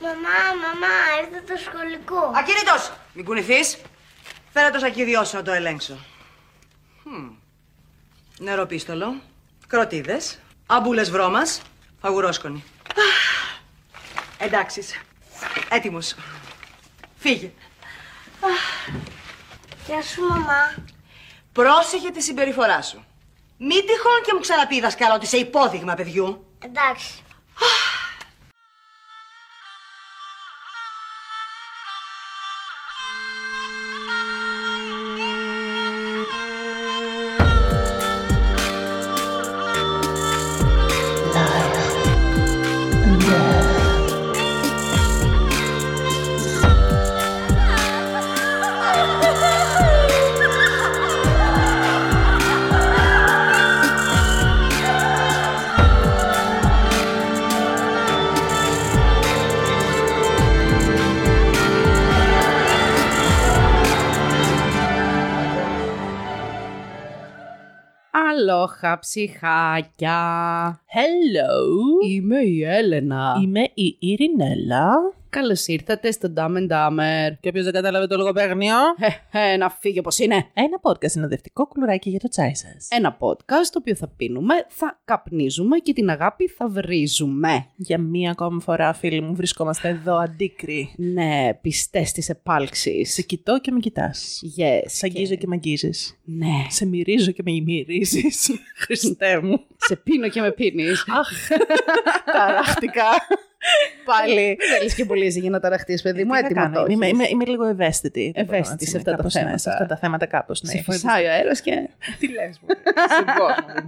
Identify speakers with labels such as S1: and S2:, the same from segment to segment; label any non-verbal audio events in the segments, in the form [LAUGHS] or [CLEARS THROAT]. S1: Μαμά, μαμά, ήρθε το σχολικό.
S2: Ακίνητο! Μην κουνηθείς. Φέρε το σακιδιό σου να το ελέγξω. Χμ. Νεροπίστολο. Κροτίδες. Αμπούλες βρώμας. Φαγουρόσκονη. Εντάξεις. Έτοιμος. Φύγε.
S1: Γεια σου, μαμά.
S2: Πρόσεχε τη συμπεριφορά σου. Μη τυχόν και μου ξαναπεί η δασκάλα ότι σε υπόδειγμα παιδιού.
S1: Εντάξει.
S3: Αλόχα ψυχάκια.
S4: Hello,
S3: Είμαι η Έλενα.
S4: είμαι η Ειρηνέλα.
S3: Καλώς ήρθατε στο Dumb and Dumber.
S4: Και όποιος δεν κατάλαβε το λογοπαίγνιο.
S3: Ε, ε, να φύγει όπως είναι.
S4: Ένα podcast συνοδευτικό κουλουράκι για το τσάι σας.
S3: Ένα podcast το οποίο θα πίνουμε, θα καπνίζουμε και την αγάπη θα βρίζουμε.
S4: Για μία ακόμη φορά, φίλοι μου, βρισκόμαστε εδώ αντίκρι.
S3: Ναι, πιστές στι επάλξει.
S4: Σε κοιτώ και με κοιτάς.
S3: Yes.
S4: Σε αγγίζω και με αγγίζεις.
S3: Ναι.
S4: Σε μυρίζω και με μυρίζεις. [LAUGHS] Χριστέ μου.
S3: Σε πίνω και με πίνεις.
S4: Αχ,
S3: [LAUGHS]
S4: ταράχτηκα.
S3: Πάλι. Ε, Δεν λες και πολύ εσύ για να ταραχτεί, παιδί μου.
S4: Τι να
S3: Έτοιμο
S4: κάνω,
S3: το έχεις.
S4: είμαι, είμαι, είμαι λίγο ευαίσθητη. Δεν μπορώ,
S3: Ευαίσθητη
S4: έτσι,
S3: σε αυτά τα
S4: κάπως
S3: θέματα.
S4: Σε αυτά τα θέματα κάπως. Ναι,
S3: Σε φυσάει ο αέρας [LAUGHS] και.
S4: Τι λες, μου.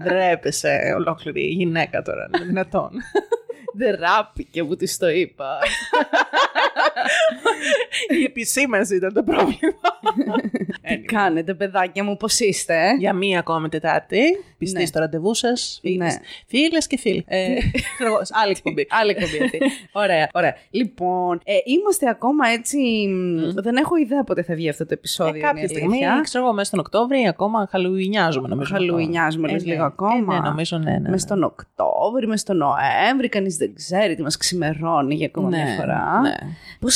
S4: Ντρέπεσαι ολόκληρη η γυναίκα τώρα. Είναι δυνατόν.
S3: Δεράπηκε που της το είπα.
S4: [LAUGHS] Η επισήμανση ήταν το πρόβλημα.
S3: Τι κάνετε, παιδάκια μου, πώς είστε. ε?
S4: Για μία ακόμη Τετάρτη. Πιστή
S3: Ναι.
S4: στο ραντεβού σας.
S3: Ναι.
S4: Φίλες και φίλοι. Ε, ξέρω εγώ, Άλλη εκπομπή.
S3: [LAUGHS] Άλλη εκπομπή αυτή. ωραία, ωραία. Λοιπόν, ε, είμαστε ακόμα έτσι. μ, Δεν έχω ιδέα πότε θα βγει αυτό το επεισόδιο.
S4: Ε,
S3: είναι η
S4: κάποια στιγμή,
S3: αλήθεια.
S4: ξέρω εγώ, μέσα στον Οκτώβριο ακόμα χαλουινιάζουμε νομίζω.
S3: Χαλουινιάζουμε, λες,
S4: ναι.
S3: λίγο ακόμα.
S4: Ε, ναι, νομίζω, ναι. ναι.
S3: Μες στον Οκτώβριο, μες στον Νοέμβρη, κανείς δεν ξέρει τι μας ξημερώνει για ακόμα μια φορά.
S4: ναι.
S3: Πώς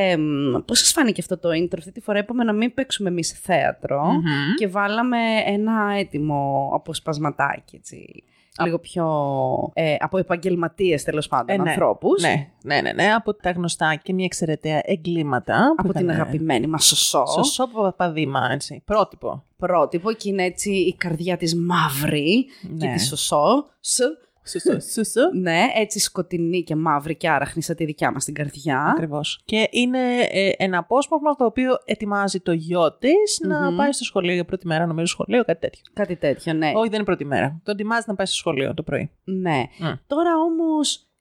S3: ε, μ, πώς σας φάνηκε αυτό το intro, αυτή τη φορά είπαμε να μην παίξουμε εμείς θέατρο
S4: Μμμ.
S3: και βάλαμε ένα έτοιμο αποσπασματάκι, έτσι. Λίγο πιο ε, από επαγγελματίες τέλος πάντων
S4: Ε, ναι.
S3: ανθρώπους.
S4: Ναι, ναι, ναι, ναι, από τα γνωστά και μια εξαιρετέα εγκλήματα. που
S3: από την
S4: ήταν, ε,
S3: αγαπημένη μας Σωσό.
S4: Σωσό Παπαδήμα, έτσι. Πρότυπο.
S3: Πρότυπο και είναι έτσι η καρδιά της μαύρη και
S4: Ναι.
S3: τη Σωσό. Σ, [LAUGHS]
S4: Σωσό, σωσό.
S3: ναι, έτσι σκοτεινή και μαύρη και άραχνη σαν τη δικιά μας την καρδιά.
S4: Ακριβώς. Και είναι ε, ένα απόσπασμα το οποίο ετοιμάζει το γιο της να
S3: Μμμ.
S4: πάει στο σχολείο για πρώτη μέρα, νομίζω σχολείο, κάτι τέτοιο.
S3: Κάτι τέτοιο, ναι.
S4: Όχι, δεν είναι πρώτη μέρα. Το ετοιμάζει να πάει στο σχολείο το πρωί.
S3: ναι.
S4: Μμ.
S3: Τώρα όμως,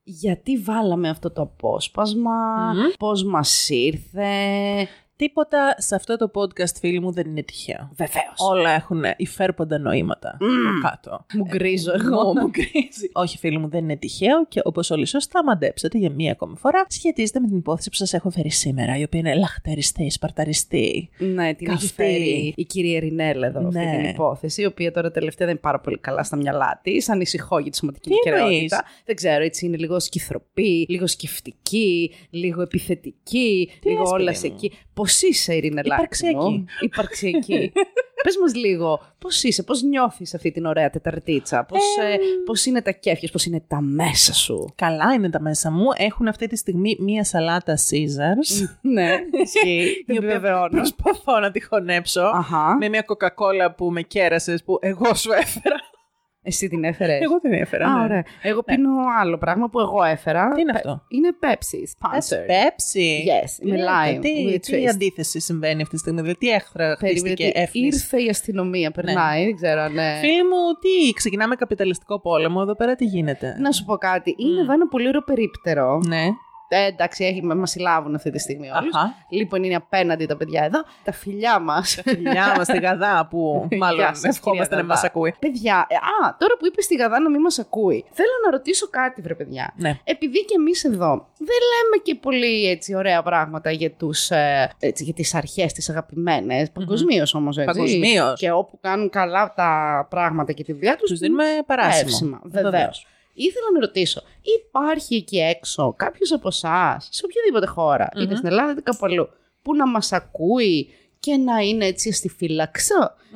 S3: γιατί βάλαμε αυτό το απόσπασμα,
S4: Μμμ.
S3: πώς μας ήρθε.
S4: Τίποτα σε αυτό το podcast, φίλοι μου, δεν είναι τυχαίο.
S3: Βεβαίως.
S4: Όλα έχουν υφέρποντα νοήματα κάτω.
S3: Μου γκρίζω εγώ.
S4: μου κρίζει. Όχι, φίλοι μου, δεν είναι τυχαίο και όπως όλοι σωστά μαντέψατε για μία ακόμη φορά, σχετίζεται με την υπόθεση που σας έχω φέρει σήμερα, η οποία είναι λαχταριστή, σπαρταριστή.
S3: Ναι, την έχει
S4: Καυτή.
S3: φέρει η κυρία Ερινέλα εδώ αυτή
S4: Ναι.
S3: την υπόθεση, η οποία τώρα τελευταία δεν είναι πάρα πολύ καλά στα μυαλά της. Ανησυχώ για τη σωματική
S4: Τι εννοείς?
S3: κυριότητα. Δεν ξέρω, έτσι είναι λίγο σκυθροπή, λίγο σκεφτική, λίγο επιθετική,
S4: Τι
S3: λίγο
S4: λες,
S3: όλα
S4: παιδί μου?
S3: εκεί. Πώς είσαι, Ειρηνελά.
S4: Υπαρξιακή. [LAUGHS]
S3: Υπαρξιακή. Πες μας λίγο, πώς είσαι, πώς νιώθεις αυτή την ωραία Τεταρτίτσα, πώς πώς είναι τα κέφια, πώς είναι τα μέσα σου.
S4: Καλά είναι τα μέσα μου. Έχουν αυτή τη στιγμή μία σαλάτα Caesars. [LAUGHS]
S3: ναι,
S4: η οποία προσπαθώ να τη χωνέψω.
S3: Αχα.
S4: Με μια κοκακόλα που με κέρασες που εγώ σου έφερα.
S3: Εσύ την έφερες.
S4: Εγώ την έφερα.
S3: Α,
S4: ναι. Ε,
S3: ωραία. Εγώ πίνω άλλο πράγμα που εγώ έφερα.
S4: Τι είναι
S3: Πε-
S4: αυτό?
S3: Είναι Pepsi, sponsored.
S4: Πέψη.
S3: Yes, με lime,
S4: Τι,
S3: with
S4: Ναι, τι
S3: twist.
S4: αντίθεση συμβαίνει αυτή τη στιγμή, δηλαδή τι έχθρα
S3: Περίμενε
S4: χτίστηκε
S3: ότι
S4: έφυγε.
S3: Ήρθε η
S4: Ναι.
S3: αστυνομία, περνάει, δεν ξέρω αν... ε,
S4: Φίλοι μου, τι, ξεκινάμε καπιταλιστικό πόλεμο, εδώ πέρα τι γίνεται.
S3: Να σου πω κάτι. Είναι εδώ ένα πολύ ωραίο περίπτερο.
S4: Ναι.
S3: Ε, εντάξει, έχει, μα συλλάβουν αυτή τη στιγμή όλους.
S4: Αχα.
S3: Λοιπόν, είναι απέναντι τα παιδιά εδώ. Τα φιλιά μας. [LAUGHS]
S4: Γεια μας στη Γαδά που μάλλον
S3: Γεια σας,
S4: ευχόμαστε
S3: κυρία
S4: να μα
S3: Γαδά.
S4: ακούει.
S3: Παιδιά, ε, α, τώρα που είπες στη Γαδά να μην μας ακούει, θέλω να ρωτήσω κάτι, βρε παιδιά.
S4: Ναι.
S3: Επειδή και εμείς εδώ δεν λέμε και πολύ έτσι ωραία πράγματα για, τους, ε, έτσι, για τις αρχές τις αγαπημένες, παγκοσμίως όμως έτσι.
S4: Παγκοσμίως.
S3: Και όπου κάνουν καλά τα πράγματα και τη δουλειά τους,
S4: Τους δίνουμε παράσημο.
S3: Βεβαίω. Ήθελα να ρωτήσω, υπάρχει εκεί έξω κάποιος από εσάς, σε οποιαδήποτε χώρα, είτε στην Ελλάδα είτε κάπου αλλού, που να μας ακούει και να είναι έτσι στη φυλαξη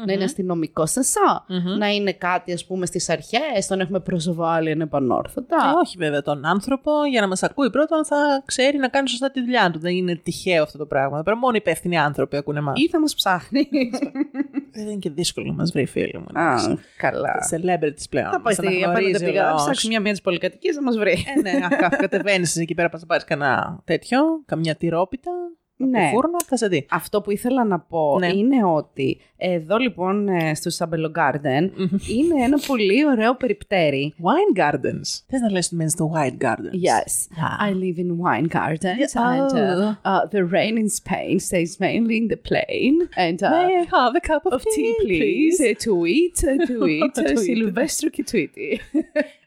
S3: να είναι αστυνομικό σε εσα να είναι κάτι ας πούμε στις αρχές, τον έχουμε προσβάλει
S4: Ε,
S3: ανεπανόρθωτα.
S4: όχι βέβαια τον άνθρωπο, για να μας ακούει πρώτον θα ξέρει να κάνει σωστά τη δουλειά του. Δεν είναι τυχαίο αυτό το πράγμα. Εδώ πέρα μόνο υπεύθυνοι άνθρωποι ακούνε εμάς.
S3: Ή θα μας ψάχνει.
S4: Δεν είναι και δύσκολο να μας βρει φίλοι μου.
S3: Α,
S4: εντάξει.
S3: καλά.
S4: Celebrities πλέον.
S3: Θα πάει
S4: Μας
S3: στην απέναντι
S4: αναγνωρίζει ο
S3: πηγά, θα
S4: λαός.
S3: ψάξει μια μία της πολυκατοικίας, θα μας βρει.
S4: Ε, ναι, αφού κατεβαίνει εκεί πέρα, πας να πάρεις κανένα τέτοιο, καμιά τυρόπιτα.
S3: Ναι.
S4: Ναι. Φούρνο, θα σε δει.
S3: Αυτό που ήθελα να πω
S4: Ναι.
S3: είναι ότι εδώ λοιπόν ε, στο Σαμπελο Garden είναι ένα πολύ ωραίο περιπτέρι.
S4: Wine gardens. Θες να λες ότι μένεις στο wine gardens.
S3: Yes,
S4: Yeah.
S3: I live in wine gardens
S4: Yeah,
S3: and uh,
S4: oh.
S3: uh, the rain in Spain stays mainly in the plain and uh,
S4: May I Ναι, have a cup of,
S3: of tea please, uh, to eat, uh, [LAUGHS] to eat, uh, Σιλβέστρου και Τουίτη.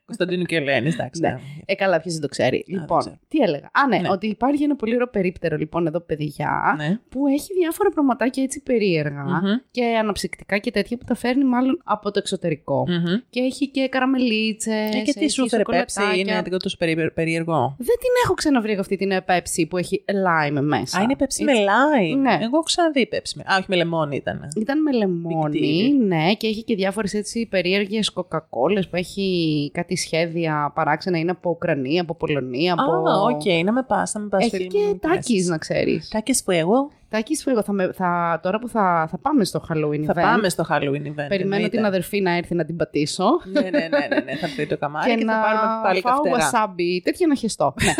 S4: Κωνσταντίνου και Ελένη, εντάξει.
S3: Ναι.
S4: ναι.
S3: Ε, καλά, ποιος δεν το ξέρει. λοιπόν,
S4: ξέρω.
S3: τι έλεγα. Α, ναι,
S4: Ναι.
S3: ότι υπάρχει ένα πολύ ωραίο περίπτερο λοιπόν εδώ, παιδιά,
S4: Ναι.
S3: που έχει διάφορα πραγματάκια έτσι περίεργα
S4: Μμμ.
S3: και αναψυκτικά και τέτοια που τα φέρνει μάλλον από το εξωτερικό.
S4: Μμμ.
S3: Και έχει και καραμελίτσες.
S4: Ε, και τι σου έφερε πέψη, είναι λίγο τόσο περί- περίεργο.
S3: Δεν την έχω ξαναβρει εγώ αυτή την ε, πέψη που έχει lime μέσα.
S4: Α, είναι πέψη με
S3: It's-
S4: λάι.
S3: Ναι.
S4: Εγώ έχω ξαναδεί πέψη με. Α, όχι με λεμόνι ήταν.
S3: Ε, Ήταν με λεμόνι,
S4: Big
S3: ναι, και έχει και διάφορες έτσι περίεργες κοκακόλες που έχει κάτι σχέδια παράξενα. Είναι από Ουκρανία, από Πολωνία,
S4: Α,
S3: από.
S4: οκ, να με πας, να με πας.
S3: Έχει και τάκι, να ξέρει.
S4: Τάκι που εγώ
S3: Τάκης που εγώ θα, με- θα, τώρα που θα, θα πάμε στο Halloween
S4: θα
S3: event,
S4: πάμε στο Halloween event.
S3: περιμένω
S4: εννοείται.
S3: την αδερφή να έρθει να την πατήσω
S4: ναι, ναι, ναι, ναι, ναι, θα πει το καμάρι και, θα πάρουμε πάλι
S3: φάω
S4: καυτερά.
S3: wasabi, τέτοια να χεστώ. ναι.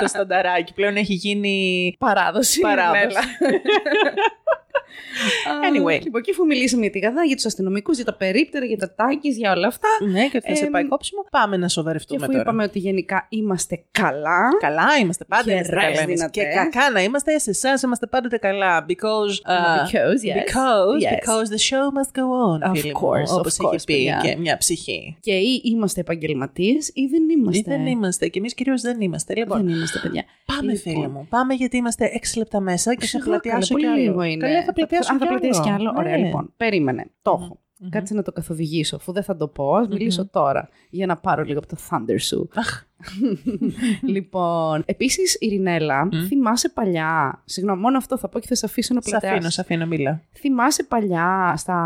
S4: το στανταράκι πλέον έχει γίνει
S3: [LAUGHS] Παράδοση.
S4: Παράδοση. [LAUGHS]
S3: Νέλα.
S4: Anyway.
S3: Α, Λοιπόν, και αφού μιλήσαμε για την Καδά, για τους αστυνομικούς, για τα περίπτερα, για τα τάκης, για όλα αυτά.
S4: ναι, και ότι θα σε
S3: Εμ,
S4: πάει κόψιμο. Πάμε να
S3: Και
S4: σοβαρευτούμε
S3: αφού
S4: τώρα.
S3: είπαμε ότι γενικά είμαστε καλά.
S4: Καλά είμαστε, πάντα
S3: Γερές,
S4: είμαστε καλά. εμείς. Και
S3: δυνατές.
S4: κακά να είμαστε, σε εσάς είμαστε πάντοτε καλά. Because. uh,
S3: Because, yes.
S4: Because,
S3: Yes.
S4: because the show must go on.
S3: Of
S4: φίλοι μου,
S3: course, of
S4: όπως
S3: course,
S4: έχει πει
S3: παιδιά.
S4: και μια ψυχή.
S3: Και ή είμαστε επαγγελματίες ή δεν είμαστε.
S4: Ή Δεν είμαστε και εμείς κυρίως δεν είμαστε. Λοιπόν,
S3: Δεν είμαστε, παιδιά.
S4: πάμε
S3: Λοιπόν.
S4: φίλοι μου. Πάμε γιατί είμαστε 6 λεπτά μέσα και θα
S3: Καλά, καλά,
S4: πλατιάσω κι
S3: Πολύ
S4: άλλο.
S3: λίγο είναι.
S4: Καλά, θα πλατιάσω
S3: Αν θα
S4: κι
S3: πλατιάσεις κι άλλο. Ωραία,
S4: Ναι.
S3: λοιπόν. Περίμενε. Το έχω.
S4: Μμμ.
S3: Κάτσε να το καθοδηγήσω, αφού δεν θα το πω. Ας μιλήσω τώρα για να πάρω λίγο από το thunder σου.
S4: Αχ.
S3: [LAUGHS] λοιπόν, επίσης, Ειρηνέλα, θυμάσαι παλιά. Συγγνώμη, μόνο αυτό θα πω και θα σε αφήσω να
S4: Σ' αφήνω,
S3: πλατιάσεις.
S4: σ' αφήνω, μίλα.
S3: Θυμάσαι παλιά στα,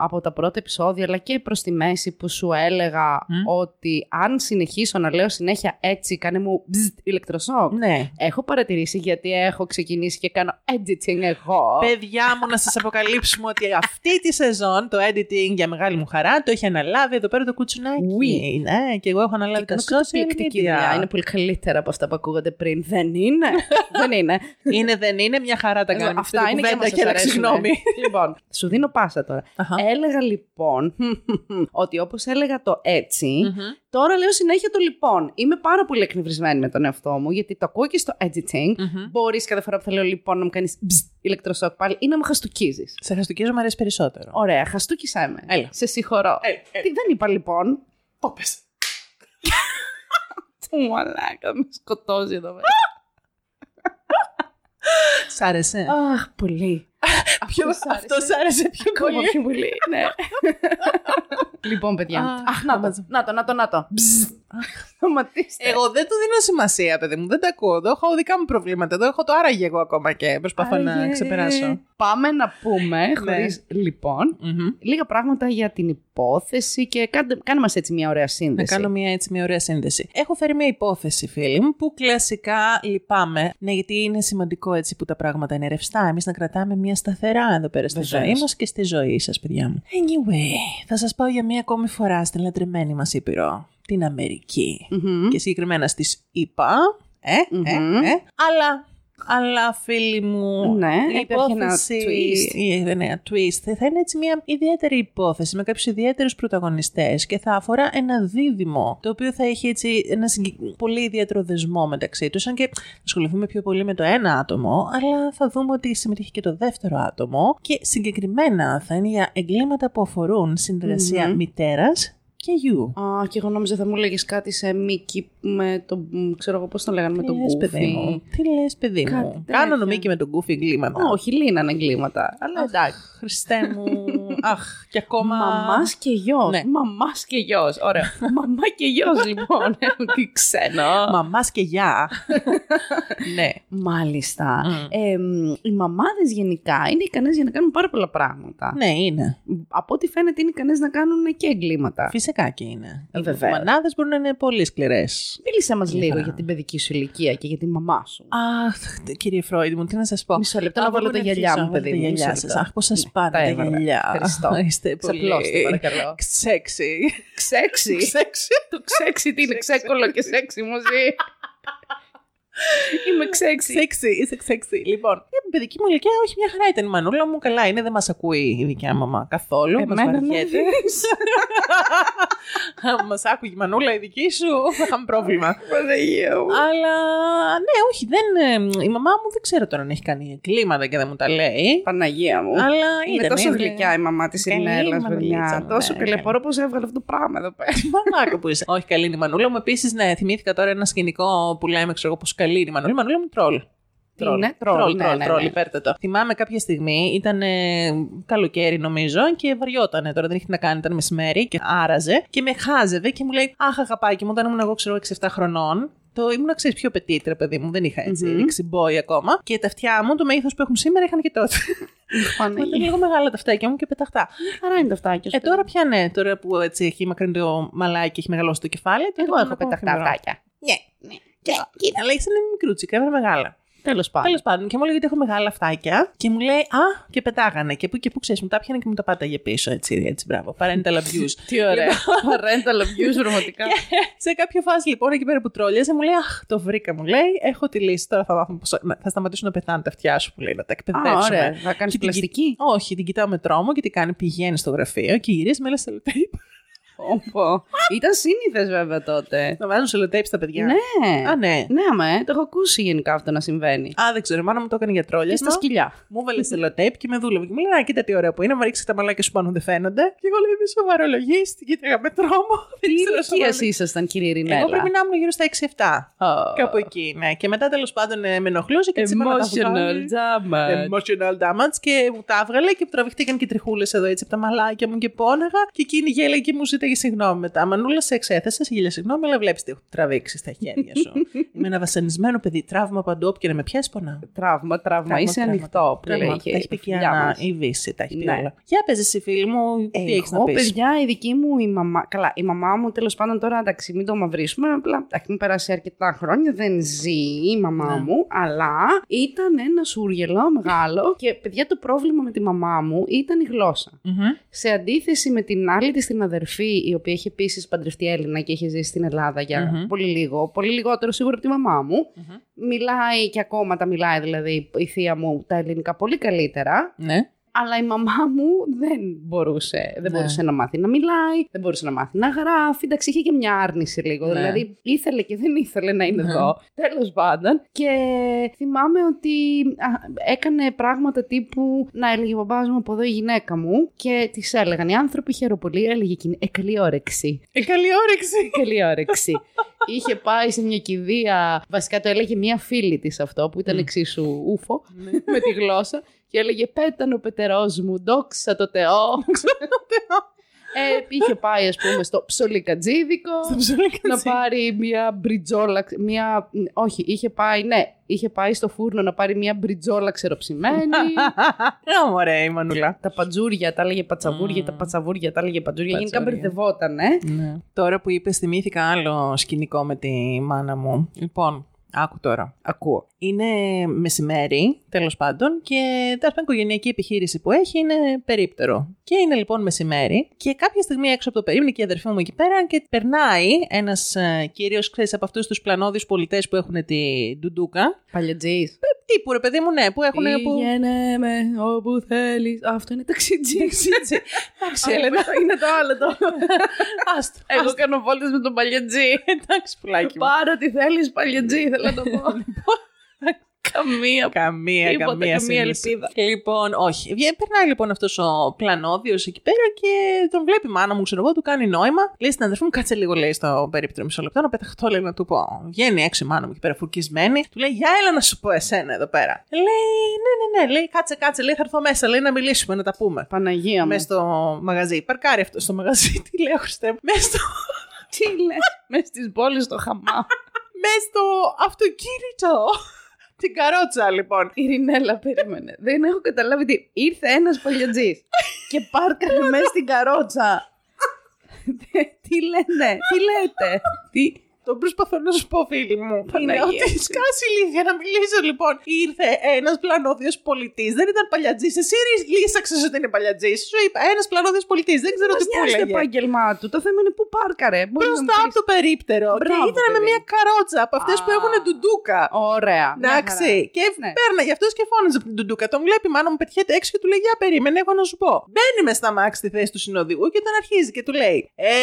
S3: από τα πρώτα επεισόδια, αλλά και προς τη μέση που σου έλεγα ότι αν συνεχίσω να λέω συνέχεια έτσι, κάνε μου μπζτ, ηλεκτροσόκ.
S4: Ναι.
S3: Έχω παρατηρήσει γιατί έχω ξεκινήσει και κάνω editing εγώ.
S4: Παιδιά μου, να σας αποκαλύψουμε ότι αυτή τη σεζόν το editing για μεγάλη μου χαρά το έχει αναλάβει εδώ πέρα το κουτσουνάκι.
S3: Oui.
S4: Ναι, και εγώ έχω αναλάβει τα
S3: Κάνω
S4: social
S3: καταπληκτική δουλειά. Είναι
S4: media.
S3: πολύ καλύτερα από αυτά που ακούγονται πριν. Δεν
S4: [LAUGHS]
S3: είναι. Δεν είναι.
S4: είναι, δεν είναι, μια χαρά τα κάνουμε.
S3: Αυτά είναι και
S4: κουβέντα
S3: μας σας αρέσουν.
S4: συγγνώμη.
S3: [LAUGHS] Λοιπόν, σου δίνω πάσα τώρα.
S4: Αχα.
S3: Έλεγα λοιπόν [LAUGHS] ότι όπως έλεγα το έτσι, τώρα λέω συνέχεια το λοιπόν. Είμαι πάρα πολύ εκνευρισμένη με τον εαυτό μου, γιατί το ακούω και στο editing. Μπορείς κάθε φορά που θα λέω λοιπόν να μου κάνεις μπζζ, ηλεκτροσόκ πάλι ή να με χαστουκίζεις.
S4: Σε χαστοκίζω μου αρέσει περισσότερο.
S3: Ωραία, χαστούκισέ με.
S4: Έλα.
S3: Σε συγχωρώ.
S4: Έλα, έλα.
S3: Τι δεν είπα λοιπόν. [LAUGHS]
S4: Το πες.
S3: Του μαλάκα, με σκοτώζει εδώ πέρα.
S4: Σ' άρεσε.
S3: Αχ, πολύ.
S4: Ποιο-
S3: σ' άρεσε.
S4: Αυτό σ' άρεσε πιο
S3: Ακόμα
S4: πολύ.
S3: πιο πολύ, ναι. [LAUGHS] λοιπόν, παιδιά.
S4: Α,
S3: Αχ, να το, να το, να το, να το. Μπζζ. [LAUGHS] Σταματήστε.
S4: Ε. Εγώ δεν του δίνω σημασία, παιδί μου. Δεν τα ακούω. Εδώ έχω δικά μου προβλήματα. Εδώ έχω το άραγε εγώ ακόμα και προσπαθώ να
S3: Άραγε.
S4: ξεπεράσω.
S3: Πάμε να πούμε, χωρίς λοιπόν,
S4: Μμμ.
S3: λίγα πράγματα για την υπόθεση και κάντε, κάνε μας έτσι μια ωραία
S4: Να
S3: σύνδεση.
S4: κάνω μια έτσι μια ωραία σύνδεση. Έχω φέρει μια υπόθεση, φίλοι μου, που κλασικά λυπάμαι. Ναι, γιατί είναι σημαντικό έτσι που τα πράγματα είναι ρευστά. Εμείς να κρατάμε μια σταθερά εδώ πέρα στη
S3: Βεβαίως.
S4: ζωή μας και στη ζωή σας, παιδιά μου. Anyway, θα σας πάω για μια ακόμη φορά στην λατρεμένη μας Ήπειρο, την αμερικη
S3: Μμμ.
S4: Και συγκεκριμένα στις ΗΠΑ. Ε, ε,
S3: Μμμ.
S4: ε. Αλλά, αλλά φίλοι μου,
S3: Ναι,
S4: η
S3: υπάρχει ένα twist.
S4: η- ναι, ένα twist. Θα είναι έτσι μια ιδιαίτερη υπόθεση με κάποιους ιδιαίτερους πρωταγωνιστές και θα αφορά ένα δίδυμο το οποίο θα έχει έτσι ένα συγκεκ- πολύ ιδιαίτερο δεσμό μεταξύ τους. Αν και ασχοληθούμε πιο πολύ με το ένα άτομο, αλλά θα δούμε ότι συμμετέχει και το δεύτερο άτομο και συγκεκριμένα θα είναι για εγκλήματα που αφορούν συνεργασία
S3: Μμμ.
S4: μητέρας και γιου.
S3: Α, και εγώ νόμιζα θα μου λέγες κάτι σε Μίκη με το, μ, ξέρω εγώ πώς τον λέγανε, με
S4: Τι
S3: τον
S4: λες, παιδί
S3: Κούφι.
S4: μου. Τι λες, παιδί
S3: Κάτι
S4: μου.
S3: τέτοια.
S4: Κάνω νομίκη με τον κούφι εγκλήματα.
S3: Όχι, λύνανε εγκλήματα, αλλά εντάξει. [LAUGHS]
S4: Χριστέ μου. Αχ, και ακόμα.
S3: Μαμάς και γιος.
S4: Ναι.
S3: Μαμάς και γιος.
S4: [LAUGHS]
S3: Ωραία. Μαμά και γιος, λοιπόν. Τι ξένο.
S4: Μαμάς και γεια. ναι.
S3: Μάλιστα.
S4: Μμ.
S3: Εμ, οι μαμάδες γενικά είναι ικανές για να κάνουν πάρα πολλά πράγματα.
S4: Ναι, είναι.
S3: Από ό,τι φαίνεται, είναι ικανές να κάνουν και εγκλήματα.
S4: Φυσικά και είναι.
S3: Ε,
S4: Οι
S3: βεβαίως.
S4: μανάδες μπορούν να είναι πολύ σκληρές.
S3: Μίλησέ μας
S4: Σίγουρα.
S3: λίγο για την παιδική σου ηλικία και για τη μαμά σου.
S4: Αχ, κύριε Φρόιντ μου, τι να σας πω.
S3: Μισό λεπτό, να
S4: Α,
S3: βάλω
S4: δεν
S3: τα
S4: αρχίσω,
S3: γυαλιά μου,
S4: να βάλω
S3: παιδί
S4: τα
S3: μου,
S4: γυαλιά
S3: μισό
S4: σα.
S3: λεπτό.
S4: Αχ, πώς
S3: Ναι,
S4: σα πάνε
S3: τα
S4: τα
S3: έβαλα.
S4: γυαλιά.
S3: Ευχαριστώ.
S4: [LAUGHS] Είστε πολύ.
S3: Ξαπλώστε,
S4: [LAUGHS]
S3: παρακαλώ.
S4: Σεξι.
S3: Ξέξι.
S4: Σεξι.
S3: Το ξέξι τι είναι, ξέκολο και σεξι μαζί. Είμαι ξέξι.
S4: Σεξι, είσαι σεξι. Λοιπόν, η παιδική μου ηλικία, όχι μια χαρά ήταν η μανούλα μου. Καλά είναι, δεν μας ακούει η δικιά μου μαμά καθόλου. Μας
S3: Εμένα να
S4: βαριέται. [LAUGHS] Αν μας άκουγε η μανούλα η δική σου, θα είχαμε πρόβλημα.
S3: Παναγία μου.
S4: Αλλά ναι, όχι, δεν, ε, η μαμά μου δεν ξέρω τώρα αν έχει κάνει κλίματα και δεν μου τα λέει.
S3: Παναγία μου.
S4: Αλλά
S3: Είναι
S4: ήταν,
S3: τόσο
S4: είναι-
S3: γλυκιά η μαμά Ε, της
S4: Καλή
S3: Ινέλλα,
S4: μαμίτσα
S3: παιδιά.
S4: μου,
S3: Τόσο
S4: ναι,
S3: κελεπορώ πώ έβγαλε αυτό το πράγμα εδώ πέρα.
S4: [LAUGHS] Μαλάκα που είσαι. Όχι, καλή είναι η Μανούλα μου. Επίσης, ναι, θυμήθηκα τώρα ένα σκηνικό που λέμε, ξέρω εγώ, πω καλή είναι η Μανούλα. Η Μανούλα μου τρόλ.
S3: είναι? Τρόλ,
S4: τρόλ, τρόλ,
S3: ναι, ναι,
S4: τρόλ,
S3: ναι.
S4: τρόλ, υπέρτατο. Θυμάμαι κάποια στιγμή, ήταν ε, καλοκαίρι νομίζω και βαριότανε τώρα, δεν είχε τι να κάνει, ήταν μεσημέρι και άραζε και με χάζευε και μου λέει Αχ, αγαπάκι μου, όταν ήμουν εγώ ξέρω 6-7 χρονών, το ήμουν, ξέρεις, πιο πετήτρα, παιδί μου. Δεν είχα έτσι
S3: Μμμ.
S4: ρίξει boy ακόμα. Και τα αυτιά μου, το μέγεθος που έχουν σήμερα, είχαν και τότε.
S3: Ναι.
S4: Μα Ήταν λίγο μεγάλα τα αυτάκια μου και πεταχτά.
S3: Χαρά είναι το φτάκια.
S4: Ε, τώρα πια ναι, τώρα που έτσι έχει μακρύνει το μαλάκι και έχει μεγαλώσει το κεφάλι. τότε
S3: Ε, εγώ
S4: ήταν
S3: έχω
S4: ακόμα
S3: πεταχτά
S4: χειμερό.
S3: φτάκια.
S4: Ναι,
S3: Και
S4: κοίτα, αλλά είσαι ένα μικρούτσικα, έβαλε μεγάλα.
S3: τέλος
S4: Τέλος πάντων, και μου λέει ότι έχω μεγάλα αυτάκια και μου λέει Α, και πετάγανε. Και που και που ξέρεις, μου τα πιάνε και μου τα πάταγε πίσω. Έτσι, έτσι, μπράβο. Parental
S3: [LAUGHS]
S4: abuse. Λοιπόν,
S3: Τι [LAUGHS] ωραία. Parental abuse, [LAUGHS] πραγματικά.
S4: σε κάποια φάση λοιπόν, εκεί πέρα που τρόλιαζε, μου λέει Αχ, το βρήκα, μου λέει. Έχω τη λύση. Τώρα θα μάθουμε πως... να- Θα σταματήσουν να πετάνε τα αυτιά σου, που λέει, να τα εκπαιδεύσουμε.
S3: Α, ωραία. Θα κάνεις
S4: Και την κοιτάω-
S3: πλαστική.
S4: Όχι, την κοιτάω με τρόμο και τι κάνει. Πηγαίνει στο γραφείο και γυρίζει με ένα σελοτέιπ.
S3: Όπω. Ήταν σύνηθες βέβαια τότε.
S4: [LAUGHS] να βάζουν σελοτέιπ στα παιδιά.
S3: Ναι.
S4: Α, ναι.
S3: Ναι, μα το έχω ακούσει γενικά αυτό να συμβαίνει.
S4: Α, δεν ξέρω, η μάνα μου το έκανε για
S3: Και στα
S4: τρόλιασμα.
S3: σκυλιά.
S4: Μου έβαλε σελοτέιπ και με δούλευε. Και μου λέει: Α, κοίτα τι ωραία που είναι, μα ρίξει τα μαλάκια σου πάνω, δεν φαίνονται. Και εγώ λέω: Είμαι σοβαρολογή, την κοίταγα με τρόμο.
S3: Τι
S4: Δεν ήξερα
S3: ηλικία
S4: σοβαρολογή.
S3: ήσασταν, κύριε Ρινέλα.
S4: Εγώ πρέπει να ήμουν γύρω στα 6-7.
S3: Ω.
S4: Κάπου εκεί, ναι. Και μετά τέλος πάντων ε, με ενοχλούσε και της είπα να τα βγάλει.
S3: Emotional damage.
S4: Emotional damage και μου τα έβγαλε και τραβηχτήκαν και τριχούλες εδώ έτσι από τα μαλάκια μου και πόναγα. Και εκείνη γέλαγε και μου ζήταγε συγγνώμη μετά. Μανούλα, σε εξέθεσα, σε γέλια συγγνώμη, αλλά βλέπεις τι έχω τραβήξει στα χέρια
S3: [LAUGHS]
S4: σου. Είμαι ένα βασανισμένο παιδί, τραύμα παντού, όπου και να με πιάσει πονά.
S3: Τραύμα, τραύμα. Είσαι ανοιχτό που λέει.
S4: Τα έχει πει και η
S3: φιλιά
S4: Άννα,
S3: μας.
S4: η Βύση, τα έχει πει
S3: Ναι.
S4: όλα. Για πες εσύ φίλη μου, τι έχεις να
S3: Ε, Εγώ,
S4: πεις.
S3: παιδιά, η δική μου η μαμά. Καλά, η μαμά μου τέλος πάντων τώρα εντάξει, μην το μαυρίσουμε. Απλά εντάξει, μην περάσει αρκετά χρόνια. Δεν ζει η μαμά
S4: Ναι.
S3: μου, αλλά ήταν ένα σούργελο μεγάλο. και παιδιά, το πρόβλημα με τη μαμά μου ήταν η γλώσσα.
S4: Μμμ.
S3: Σε αντίθεση με την άλλη τη την αδερφή, η οποία έχει επίσης παντρευτεί Έλληνα και έχει ζήσει στην Ελλάδα για
S4: Μμμ.
S3: πολύ λίγο, πολύ λιγότερο σίγουρα από τη μαμά μου.
S4: Μμμ.
S3: Μιλάει και ακόμα τα μιλάει, δηλαδή η θεία μου τα ελληνικά πολύ καλύτερα.
S4: Ναι.
S3: Αλλά η μαμά μου δεν μπορούσε. Δεν
S4: Ναι.
S3: μπορούσε να μάθει να μιλάει, δεν μπορούσε να μάθει να γράφει. Εντάξει, είχε και μια άρνηση λίγο.
S4: Ναι.
S3: Δηλαδή ήθελε και δεν ήθελε να είναι
S4: Ναι.
S3: εδώ. Τέλος πάντων. Και θυμάμαι ότι α, έκανε πράγματα τύπου να έλεγε ο μπαμπάς μου από εδώ η γυναίκα μου και της έλεγαν οι άνθρωποι χαιροπολί, έλεγε εκείνη. Ε, καλή
S4: [LAUGHS]
S3: όρεξη.
S4: Ε, καλή όρεξη.
S3: Καλή όρεξη. Είχε πάει σε μια κηδεία. Βασικά το έλεγε μια φίλη της αυτό που ήταν
S4: Μμ.
S3: εξίσου ούφο Ναι. με τη γλώσσα και έλεγε «Πέταν ο πετερός μου, ντόξα το Θεό». ε, είχε πάει ας πούμε στο ψωλικατζίδικο
S4: Στο ψωλίκατσι.
S3: να πάρει μια μπριτζόλα, μια, μ, όχι, είχε πάει, ναι, είχε πάει στο φούρνο να πάρει μια μπριτζόλα ξεροψημένη. [LAUGHS] Ε,
S4: Ω, μωρέ, η Μανούλα.
S3: τα πατζούρια, τα έλεγε πατσαβούρια, τα πατσαβούρια, τα έλεγε πατζούρια. Γενικά ε.
S4: Πατσούρια.
S3: μπερδευότανε.
S4: Τώρα που είπες, θυμήθηκα άλλο σκηνικό με τη μάνα μου. Λοιπόν, άκου τώρα.
S3: Ακούω.
S4: Είναι μεσημέρι, τέλος πάντων, και τέλος πάντων η οικογενειακή επιχείρηση που έχει είναι περίπτερο. Και είναι λοιπόν μεσημέρι, και κάποια στιγμή έξω από το περίπτερο, είναι και η αδερφή μου εκεί πέρα, και περνάει ένας κύριο, ξέρεις, από αυτούς τους πλανόδιου πολιτές που έχουν τη ντουντούκα.
S3: Παλιατζής.
S4: Τύπου ρε παιδί μου, ναι, που έχουν. Που...
S3: Πήγαινε με όπου θέλεις. Α, Αυτό είναι ταξιτζής.
S4: Εντάξει,
S3: Α,
S4: Έλενα.
S3: Είναι το άλλο [LAUGHS] το.
S4: Άστο.
S3: Εγώ κάνω βόλτες με τον παλιατζή.
S4: Εντάξει, πουλάκι μου.
S3: Πάρα τι θέλεις παλιατζή, θέλω να το πω. Καμία.
S4: Καμία,
S3: Τίποτα,
S4: καμία,
S3: καμία
S4: σύγκριση.
S3: ελπίδα.
S4: Λοιπόν, όχι. Βγαίνει- Περνάει λοιπόν αυτός ο πλανόδιο εκεί πέρα και τον βλέπει η μάνα μου, ξέρω εγώ, του κάνει νόημα. Λέει στην αδερφή μου, κάτσε λίγο, λέει στο περίπτερο μισό λεπτό, να πεταχτώ, λέει να του πω. Βγαίνει έξω η μάνα μου εκεί πέρα, φουρκισμένη. Του λέει, Για έλα να σου πω εσένα εδώ πέρα. Λέει, Ναι, ναι, ναι, λέει, κάτσε, κάτσε, λέει, θα έρθω μέσα, λέει να μιλήσουμε, να τα πούμε.
S3: [LAUGHS] Παναγία μου.
S4: Μέσα στο μαγαζί. Παρκάρει αυτό στο μαγαζί. [LAUGHS] Τι λέω, Χριστέ μου. Μέσα στο,
S3: Τι λες, μες στις πόλεις στο χαμά.
S4: μέσα στο αυτοκίνητο. [LAUGHS] Την καρότσα, λοιπόν.
S3: [LAUGHS] Ειρηνέλα, περίμενε. Δεν έχω καταλάβει τι. Ήρθε ένας παλιωτζής και πάρκαρε [LAUGHS] μέσα στην καρότσα. [LAUGHS] Δε- τι λένε, τι λέτε. Τι.
S4: Το προσπαθώ να σου πω, φίλη μου. Είναι
S3: Παναγία
S4: ότι
S3: μου.
S4: σκάσει ηλίθεια να μιλήσω, λοιπόν. Ήρθε ένας πλανόδιος πολιτής. Δεν ήταν παλιατζής. Εσύ λύσαξες ότι είναι παλιατζής. Σου είπα, ένας πλανόδιος πολιτής. Δεν ξέρω
S3: Μας
S4: τι που
S3: νοιάζει το
S4: έλεγε.
S3: επάγγελμά του. Το θέμα είναι πού πάρκαρε. Μπορείς να μου
S4: Μπροστά από
S3: πεις.
S4: το περίπτερο. Και
S3: Μπράβο,
S4: ήταν με
S3: παιδί.
S4: μια καρότσα από αυτές που
S3: Α.
S4: έχουν ντουντούκα.
S3: Ωραία.
S4: Εντάξει. Και
S3: Ναι.
S4: παίρνει γι' αυτός και φώναζε από την Τουντούκα. Τον βλέπει, η μάνα μου πετιέται έξω και του λέει: Για περίμενε, έχω να σου πω. Μπαίνει μες στα μάξι στη θέση του συνοδηγού και τον αρχίζει και του λέει: ε,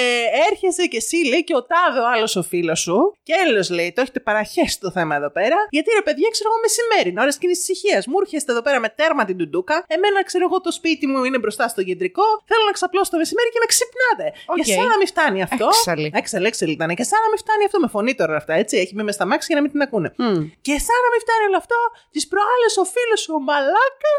S4: Έρχεσαι και εσύ, λέει, και ο τάδε ο άλλος ο φίλος σου. Και έλο λέει: Το έχετε παραχέσει το θέμα εδώ πέρα. Γιατί ρε παιδιά, ξέρω εγώ μεσημέρι, είναι ώρα κοινή ησυχίας. Μου έρχεστε εδώ πέρα με τέρμα την Τουντούκα. Εμένα, ξέρω εγώ, το σπίτι μου είναι μπροστά στο κεντρικό. Θέλω να ξαπλώσω το μεσημέρι και με ξυπνάτε.
S3: Οκ.
S4: Και σαν να μην φτάνει αυτό.
S3: Έξαλλη.
S4: Έξαλλη, έξαλλη ήταν. Και σαν να μην φτάνει αυτό με φωνή τώρα αυτά, έτσι. Έχει μπει μες στα μάξι για να μην την ακούνε.
S3: Μμ.
S4: Και σαν να μην φτάνει όλο αυτό, τις προάλλες ο φίλος ο Μαλάκας,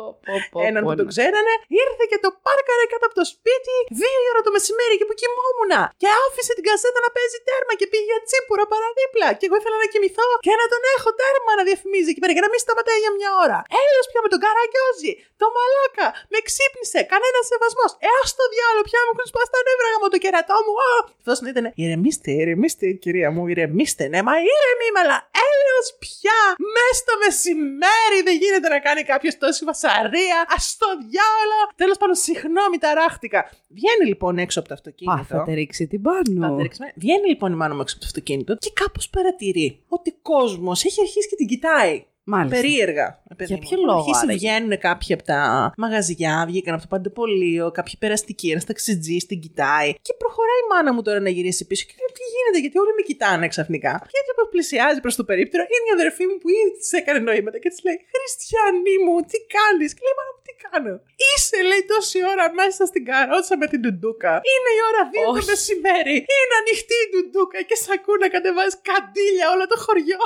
S3: Πω, πω, πω,
S4: έναν
S3: πω,
S4: που τον
S3: ναι.
S4: ξέρανε, ήρθε και το πάρκαρε κάτω από το σπίτι δύο η ώρα το μεσημέρι και που κοιμόμουν. Και άφησε την κασέτα να παίζει τέρμα και πήγε για τσίπουρα παραδίπλα. Και εγώ ήθελα να κοιμηθώ και να τον έχω τέρμα να διαφημίζει εκεί πέρα και να μην σταματάει για μια ώρα. Έλο πια με τον καραγκιόζη, το μαλάκα, με ξύπνησε, κανένα σεβασμός. Ε, ας το διάλογο, πια μου έχουν σπάσει τα νεύρα γαμώ το κερατό μου. Αυτό ήταν. Ηρεμήστε, ηρεμήστε, κυρία μου, ηρεμήστε. Ναι, μα ήρεμη είμαι, αλλά έλεος πια. Μέσα στο μεσημέρι δεν γίνεται να κάνει κάποιος τόση βασαρία. Ας το διάλογο. Τέλος πάντων, συγγνώμη, ταράχτηκα. Βγαίνει λοιπόν έξω από το αυτοκίνητο.
S3: Πα, θα τα ρίξει την
S4: Θα
S3: πάνω.
S4: τα ρίξουμε. Βγαίνει λοιπόν η μάνα μου έξω από το αυτοκίνητο και κάπως παρατηρεί ότι ο κόσμος έχει αρχίσει και την κοιτάει.
S3: Μάλιστα.
S4: Περίεργα. ρε παιδί
S3: Για
S4: μου.
S3: ποιο
S4: Έχουν
S3: λόγο,
S4: Αρχίσει
S3: άραγε?
S4: βγαίνουν κάποιοι από τα μαγαζιά, βγήκαν από το παντεπολείο, κάποιοι περαστικοί, ένας ταξιτζή την κοιτάει. Και προχωράει η μάνα μου τώρα να γυρίσει πίσω. Και λέει, Τι γίνεται, γιατί όλοι με κοιτάνε ξαφνικά. Και έτσι όπως πλησιάζει προς το περίπτερο, είναι η αδερφή μου που ήδη της έκανε νοήματα και της λέει: Χριστιανή μου, τι κάνεις. Και λέει: Μάνα μου, τι κάνω. Είσαι, λέει, τόση ώρα μέσα στην καρότσα με την τουντούκα. Είναι η ώρα 2 το
S3: Όχι.
S4: μεσημέρι. Είναι ανοιχτή η τουντούκα και σ' ακούω να κατεβάζεις καντήλια όλο το χωριό.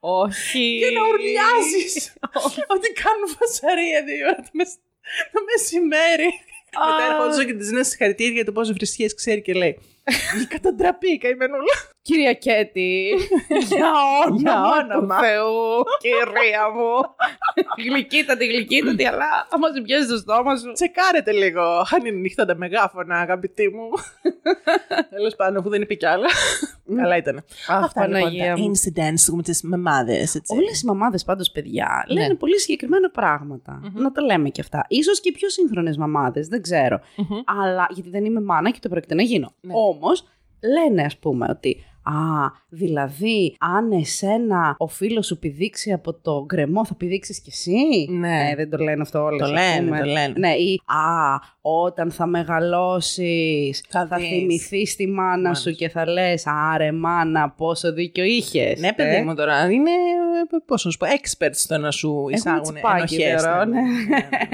S3: Όχι.
S4: Και να ουρλιάζει ότι κάνουν φασαρία δύο ώρα το, μεσ... το μεσημέρι. Μετά ερχόντουσαν και τη δίνω συγχαρητήρια για το πόσο βρισιέ ξέρει και λέει. Καταντραπεί η καημενούλα.
S3: Κυρία Κέτη. [LAUGHS] Για
S4: Για
S3: όνομα του
S4: όνομα.
S3: Θεού, κυρία μου. γλυκύτατη, γλυκύτατη, αλλά άμα σου πιέζει το στόμα σου.
S4: Τσεκάρετε λίγο αν είναι ανοιχτά τα μεγάφωνα, αγαπητή μου. Τέλος πάντων, αφού δεν είπε κι άλλα. Καλά ήταν.
S3: Αχ,
S4: Αυτά λοιπόν τα
S3: Παναγία μου.
S4: incidents με τις μεμάδες.
S3: Όλες οι μαμάδε πάντως, παιδιά,
S4: Ναι.
S3: λένε πολύ συγκεκριμένα πράγματα. Να τα λέμε και αυτά. σω και οι πιο σύγχρονες μαμάδε, δεν ξέρω. Αλλά γιατί δεν είμαι μάνα και το πρόκειται να γίνω.
S4: Ναι.
S3: Όμως, λένε, ας πούμε, ότι. Α, δηλαδή, αν εσένα ο φίλος σου πηδήξει από το γκρεμό, θα πηδήξεις κι εσύ.
S4: Ναι.
S3: Ε, δεν το λένε αυτό όλες.
S4: Το λένε, το λένε.
S3: Ναι, ή Α, όταν θα μεγαλώσεις,
S4: Θα
S3: θα,
S4: δεις.
S3: θυμηθείς τη μάνα, σου και θα λες Άρε, μάνα, πόσο δίκιο ε». είχες.
S4: Ναι, παιδί μου τώρα. Είναι. Πώ να σου πω, experts στο να σου εισάγουν
S3: τσιπάκι,
S4: ενοχές,
S3: θεωρώ,
S4: ναι,
S3: ναι.
S4: ναι, ναι,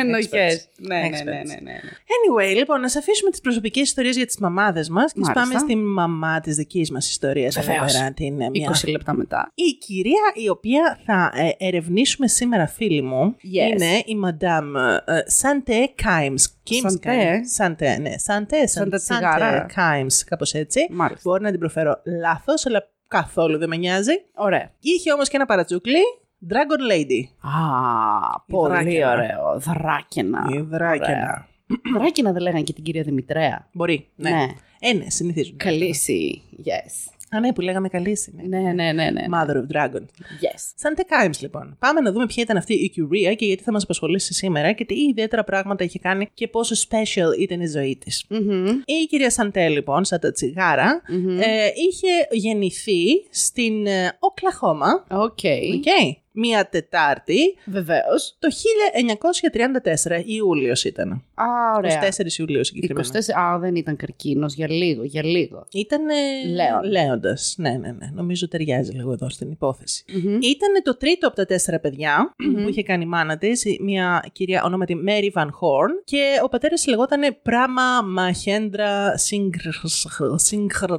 S4: ναι,
S3: Ενοχέ.
S4: [LAUGHS] experts.
S3: Ναι, ναι,
S4: Experts.
S3: ναι, ναι, ναι.
S4: Anyway, λοιπόν, να σα αφήσουμε τις προσωπικές ιστορίες για τις μαμάδες μας και ας
S3: Μάλιστα.
S4: πάμε στη μαμά της δικής μας ιστορίας.
S3: Βεβαίως.
S4: Την, ε, μια...
S3: 20 λεπτά μετά.
S4: Η κυρία η οποία θα ε, ερευνήσουμε σήμερα, φίλοι μου,
S3: Yes.
S4: είναι η Madame ε, Sante Kimes.
S3: Sante.
S4: Sante, ναι. Sante,
S3: Σαν τα
S4: Sante
S3: τσιγάρα.
S4: Kimes, κάπως έτσι.
S3: Μάλιστα.
S4: Μπορεί να την προφέρω λάθος, αλλά καθόλου δεν με νοιάζει.
S3: Ωραία.
S4: Είχε όμως και ένα παρατσούκλι. Dragon Lady.
S3: Α, πολύ
S4: δράκαινα.
S3: ωραίο. Δράκαινα.
S4: Η δράκαινα.
S3: Ωραία. Δράκαινα δεν λέγανε και την κυρία Δημητρέα.
S4: Μπορεί. Ναι.
S3: Ναι.
S4: Ε, ναι, συνηθίζουν.
S3: Καλύση. Yes.
S4: Α, ναι, που λέγαμε καλή είναι.
S3: Ναι, ναι, ναι, ναι.
S4: Mother of Dragon.
S3: Yes.
S4: Σαν Times λοιπόν. Πάμε να δούμε ποια ήταν αυτή η Curia και γιατί θα μας απασχολήσει σήμερα και τι ιδιαίτερα πράγματα είχε κάνει και πόσο special ήταν η ζωή της.
S3: Μμμ.
S4: Η κυρία Σαντέ, λοιπόν, σαν τα τσιγαρα
S3: Μμμ.
S4: ε, είχε γεννηθεί στην ε, Οκλαχώμα.
S3: Οκ.
S4: Okay. μία Τετάρτη,
S3: Βεβαίως.
S4: το 1934, Ιούλιος ήταν.
S3: Α, ωραία.
S4: 24 Ιουλίου συγκεκριμένα.
S3: 24. Α, δεν ήταν καρκίνος για λίγο, για λίγο.
S4: Ήταν
S3: Λέων.
S4: λέοντας, ναι, ναι, ναι. Νομίζω ταιριάζει λίγο εδώ στην υποθεση Ήταν το τρίτο από τα τέσσερα παιδιά που είχε κάνει η μάνα της, μια κυρία ονόματι Mary Van Horn και ο πατέρας της λεγόταν Πράμα Μαχέντρα
S3: [LAUGHS]
S4: Σίγχρ.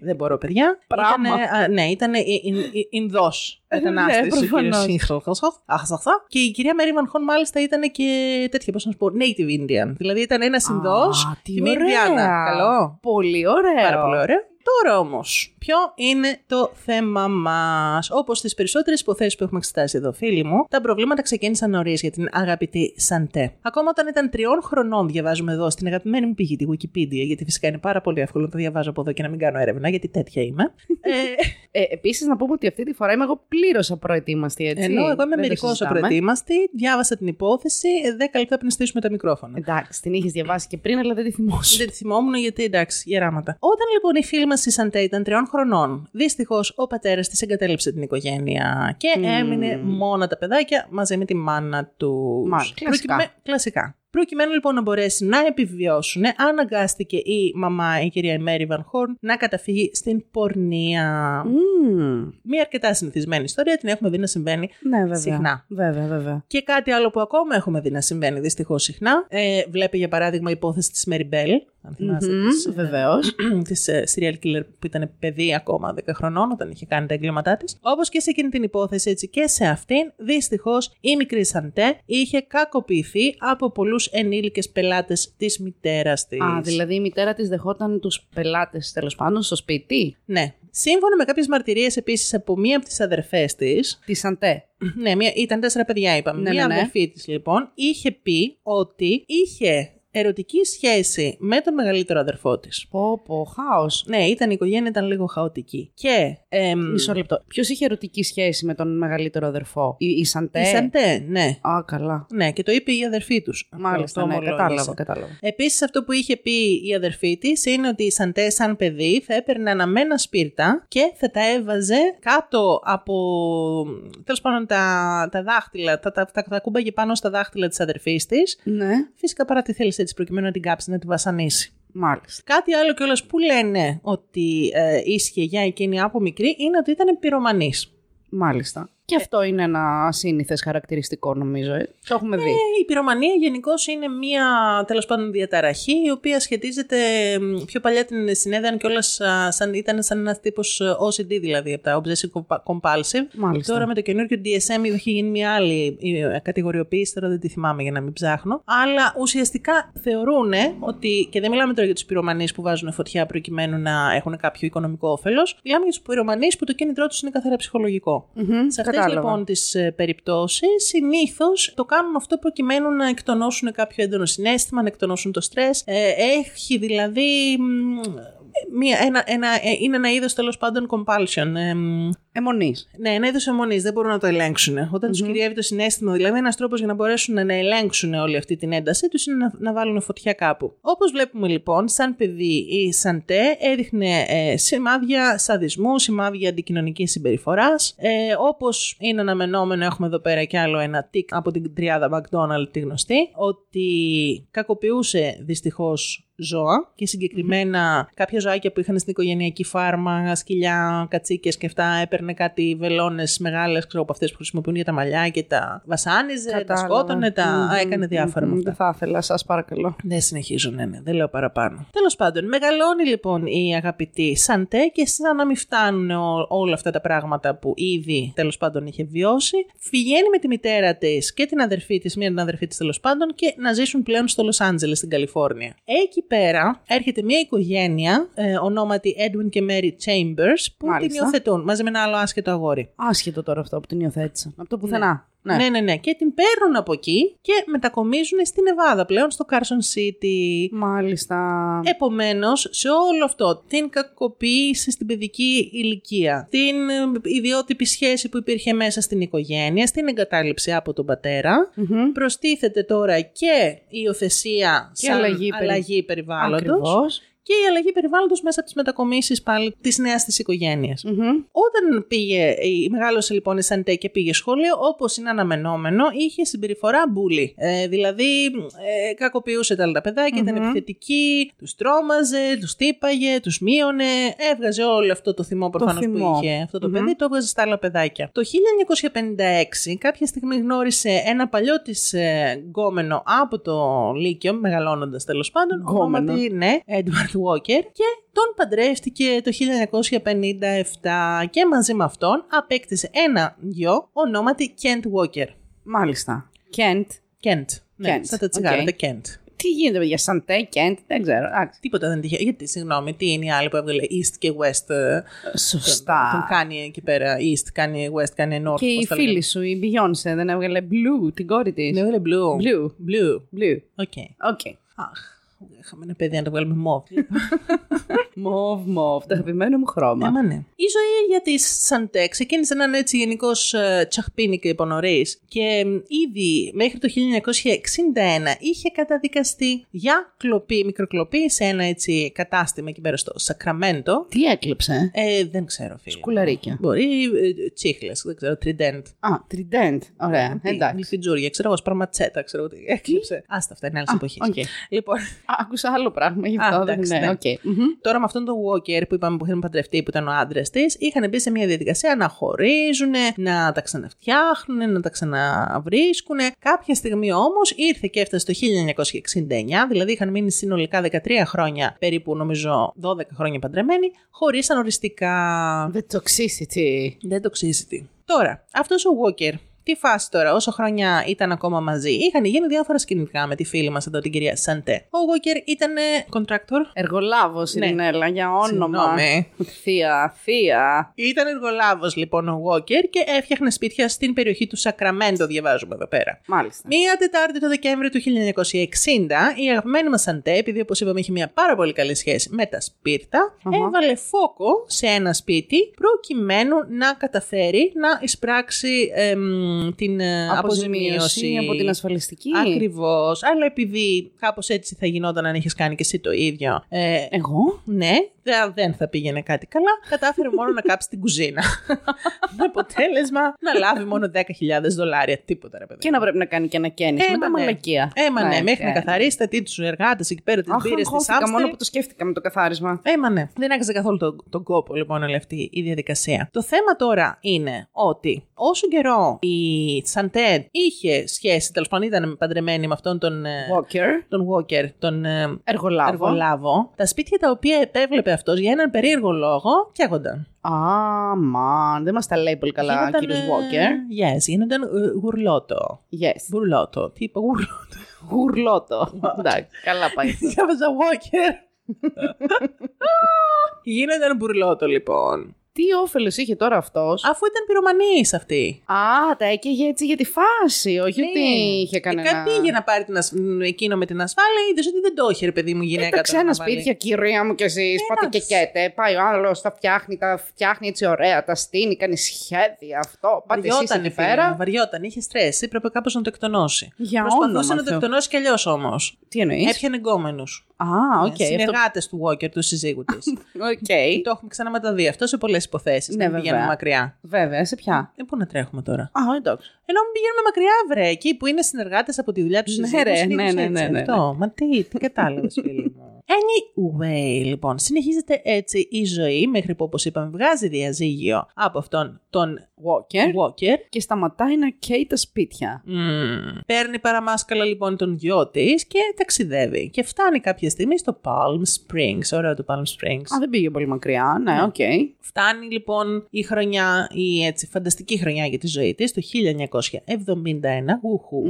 S4: Δεν μπορώ, παιδιά.
S3: Πράμα. Ε, ναι,
S4: Ήτανε, α, ναι, ήταν Ινδός. Μετανάστης, ο κύριος
S3: προφανώς.
S4: Σίγχρος. Αχ, αχ, αχ. Και η κυρία Mary Van Horn μάλιστα ήταν και τέτοια, πώς να σου πω, Native Indian. Δηλαδή ήταν ένας Ινδός
S3: Α, τι
S4: και μια
S3: ωραία.
S4: Ινδιάνα. Καλό.
S3: Πολύ ωραίο.
S4: Πάρα πολύ ωραία. Τώρα όμως, ποιο είναι το θέμα μας. Όπως στις περισσότερες υποθέσεις που έχουμε εξετάσει εδώ, φίλοι μου, τα προβλήματα ξεκίνησαν νωρίς για την αγαπητή Σαντέ. Ακόμα όταν ήταν τριών χρονών, διαβάζουμε εδώ στην αγαπημένη μου πηγή, τη Wikipedia, γιατί φυσικά είναι πάρα πολύ εύκολο να τα διαβάζω από εδώ και να μην κάνω έρευνα, γιατί τέτοια είμαι. ε,
S3: Ε, Επίσης, να πούμε ότι αυτή τη φορά είμαι εγώ πλήρως απροετοίμαστη, έτσι.
S4: ενώ εγώ
S3: Δεν
S4: είμαι
S3: το
S4: μερικώ
S3: συζητάμε.
S4: απροετοίμαστη, διάβασα την υπόθεση, 10 λεπτά πριν στήσουμε τα μικρόφωνα.
S3: Εντάξει, την είχες διαβάσει και πριν, αλλά δεν τη θυμόσου.
S4: Δεν τη θυμόμουν γιατί εντάξει, γεράματα. Όταν λοιπόν η φίλη μα η Σαντέ ήταν τριών χρονών, δυστυχώς ο πατέρας της εγκατέλειψε την οικογένεια και έμεινε μόνα τα παιδάκια μαζί με τη μάνα τους.
S3: Μάλιστα, κλασικά.
S4: κλασικά. Προκειμένου λοιπόν να μπορέσει να επιβιώσουν, αναγκάστηκε η μαμά, η κυρία Μέρι Βαν Χόρν, να καταφύγει στην πορνεία.
S3: Μμμ.
S4: Μία αρκετά συνηθισμένη ιστορία, την έχουμε δει να συμβαίνει
S3: Ναι, βέβαια.
S4: συχνά.
S3: Βέβαια, βέβαια.
S4: Και κάτι άλλο που ακόμα έχουμε δει να συμβαίνει δυστυχώς συχνά. Ε, βλέπει για παράδειγμα η υπόθεση της Μέρι Μπέλ, αν θυμάστε. της, ε,
S3: Βεβαίως.
S4: [CLEARS THROAT] της ε, serial killer που ήταν παιδί ακόμα 10 χρονών όταν είχε κάνει τα εγκλήματά της. Όπως και σε εκείνη την υπόθεση, έτσι και σε αυτήν, δυστυχώς η μικρή Σαντέ είχε κακοποιηθεί από πολλούς ενήλικες πελάτες της μητέρας της.
S3: Α, δηλαδή η μητέρα της δεχόταν τους πελάτες τέλος πάντων στο σπίτι
S4: Ναι. Σύμφωνα με κάποιες μαρτυρίες επίσης από μία από τις αδερφές της,
S3: τη Αντέ.
S4: [CLEARS THROAT] ναι, μία, ήταν τέσσερα παιδιά, είπαμε.
S3: Ναι,
S4: μία
S3: ναι, ναι.
S4: αδερφή της, λοιπόν, είχε πει ότι είχε ερωτική σχέση με τον μεγαλύτερο αδερφό της.
S3: Πω, πω, χάος.
S4: Ναι, ήταν η οικογένεια, ήταν λίγο χαοτική. Και. εμ,
S3: Μισό λεπτό. Ποιος είχε ερωτική σχέση με τον μεγαλύτερο αδερφό, η, η Σαντέ.
S4: η Σαντέ, ναι.
S3: Α, καλά.
S4: Ναι, και το είπε η αδερφή τους.
S3: Μάλιστα, ναι, κατάλαβα, κατάλαβα.
S4: Επίσης, αυτό που είχε πει η αδερφή της είναι ότι η Σαντέ, σαν παιδί, θα έπαιρνε αναμένα σπίρτα και θα τα έβαζε κάτω από. τέλος πάντων, τα, τα δάχτυλα. Τα, τα, τα, τα κούμπαγε πάνω στα δάχτυλα της αδερφής της.
S3: Ναι,
S4: Φυσικά παρά τη θέληση έτσι προκειμένου να την κάψει, να την βασανίσει.
S3: μάλιστα.
S4: Κάτι άλλο κιόλας που λένε ότι ε, ίσχυε για εκείνη από μικρή είναι ότι ήταν πυρομανής.
S3: Μάλιστα. Και αυτό είναι ένα σύνηθες χαρακτηριστικό, νομίζω. ε. Το έχουμε δει.
S4: Ε, Η πυρομανία γενικώς είναι μια τέλος πάντων διαταραχή η οποία σχετίζεται μ, πιο παλιά την συνέδεαν κιόλα σαν, ήταν σαν ένας τύπος OCD δηλαδή από τα Obsessive Compa- Compulsive.
S3: Μάλιστα.
S4: Τώρα με το καινούργιο DSM έχει γίνει μια άλλη ε, κατηγοριοποίηση, τώρα δεν τη θυμάμαι για να μην ψάχνω. Αλλά ουσιαστικά θεωρούν ότι, και δεν μιλάμε τώρα για τους πυρομανείς που βάζουν φωτιά προκειμένου να έχουν κάποιο οικονομικό όφελος, μιλάμε για τους πυρομανείς που το κίνητρό τους είναι καθαρά ψυχολογικό. Σε αυτές
S3: κατάλαβα.
S4: λοιπόν τις ε, περιπτώσεις συνήθως το κάνουν αυτό προκειμένου να εκτονώσουν κάποιο έντονο συνέστημα, να εκτονώσουν το στρες. Ε, έχει δηλαδή μ, μία, ένα, ένα, ε, είναι ένα είδος τέλος πάντων compulsion. ε, μ,
S3: Εμονή.
S4: ναι, ένα είδος αιμονής. Δεν μπορούν να το ελέγξουν. Όταν τους του κυριεύει το συνέστημα, δηλαδή, ένας τρόπος για να μπορέσουν να ελέγξουν όλη αυτή την έντασή τους είναι να, να βάλουν φωτιά κάπου. Όπως βλέπουμε λοιπόν, σαν παιδί η Σαντέ έδειχνε ε, σημάδια σαδισμού, σημάδια αντικοινωνικής συμπεριφοράς. Ε, Όπως είναι αναμενόμενο, έχουμε εδώ πέρα κι άλλο ένα τικ από την τριάδα McDonald, τη γνωστή, ότι κακοποιούσε δυστυχώς ζώα και συγκεκριμένα κάποια ζωάκια που είχαν στην οικογενειακή φάρμα, σκυλιά, κατσίκες και αυτά, έπαιρνε κάτι βελόνες μεγάλες, ξέρω από αυτές που χρησιμοποιούν για τα μαλλιά και τα βασάνιζε, τα σκότωνε, τα... έκανε διάφορα με
S3: Δεν
S4: αυτά.
S3: θα ήθελα, σας παρακαλώ.
S4: Δεν συνεχίζω, ναι, ναι, δεν λέω παραπάνω. Τέλος πάντων, μεγαλώνει λοιπόν η αγαπητή Σαντέ και σαν να μην φτάνουν ό- όλα αυτά τα πράγματα που ήδη τέλος πάντων είχε βιώσει, πηγαίνει με τη μητέρα της και την αδερφή της, μία την αδερφή της τέλος πάντων, και να ζήσουν πλέον στο Λος Άντζελες στην Καλιφόρνια. Εκεί πέρα έρχεται μία οικογένεια, ε, ονόματι Edwin και Mary Chambers, που την
S3: Μάλιστα.
S4: υιοθετούν μαζί με ένα άλλο άσχετο αγόρι.
S3: Άσχετο τώρα αυτό που την υιοθέτησα. Από το πουθενά.
S4: Ναι. ναι, ναι, Και την παίρνουν από εκεί και μετακομίζουν στη Νεβάδα πλέον, στο Carson City.
S3: Μάλιστα.
S4: Ε, Επομένως, σε όλο αυτό, την κακοποίηση στην παιδική ηλικία, την ε, ιδιότυπη σχέση που υπήρχε μέσα στην οικογένεια, στην εγκατάλειψη από τον πατερα προστίθεται τώρα και η υιοθεσία
S3: Και
S4: σαν
S3: αλλαγή
S4: αλλαγή,
S3: περι-
S4: περιβάλλοντος
S3: Ακριβώς.
S4: και και η αλλαγή περιβάλλοντος μέσα από τις μετακομίσεις πάλι της νέας της οικογενεια Όταν πήγε, η- μεγάλωσε λοιπόν η Σαντέ και πήγε σχολείο, όπως είναι αναμενόμενο, είχε συμπεριφορά μπουλή. Ε, δηλαδή, ε, κακοποιούσε τα άλλα τα παιδάκια, ήταν επιθετική, τους τρόμαζε, τους τύπαγε, τους μείωνε. Έβγαζε όλο αυτό το θυμό προφανώς που
S3: θυμό.
S4: είχε αυτό το παιδί, το έβγαζε στα άλλα παιδάκια. Το 1956, κάποια στιγμή γνώρισε ένα παλιό της γκόμενο από το Λύκειο, μεγαλώνοντας τέλος πάντων.
S3: Γκόμενο.
S4: ονόματι ναι, Edward Walker και τον παντρεύτηκε το 1957 και μαζί με αυτόν απέκτησε ένα γιο ονόματι Kent Walker.
S3: Μάλιστα. Κέντ.
S4: Kent. Ναι,
S3: Kent,
S4: θα τα τσιγάρετε, Kent.
S3: Τι γίνεται, παιδιά, Σαντέ, Κέντ, δεν ξέρω. Εντάξει.
S4: Τίποτα δεν τυχαίο. Γιατί, συγγνώμη, τι είναι η άλλη που έβγαλε East και West. ε, Τον
S3: Σωστά.
S4: κάνει εκεί πέρα. East κάνει West, κάνει North.
S3: Και η φίλη σου, η Beyoncé, δεν έβγαλε Blue, την κόρη της.
S4: Ναι, έβγαλε Blue.
S3: Blue.
S4: Blue.
S3: Blue.
S4: Οκ.
S3: Οκ.
S4: Αχ, είχαμε ένα παιδί να το βγάλουμε μόβ.
S3: Μοβ, μοβ, το αγαπημένο μου χρώμα.
S4: [LAUGHS] Άμα ναι. Η ζωή για τη Σαντέ ξεκίνησε να είναι έτσι γενικώ τσαχπίνη και υπονορής. Και μ, ήδη μέχρι το 1961 είχε καταδικαστεί για κλοπή, μικροκλοπή σε ένα έτσι κατάστημα εκεί πέρα στο Σακραμέντο.
S3: Τι έκλεψε.
S4: Ε, δεν ξέρω, φίλε.
S3: Σκουλαρίκια.
S4: Μπορεί ε, τσίχλες, δεν ξέρω, τριντέντ.
S3: Α, τριντέντ. Ωραία,
S4: Ε,
S3: εντάξει.
S4: Λιφιτζούρια, ξέρω εγώ, σπαρματσέτα, ξέρω εγώ τι έκλειψε. Άστα αυτά, είναι άλλες εποχή.
S3: οκ.
S4: Λοιπόν,
S3: Α, Άκουσα άλλο πράγμα γι'
S4: Α,
S3: αυτό. δεν-
S4: εντάξει,
S3: Ναι,
S4: ναι.
S3: οκ. Μμμ.
S4: Τώρα με αυτόν τον Walker που είπαμε που είχαν παντρευτεί, που ήταν ο άντρας της, είχαν μπει σε μια διαδικασία να χωρίζουν, να τα ξαναφτιάχνουν, να τα ξαναβρίσκουν. Κάποια στιγμή όμως ήρθε και έφτασε το 1969, δηλαδή είχαν μείνει συνολικά 13 χρόνια, περίπου νομίζω 12 χρόνια παντρεμένοι, χωρίσαν οριστικά.
S3: The toxicity.
S4: Δεν το ξύζητη. Τώρα, αυτός ο Walker, τι φάση τώρα, όσο χρόνια ήταν ακόμα μαζί, είχαν γίνει διάφορα σκηνικά με τη φίλη μας εδώ την κυρία Σαντέ. Ο Walker ήταν contractor.
S3: Εργολάβος,
S4: Ναι.
S3: Ειρηνέλα, για όνομα.
S4: Συγγνώμη.
S3: Θεία, θεία.
S4: Ήταν εργολάβος λοιπόν ο Walker και έφτιαχνε σπίτια στην περιοχή του Σακραμέντο, διαβάζουμε εδώ πέρα.
S3: Μάλιστα.
S4: Μία Τετάρτη το Δεκέμβριο του 1960, η αγαπημένη μας Σαντέ, επειδή όπως είπαμε είχε μια πάρα πολύ καλή σχέση με τα σπιρτα έβαλε φόκο σε ένα σπίτι προκειμένου να καταφέρει να εισπράξει εμ, την ε, αποζημίωση.
S3: Αποζημίωση από την ασφαλιστική.
S4: Ακριβώς. Αλλά επειδή κάπως έτσι θα γινόταν αν είχες κάνει και εσύ το ίδιο. Ε,
S3: Εγώ.
S4: ναι, δε- δεν θα πήγαινε κάτι καλά. Κατάφερε μόνο να κάψει την κουζίνα. [LAUGHS] Με αποτέλεσμα να λάβει μόνο 10.000 δολάρια. Τίποτα, ρε παιδί. Ε,
S3: Και να πρέπει να κάνει και ένα καίνη μετά
S4: ναι.
S3: μαλακία.
S4: Έμα ναι,
S3: Ναι,
S4: μέχρι να
S3: ναι.
S4: καθαρίσει τα τίτλου τους εργάτες εκεί πέρα, τις
S3: Αχ,
S4: μπύρες τη
S3: αγχώθηκα μόνο που το σκέφτηκα με το καθάρισμα.
S4: Έμα ναι. Δεν άξιζε καθόλου τον, τον κόπο λοιπόν όλη αυτή η διαδικασία. Το θέμα τώρα είναι ότι όσο καιρό η Σαντέντ είχε σχέση, τέλος πάντων ήταν παντρεμένη με αυτόν τον. ε,
S3: Walker.
S4: Τον Walker, τον ε,
S3: Εργολάβο.
S4: εργολάβο, τα σπίτια τα οποία επέβλεπε αυτός για έναν περίεργο λόγο φτιάγονταν.
S3: Α, μα, δεν μας τα λέει πολύ καλά ο
S4: Γίνονταν,
S3: κύριος
S4: ε,
S3: Walker.
S4: Yes, γίνονταν ε, γουρλότο.
S3: Yes.
S4: Γουρλότο. Τι είπα, γουρλότο.
S3: Γουρλότο. Εντάξει, καλά πάει.
S4: [LAUGHS]
S3: αυτό.
S4: Διάβαζα Walker. [LAUGHS] γίνονταν μπουρλότο, λοιπόν.
S3: Τι όφελος είχε τώρα αυτός.
S4: Αφού ήταν πυρομανής αυτή.
S3: Α, τα έκαιγε έτσι για τη φάση, όχι
S4: Ναι.
S3: ότι είχε κανένα...
S4: Κάτι πήγε να πάρει την ασ... μ, εκείνο με την ασφάλεια, είδες ότι δεν το είχε, ρε παιδί μου, η γυναίκα.
S3: Ε, Τα
S4: τώρα
S3: ξένα
S4: να βάλει.
S3: σπίτια, κυρία μου κι εσεί. Πάτε και
S4: Εντάξει.
S3: καίτε. Πάει ο άλλος, τα φτιάχνει, τα φτιάχνει έτσι ωραία, τα στείνει, κάνει σχέδια αυτό. Πάτε εσείς
S4: Βαριόταν,
S3: εκεί
S4: φίλε μου,
S3: πέρα.
S4: βαριόταν, είχε στρες, έπρεπε κάπως να το εκτονώσει.
S3: Για
S4: Προσπαθούσε
S3: όνομα
S4: να το
S3: Θεού.
S4: εκτονώσει κι αλλιώς όμως.
S3: Τι εννοείς.
S4: Έπιανε γκόμενους.
S3: Α, οκ.
S4: Okay, Συνεργάτες του Walker, του συζύγου της.
S3: [LAUGHS] Οκ.
S4: το έχουμε ξαναμεταδεί αυτό σε πολλές υποθέσεις.
S3: Ναι,
S4: να μην
S3: βέβαια.
S4: πηγαίνουμε μακριά.
S3: Βέβαια, σε ποια.
S4: Ε, πού να τρέχουμε τώρα.
S3: Α, εντάξει.
S4: Ενώ μην πηγαίνουμε μακριά, βρε, εκεί που είναι συνεργάτες από τη δουλειά τους
S3: Ναι,
S4: συζύγου.
S3: ρε,
S4: συνήθως
S3: ναι, ναι,
S4: έτσι,
S3: ναι, ναι,
S4: Αυτό. Μα τι, τι κατάλαβες, φίλοι
S3: [LAUGHS]
S4: μου. Anyway, λοιπόν, συνεχίζεται έτσι η ζωή μέχρι που, όπως είπαμε, βγάζει διαζύγιο από αυτόν τον
S3: Walker.
S4: Walker.
S3: Και σταματάει να καίει τα σπίτια. Mm.
S4: Μμμ. Παίρνει παραμάσκαλα λοιπόν τον γιο της και ταξιδεύει. Και φτάνει κάποια στιγμή στο Palm Springs. Ωραίο το Palm Springs.
S3: Α, δεν πήγε πολύ μακριά. Ναι, οκ.
S4: Φτάνει λοιπόν η χρονιά, η έτσι φανταστική χρονιά για τη ζωή της, το 1971, ουχου,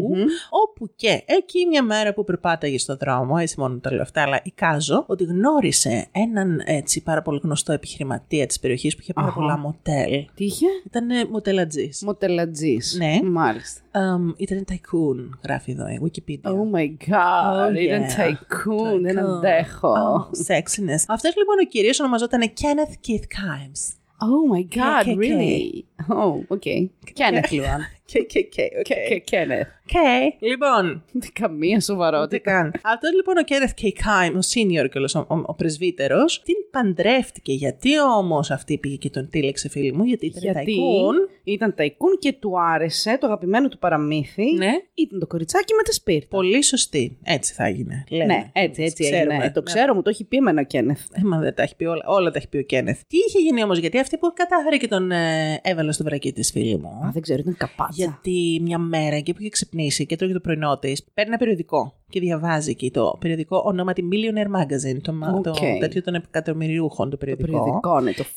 S4: όπου και εκεί μια μέρα που περπάταγε στο δρόμο, έτσι μόνο τα λέω αυτά, αλλά εικάζω, ότι γνώρισε έναν έτσι πάρα πολύ γνωστό επιχειρηματία της περιοχής που είχε πάρα
S3: Αχα.
S4: πολλά μοτέλ.
S3: Τι είχε.
S4: Ήταν μοτελατζής.
S3: Μοτελατζής.
S4: Ναι.
S3: Μάλιστα.
S4: Εμ, ήταν tycoon, γράφει εδώ η Wikipedia.
S3: Oh my god,
S4: Ναι. Oh,
S3: ήταν
S4: yeah.
S3: tycoon, δεν
S4: Tycoon.
S3: αντέχω.
S4: Oh, sexiness. Αυτός λοιπόν ο κύριος ονομαζόταν Kenneth Keith Kimes.
S3: Oh my god,
S4: και- [LAUGHS]
S3: really. Oh, okay. Και ανεκλειόν.
S4: Και, και, και, οκ.
S3: Και, και, και, ναι.
S4: Οκ. Λοιπόν,
S3: Καμία
S4: Ούτε
S3: σοβαρότητα.
S4: καν. Αυτό λοιπόν ο Κέρεθ Κέικάιμ, ο senior κιόλας, ο, ο, ο πρεσβύτερος, την παντρεύτηκε. Γιατί όμως αυτή πήγε και τον τήλεξε, φίλη μου, γιατί ήταν
S3: Γιατί
S4: ταϊκούν.
S3: ήταν ταϊκούν και του άρεσε το αγαπημένο του παραμύθι.
S4: Ναι.
S3: Ήταν το κοριτσάκι με τα σπίρτα.
S4: Πολύ σωστή. Έτσι θα έγινε. Λέμε.
S3: Ναι, έτσι, έτσι
S4: Ξέρουμε.
S3: έγινε. Το
S4: Ναι.
S3: ξέρω, μου το έχει πει εμένα ο Κένεθ.
S4: Ε, μα δεν τα έχει πει όλα. Όλα τα έχει πει ο Κένεθ. Τι είχε γίνει όμως, γιατί αυτή που κατάφερε και τον ε, έβαλε στο βρακί της, φίλη μου.
S3: Α, δεν ξέρω, ήταν καπάτσα.
S4: Γιατί μια μέρα εκεί που είχε ξυπνήσει και τρώγε το πρωινό της, παίρνει ένα περιοδικό και διαβάζει εκεί το περιοδικό ονόματι Millionaire Magazine, το, μα- το
S3: Οκ.
S4: τέτοιο των εκατομμυριούχων το
S3: Το
S4: περιοδικό.
S3: περιοδικό είναι το
S4: Και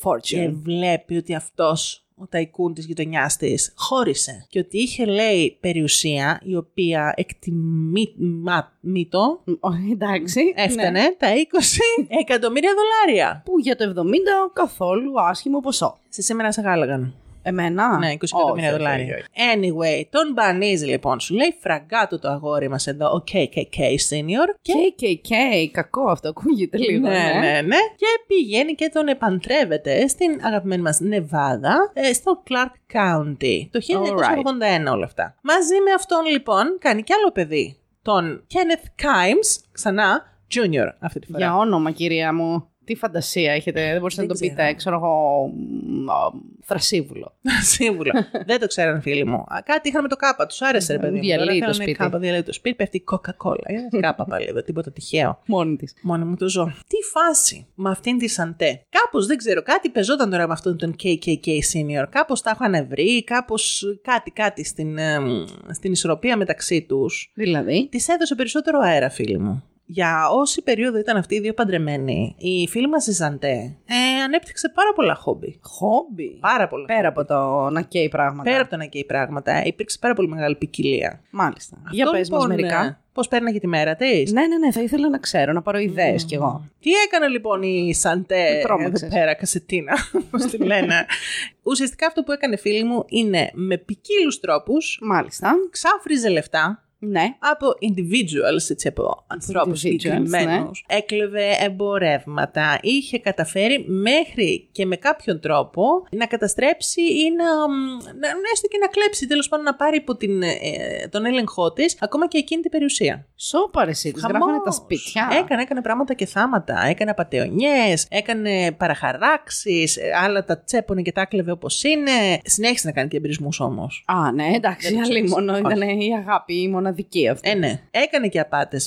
S3: Fortune.
S4: βλέπει ότι αυτός ο ταϊκούν της γειτονιάς της χώρισε. Και ότι είχε, λέει, περιουσία η οποία
S3: Ναι.
S4: εκτιμήτω
S3: Ω, Εντάξει.
S4: έφτανε
S3: ναι. [LAUGHS]
S4: τα 20 εκατομμύρια δολάρια.
S3: Που για το 70 καθόλου άσχημο ποσό.
S4: Σε σήμερα σε γάλαγαν.
S3: Εμένα.
S4: Ναι, 20 εκατομμύρια δολάρια. Anyway, τον μπανίζει λοιπόν. Σου λέει φραγκάτο το αγόρι μας εδώ, ο KKK senior. Και
S3: Και, και, και, κακό αυτό ακούγεται λίγο.
S4: ναι,
S3: ναι.
S4: ναι, ναι. Και πηγαίνει και τον επαντρεύεται στην αγαπημένη μας Νεβάδα, ε, στο Clark County. Το 1981 όλα αυτά. Μαζί με αυτόν λοιπόν κάνει κι άλλο παιδί. Τον Kenneth Kimes, ξανά, junior αυτή τη φορά.
S3: Για όνομα, κυρία μου. Τι φαντασία έχετε, δεν μπορούσατε να
S4: Δεν
S3: το πείτε, ξέρω εγώ, μ, α,
S4: [LAUGHS]
S3: θρασίβουλο.
S4: Σίγουρα. Δεν το ξέραν φίλοι μου. Α, Κάτι είχαν με το κάπα, τους άρεσε ρε παιδί. μου.
S3: Διαλύει
S4: Τώρα
S3: το
S4: θέλανε
S3: σπίτι.
S4: Κάπα, διαλύει το σπίτι, πέφτει η Coca-Cola. Ε, Κάπα πάλι εδώ, τίποτα τυχαίο.
S3: Μόνη της.
S4: Μόνο μου το ζω. Τι φάση με αυτήν τη Σαντέ. Κάπως δεν ξέρω, κάτι πεζόταν τώρα με αυτόν τον KKK senior. Κάπως τα έχω ανεβρεί, κάπως κάτι, κάτι στην, εμ, στην ισορροπία μεταξύ τους.
S3: Δηλαδή.
S4: Της έδωσε περισσότερο αέρα, φίλοι μου. Για όση περίοδο ήταν αυτοί οι δύο παντρεμένοι, η φίλη μας η Σαντέ ε, ανέπτυξε πάρα πολλά χόμπι.
S3: Χόμπι.
S4: Πάρα πολλά.
S3: Πέρα από το να καίει πράγματα.
S4: Πέρα από το να καίει πράγματα, ε, υπήρξε πάρα πολύ μεγάλη ποικιλία.
S3: Μάλιστα. Για
S4: Αυτό,
S3: πες μας
S4: λοιπόν,
S3: μερικά.
S4: ε, Πώς πέρναγε τη μέρα της.
S3: Ναι, ναι, ναι, θα ήθελα να ξέρω, να πάρω ιδέες κι εγώ.
S4: Τι έκανε λοιπόν η Σαντέ
S3: Με τρόμαξες.
S4: εδώ πέρα, Κασετίνα, [LAUGHS] όπως τη
S3: [LAUGHS]
S4: λένε. Ουσιαστικά αυτό που έκανε φίλη μου είναι με ποικίλους τρόπους
S3: Μάλιστα.
S4: ξάφριζε λεφτά
S3: Ναι.
S4: από individuals, έτσι από ανθρώπους
S3: Individuals, ναι.
S4: συγκεκριμένους. Έκλεβε εμπορεύματα. Είχε καταφέρει μέχρι και με κάποιον τρόπο να καταστρέψει ή να, μ, να να έστω και να κλέψει, τέλος πάντων να πάρει υπό την, ε, τον έλεγχό της ακόμα και εκείνη την περιουσία.
S3: Σόπαρε εσύ, της
S4: Χαμός.
S3: γράφανε τα σπίτια.
S4: Έκανε, έκανε πράγματα και θάματα. Έκανε απαταιωνιές, έκανε παραχαράξεις, άλλα τα τσέπωνε και τα κλεβε όπως είναι. Συνέχισε να κάνει και εμπειρισμού όμως.
S3: Α, ναι, εντάξει,
S4: Δεν το
S3: άλλη
S4: ξέρεις.
S3: μόνο.
S4: Όχι.
S3: Ήταν η αγάπη, η μοναδική αυτή.
S4: Ε, ναι. Έκανε και απάτες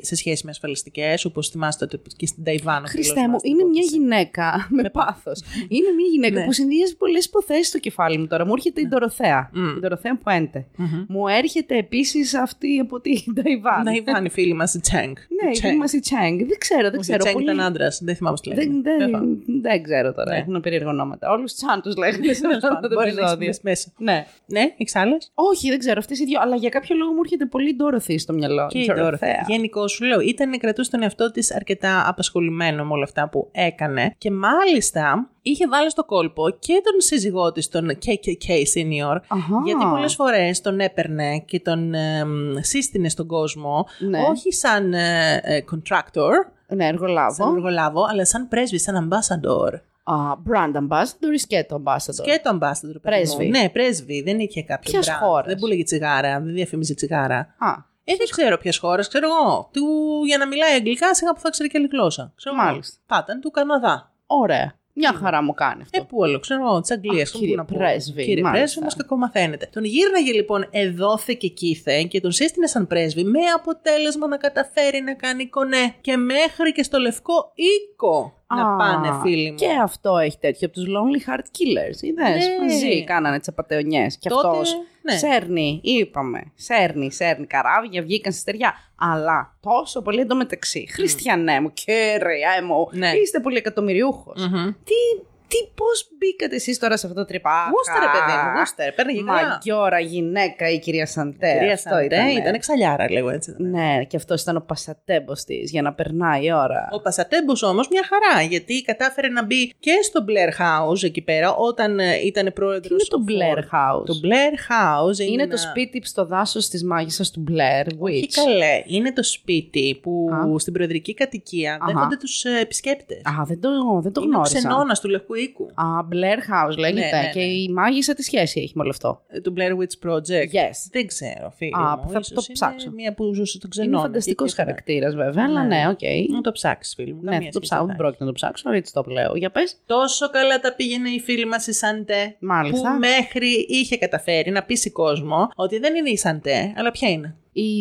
S4: σε σχέση με ασφαλιστικές, όπως θυμάστε ότι και στην Ταϊβάν. ο φίλος
S3: Χριστέ μου,
S4: μας την
S3: είναι μια
S4: υπόθεση.
S3: γυναίκα με πάθος. Είναι μια γυναίκα
S4: Ναι.
S3: που συνδυάζει πολλές υποθέσεις στο κεφάλι μου τώρα. Μου έρχεται η Ντοροθέα.
S4: Μμ.
S3: Η Ντοροθέα Πουέντε. Μου έρχεται επίσης αυτή από την [LAUGHS] Ταϊβάν.
S4: Να Ιβάν, η φίλη μας, η Τσέγκ.
S3: Ναι, η φίλη μας η Τσέγκ. Δεν ξέρω, δεν
S4: Η
S3: ξέρω.
S4: Τσέγκ
S3: πολύ-
S4: ήταν άντρας, δεν θυμάμαι τι λέγανε.
S3: Δεν, δεν,
S4: θυμάμαι.
S3: δεν ξέρω τώρα.
S4: Ναι.
S3: Έχουν περίεργα ονόματα. Όλου τσάν του λέγανε σε
S4: Τέλος
S3: αυτό
S4: πάντων,
S3: το
S4: Μπορείς να
S3: επεισόδιο.
S4: έχεις μέσα.
S3: Ναι.
S4: Ναι, έχεις άλλες.
S3: Όχι, δεν ξέρω. Αυτές οι δύο. Αλλά για κάποιο λόγο μου έρχεται πολύ ντόροθη στο μυαλό.
S4: Και η
S3: Ντόροθέα.
S4: Ντόροθεα. Γενικώ σου λέω, ήταν κρατούσε τον εαυτό της αρκετά απασχολημένο με όλα αυτά που έκανε. Και μάλιστα είχε βάλει στο κόλπο και τον σύζυγό της, τον KKK senior.
S3: Αχα.
S4: Γιατί πολλές φορές τον έπαιρνε και τον ε, μ, σύστηνε στον κόσμο,
S3: Ναι.
S4: όχι σαν ε, ε, contractor,
S3: Ναι,
S4: σαν
S3: εργολάβο.
S4: εργολάβο, αλλά σαν πρέσβη, σαν ambassador.
S3: Α, brand ambassador ή σκέτο ambassador.
S4: Και το ambassador. παιδί
S3: Πρέσβη.
S4: μου. Ναι, πρέσβη. Δεν είχε κάποιο.
S3: Ποιας
S4: brand.
S3: χώρας?
S4: Δεν πουλεγε τσιγάρα, δεν διαφήμιζε τσιγάρα.
S3: Α,
S4: Ε, δεν ξέρω ποιες χώρες, ξέρω εγώ. Του, για να μιλάει αγγλικά, σιγά που θα ξέρει και άλλη γλώσσα. Ξέρω εγώ.
S3: Μάλιστα.
S4: Πάταν του Καναδά.
S3: Ωραία. Μια χαρά μου κάνεις
S4: Ε,
S3: αυτό.
S4: πού άλλο, ξέρω εγώ, της Αγγλία.
S3: Α, κύριε πρέσβη,
S4: Κύριε
S3: μάλιστα.
S4: πρέσβη, όμως κακό μαθαίνεται. Τον γύρναγε λοιπόν εδόθε και κήθε και τον σύστηνε σαν πρέσβη με αποτέλεσμα να καταφέρει να κάνει κονέ. Και μέχρι και στο λευκό οίκο
S3: Α,
S4: να πάνε, φίλοι μου.
S3: Και αυτό έχει τέτοιο από τους Lonely Heart Killers. Είδες,
S4: Ναι.
S3: μαζί κάνανε τι απαταιωνιέ. Και
S4: Τότε,
S3: αυτός.
S4: ναι.
S3: Σέρνει, είπαμε. Σέρνει, σέρνει καράβια, βγήκαν στη στεριά. Αλλά τόσο πολύ εντωμεταξύ. Χριστιανέ μου, κύριε μου,
S4: Ναι.
S3: είστε πολύ εκατομμυριούχος.
S4: Μμμ.
S3: Τι, τι πώς μπήκατε εσείς τώρα σε αυτό το τρυπάκι.
S4: Γούστα, ρε παιδί μου, γούστα, παίρνει και καλά.
S3: Μαγκιόρα γυναίκα η κυρία Σαντέ.
S4: Κυρία
S3: αυτό
S4: Σαντέ,
S3: ήτανε.
S4: ήταν ξαλιάρα λίγο έτσι.
S3: Ναι, και αυτός ήταν ο πασατέμπος της για να περνάει η ώρα.
S4: Ο Πασατέμπος όμως μια χαρά, γιατί κατάφερε να μπει και στο Blair House εκεί πέρα, όταν ε, ήταν
S3: Τι
S4: πρόεδρος.
S3: είναι το Blair House.
S4: Το Blair House είναι,
S3: Είναι
S4: ένα-
S3: το σπίτι στο δάσος της μάγισσας του Blair
S4: Όχι
S3: Witch.
S4: καλέ, είναι το σπίτι που
S3: Α.
S4: στην προεδρική κατοικία
S3: Αχα.
S4: δέχονται τους επισκέπτε.
S3: Α, δεν το, δεν το
S4: Είναι ο
S3: γνώρισα.
S4: ξενώνας του Λευκού οίκου.
S3: Α, Blair House λέγεται.
S4: Ναι, ναι, ναι.
S3: Και η μάγισσα τι σχέση έχει με όλο αυτό.
S4: Ε, Του Blair Witch Project.
S3: Yes.
S4: Δεν ξέρω, φίλοι.
S3: Α,
S4: μου.
S3: θα
S4: Ίσως
S3: το
S4: είναι
S3: ψάξω.
S4: Μία που ζούσε στον ξενό.
S3: Είναι φανταστικό χαρακτήρας, βέβαια, αλλά ναι, οκ.
S4: Να το ψάξεις, φίλοι μου.
S3: Ναι,
S4: Καμία
S3: θα το
S4: σχέση
S3: ψάξω. Δεν
S4: δεν θα έχει.
S3: πρόκειται να το ψάξω. Έτσι το λέω. Για πες.
S4: Τόσο καλά τα πήγαινε η φίλη μας η Σαντέ.
S3: Μάλιστα.
S4: Που μέχρι είχε καταφέρει να πείσει κόσμο ότι δεν είναι η Σαντέ, αλλά ποια είναι.
S3: Η,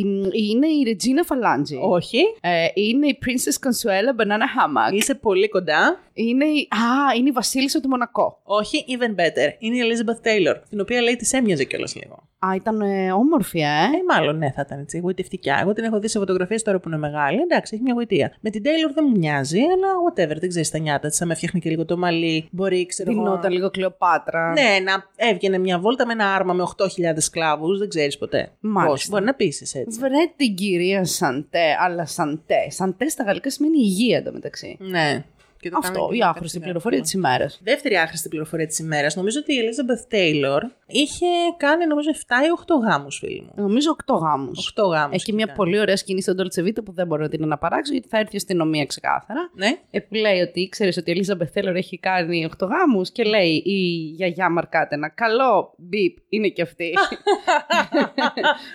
S3: είναι η Regina Φαλάντζη.
S4: Όχι.
S3: Ε, είναι η Princess Consuela Banana Hammock.
S4: Είσαι πολύ κοντά.
S3: Είναι η, α, είναι η Βασίλισσα του Μονακό.
S4: Όχι, even better. Είναι η Elizabeth Taylor, την οποία λέει τη έμοιαζε κιόλα λίγο.
S3: Α, ήταν ε, όμορφη, ε.
S4: Ε, μάλλον ναι, θα ήταν έτσι. Γοητευτικά. Εγώ την έχω δει σε φωτογραφίες τώρα που είναι μεγάλη. Εντάξει, έχει μια γοητεία. Με την Taylor δεν μου μοιάζει, αλλά whatever, δεν ξέρεις τα νιάτα της. Αν έφτιαχνε και λίγο το μαλλί, μπορεί, ξέρω εγώ.
S3: Δινόταν λίγο Κλεοπάτρα.
S4: Ναι, να έβγαινε μια βόλτα με ένα άρμα με 8.000 σκλάβους, δεν ξέρεις ποτέ.
S3: Μάλιστα.
S4: Πώς, μπορεί να πείσεις έτσι.
S3: Βρε την κυρία Σαντέ, αλλά Σαντέ. Σαντέ στα γαλλικά σημαίνει υγεία εντωμεταξύ.
S4: Ναι. Και το κάνανε
S3: Αυτό,
S4: και
S3: η
S4: μετά
S3: άχρηστη
S4: στην
S3: πληροφορία της ημέρας.
S4: Δεύτερη άχρηστη πληροφορία της ημέρας. Νομίζω ότι η Elizabeth Taylor είχε κάνει νομίζω 7 ή 8 γάμου, φίλοι μου.
S3: Νομίζω 8 γάμου.
S4: 8 γάμου.
S3: Έχει μια πολύ ωραία σκηνή στον Dolce Vita που δεν μπορώ να την αναπαράξω γιατί θα έρθει η αστυνομία ξεκάθαρα.
S4: Ναι.
S3: Επιλέει ότι ήξερε ότι η Ελίζα Μπεθέλορ έχει κάνει 8 γάμους και λέει η γιαγιά μαρκάται ένα καλό μπιπ, είναι και
S4: [LAUGHS]
S3: αυτή.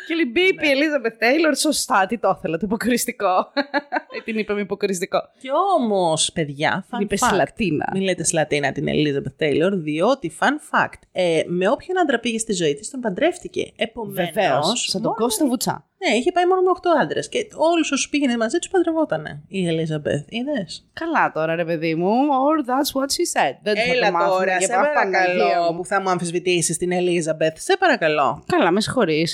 S3: και λέει μπιπ
S4: Ναι.
S3: η Ελίζα Μπεθέλορ, σωστά, τι το ήθελα, το
S4: [LAUGHS]
S3: υποκριστικό. Ε, την είπαμε υποκριστικό.
S4: Και όμως, παιδιά, fun
S3: Είπε
S4: fact.
S3: Λατίνα.
S4: Μην λέτε σλατίνα την Elizabeth Taylor, διότι, fun fact, ε, με όποιον άντρα πήγε στη ζωή της, τον παντρεύτηκε. Επομένως.
S3: Βεβαίως, σαν τον Κώστα Βουτσά.
S4: Ναι, είχε πάει μόνο με 8 άντρες. Και όλου όσους πήγαινε μαζί τους παντρευότανε η Elizabeth. Είδες.
S3: Καλά τώρα, ρε παιδί μου. Or that's what she said. Δεν θα
S4: Έλα
S3: το μάθουμε
S4: τώρα,
S3: για
S4: σε
S3: πα- Παναγία
S4: παρακαλώ
S3: μου.
S4: που θα μου αμφισβητήσεις την Elizabeth. Σε παρακαλώ.
S3: Καλά, με συγχωρείς.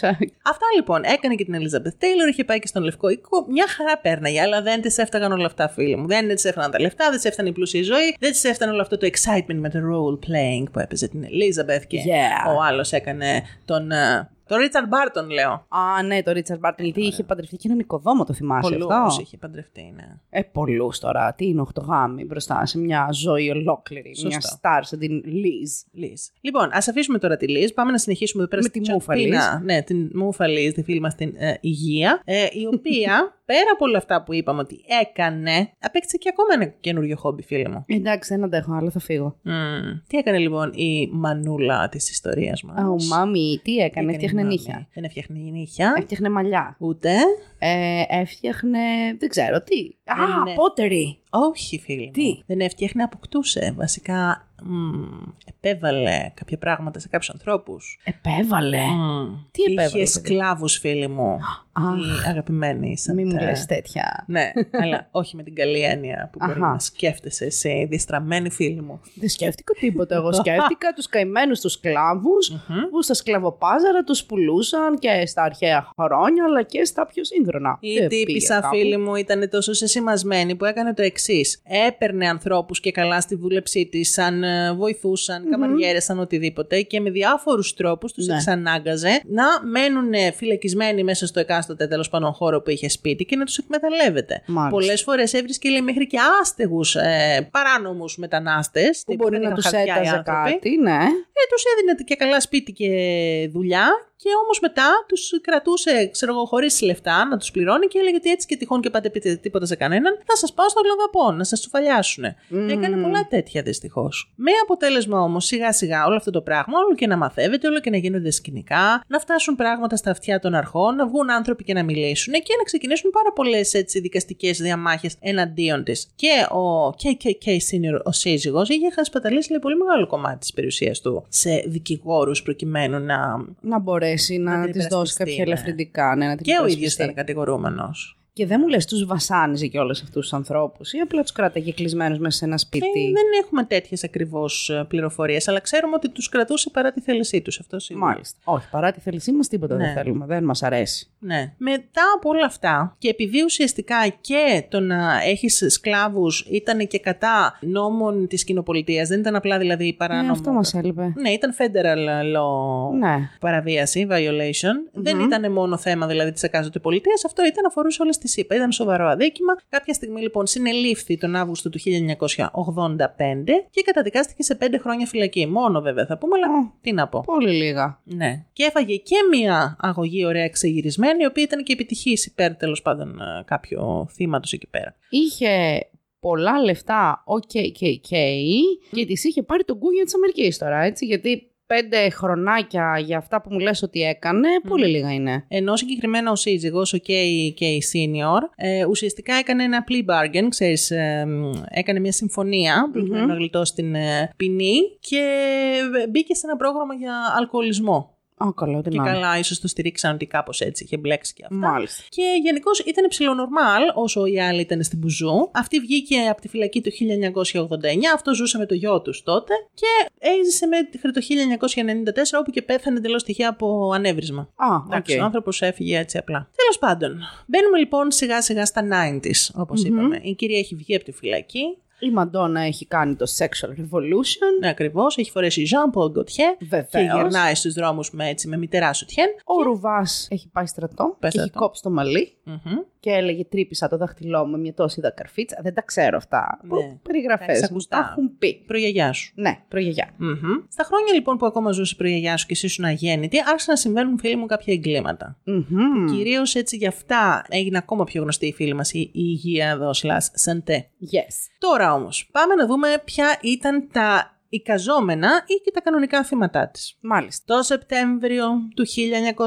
S4: Αυτά λοιπόν έκανε και την Elizabeth Taylor, είχε πάει και στον Λευκό Οίκο. Μια χαρά πέρναγε, αλλά δεν της έφταγαν όλα αυτά, φίλοι μου. Δεν της έφταναν τα λεφτά, δεν της έφτανε η πλούσια ζωή, δεν της έφτανε όλο αυτό το excitement με το role playing που έπαιζε την Elizabeth και
S3: Yeah.
S4: ο άλλος έκανε τον. ε, τον Richard Barton, λέω.
S3: Α, ναι, το Ρίτσαρντ Μπάρτον. Γιατί είχε παντρευτεί και έναν οικοδόμο, το θυμάσαι
S4: Πολλούς
S3: αυτό.
S4: είχε παντρευτεί, ναι.
S3: Ε, πολλούς τώρα. Τι είναι οχτώ γάμοι μπροστά σε μια ζωή ολόκληρη. Μια
S4: Σωστά.
S3: στάρ σαν την Λίζ.
S4: Liz. Λοιπόν, ας αφήσουμε τώρα τη Liz. Πάμε να συνεχίσουμε εδώ πέρα
S3: Με
S4: στην
S3: τη Μούφα
S4: Τσακπίνα. Ναι, την Μούφα Liz, τη φίλη μας την ε, Υγεία. Ε, η
S3: [LAUGHS]
S4: οποία πέρα από όλα αυτά που είπαμε ότι έκανε, απέκτησε και ακόμα ένα καινούριο χόμπι, φίλε μου.
S3: Εντάξει, δεν αντέχω άλλο, θα φύγω.
S4: Μμμ. Τι έκανε λοιπόν η μανούλα της ιστορίας μας.
S3: Α, Ο μάμι, τι έκανε, έφτιαχνε νύχια. Ε,
S4: Δεν έφτιαχνε νύχια.
S3: Έφτιαχνε μαλλιά.
S4: Ούτε.
S3: Ε, έφτιαχνε. Δεν ξέρω τι. Α,
S4: Ναι.
S3: πότερη.
S4: Όχι, φίλε. μου.
S3: Τι?
S4: Δεν έφτιαχνε, αποκτούσε. Βασικά, μμ, επέβαλε κάποια πράγματα σε κάποιους ανθρώπους.
S3: Επέβαλε. Τι επέβαλε,
S4: Είχε
S3: παιδί?
S4: σκλάβους, φίλοι μου.
S3: Αχ.
S4: η αγαπημένη σαν
S3: Μην μου
S4: τα-
S3: λες τέτοια.
S4: Ναι, αλλά όχι με την καλή έννοια που μπορεί
S3: Αχα.
S4: να σκέφτεσαι εσύ, διστραμμένη φίλη μου.
S3: Δεν σκέφτηκα τίποτα.
S4: [LAUGHS]
S3: Εγώ σκέφτηκα τους καημένους τους σκλάβους που στα σκλαβοπάζαρα τους πουλούσαν και στα αρχαία χρόνια αλλά και στα πιο σύγχρονα.
S4: Η
S3: Δεν
S4: τύπησα,
S3: πήγα κάπου.
S4: φίλη μου, ήταν τόσο σεσημασμένη που έκανε το εξής. Έπαιρνε ανθρώπους και καλά στη βούλεψή της, σαν ε, βοηθούσαν, καμαριέρε, σαν οτιδήποτε, και με διάφορους τρόπους τους
S3: Ναι.
S4: εξανάγκαζε να μένουν φυλακισμένοι μέσα στο εκάστοτε τέλος πάντων χώρο που είχε σπίτι και να τους εκμεταλλεύεται.
S3: Μάλιστα.
S4: Πολλές φορές έβρισκε λέει, μέχρι και άστεγους ε, παράνομους μετανάστες.
S3: Που μπορεί να του έταζε κάτι, ναι.
S4: Ε, τους έδινε και καλά σπίτι και δουλειά και όμως μετά τους κρατούσε, ξέρω εγώ, χωρίς λεφτά να τους πληρώνει και έλεγε ότι έτσι και τυχόν και πάτε πείτε τίποτα σε κανέναν, θα σας πάω στο λοδαπό να σας τσουφαλιάσουν. Έκανε πολλά τέτοια δυστυχώς. Με αποτέλεσμα όμως σιγά σιγά όλο αυτό το πράγμα, όλο και να μαθεύεται, όλο και να γίνονται σκηνικά, να φτάσουν πράγματα στα αυτιά των αρχών, να βγουν άνθρωποι και να μιλήσουν και να ξεκινήσουν πάρα πολλές έτσι δικαστικές διαμάχες εναντίον της. Και ο KKK senior, ο σύζυγος, είχε χασπαταλήσει λέει, πολύ μεγάλο κομμάτι της περιουσίας του σε δικηγόρους προκειμένου να...
S3: Να μπορέσει να,
S4: την
S3: της δώσει
S4: υπερασπιστεί,
S3: κάποια
S4: ναι.
S3: ελαφρυντικά. Ναι, να την
S4: Και ο ίδιος
S3: υπερασπιστεί.
S4: ήταν κατηγορούμενος.
S3: Και δεν μου λες, τους βασάνιζε και όλου αυτούς τους ανθρώπους, ή απλά τους κράταγε κλεισμένου μέσα σε ένα σπίτι.
S4: Ε, δεν έχουμε τέτοιες ακριβώς πληροφορίες, αλλά ξέρουμε ότι τους κρατούσε παρά τη θέλησή τους. Αυτό σίγουρα.
S3: Μάλιστα. Όχι, παρά τη θέλησή μας, τίποτα
S4: Ναι.
S3: δεν θέλουμε. Δεν μας αρέσει.
S4: Ναι. Μετά από όλα αυτά και επειδή ουσιαστικά και το να έχεις σκλάβους ήταν και κατά νόμων της κοινοπολιτείας, δεν ήταν απλά δηλαδή παράνομο.
S3: Ναι, αυτό μας έλειπε.
S4: Ναι, ήταν federal law
S3: Ναι.
S4: παραβίαση, violation. Δεν ήταν μόνο θέμα δηλαδή της εκάστοτε πολιτείας, αυτό ήταν αφορούσε όλες τι ΗΠΑ. Ήταν σοβαρό αδίκημα. Κάποια στιγμή λοιπόν συνελήφθη τον Αύγουστο του 1985 και καταδικάστηκε σε 5 χρόνια φυλακή. Μόνο βέβαια θα πούμε, αλλά
S3: Ω.
S4: τι να πω.
S3: Πολύ λίγα.
S4: Ναι. Και έφαγε και μία αγωγή ωραία εξεγυρισμένη, η οποία ήταν και επιτυχής υπέρ τέλος πάντων ε, κάποιο θύματος εκεί πέρα.
S3: Είχε πολλά λεφτά ο KKK και της είχε πάρει τον κούγιο της Αμερικής τώρα, έτσι. Γιατί πέντε χρονάκια για αυτά που μου λες ότι έκανε, πολύ λίγα είναι.
S4: Ενώ συγκεκριμένα ο σύζυγος, ο Κέι Κέι Senior, ε, ουσιαστικά έκανε ένα plea bargain, ξέρεις, ε, μ, έκανε μια συμφωνία προκειμένου να γλιτώσει την ε, ποινή και ε, μπήκε σε ένα πρόγραμμα για αλκοολισμό.
S3: Α, καλό, τι
S4: Και
S3: να είναι.
S4: καλά, ίσως το στηρίξαν ότι κάπως έτσι είχε μπλέξει και αυτά.
S3: Μάλιστα.
S4: Και γενικώς ήταν ψιλονορμάλ όσο η άλλη ήταν στην Μπουζού. Αυτή βγήκε από τη φυλακή το 1989, αυτός ζούσε με το γιο τους τότε και έζησε μέχρι το 1994 όπου και πέθανε εντελώς τυχαία από ανέβρισμα.
S3: Α, οκ.
S4: Εντάξει, ο άνθρωπος έφυγε έτσι απλά. Τέλος πάντων, μπαίνουμε λοιπόν σιγά σιγά στα 90s, όπως είπαμε. Η κυρία έχει βγει από τη φυλακή.
S3: Η Μαντόνα έχει κάνει το Sexual Revolution.
S4: Ναι, ακριβώς. Έχει φορέσει Jean Paul Gaultier και
S3: Βεβαίως.
S4: γυρνάει στους δρόμους με, έτσι, με μητερά σου τιέν.
S3: Ο Ρουβάς έχει πάει στρατό και
S4: Πες
S3: έχει
S4: το.
S3: κόψει το μαλλί. Και έλεγε τρύπησα το δάχτυλό μου με μια τόση καρφίτσα. Δεν τα ξέρω αυτά.
S4: Ναι.
S3: Περιγραφές.
S4: Εντάξει,
S3: Μου
S4: ακουστά.
S3: τα έχουν πει.
S4: Προγιαγιά σου.
S3: Ναι, προγιαγιά.
S4: Μμμ. Στα χρόνια λοιπόν που ακόμα ζούσε η προγιαγιά σου και εσύ ήσουν αγέννητη, άρχισαν να συμβαίνουν φίλοι μου κάποια εγκλήματα.
S3: Μμμ.
S4: Κυρίως έτσι γι' αυτά έγινε ακόμα πιο γνωστή η φίλη μας, η, η Υγεία Δόσλα Σαντέ.
S3: Yes.
S4: Τώρα όμως, πάμε να δούμε ποια ήταν τα εικαζόμενα ή και τα κανονικά θύματά της.
S3: Μάλιστα.
S4: Το Σεπτέμβριο του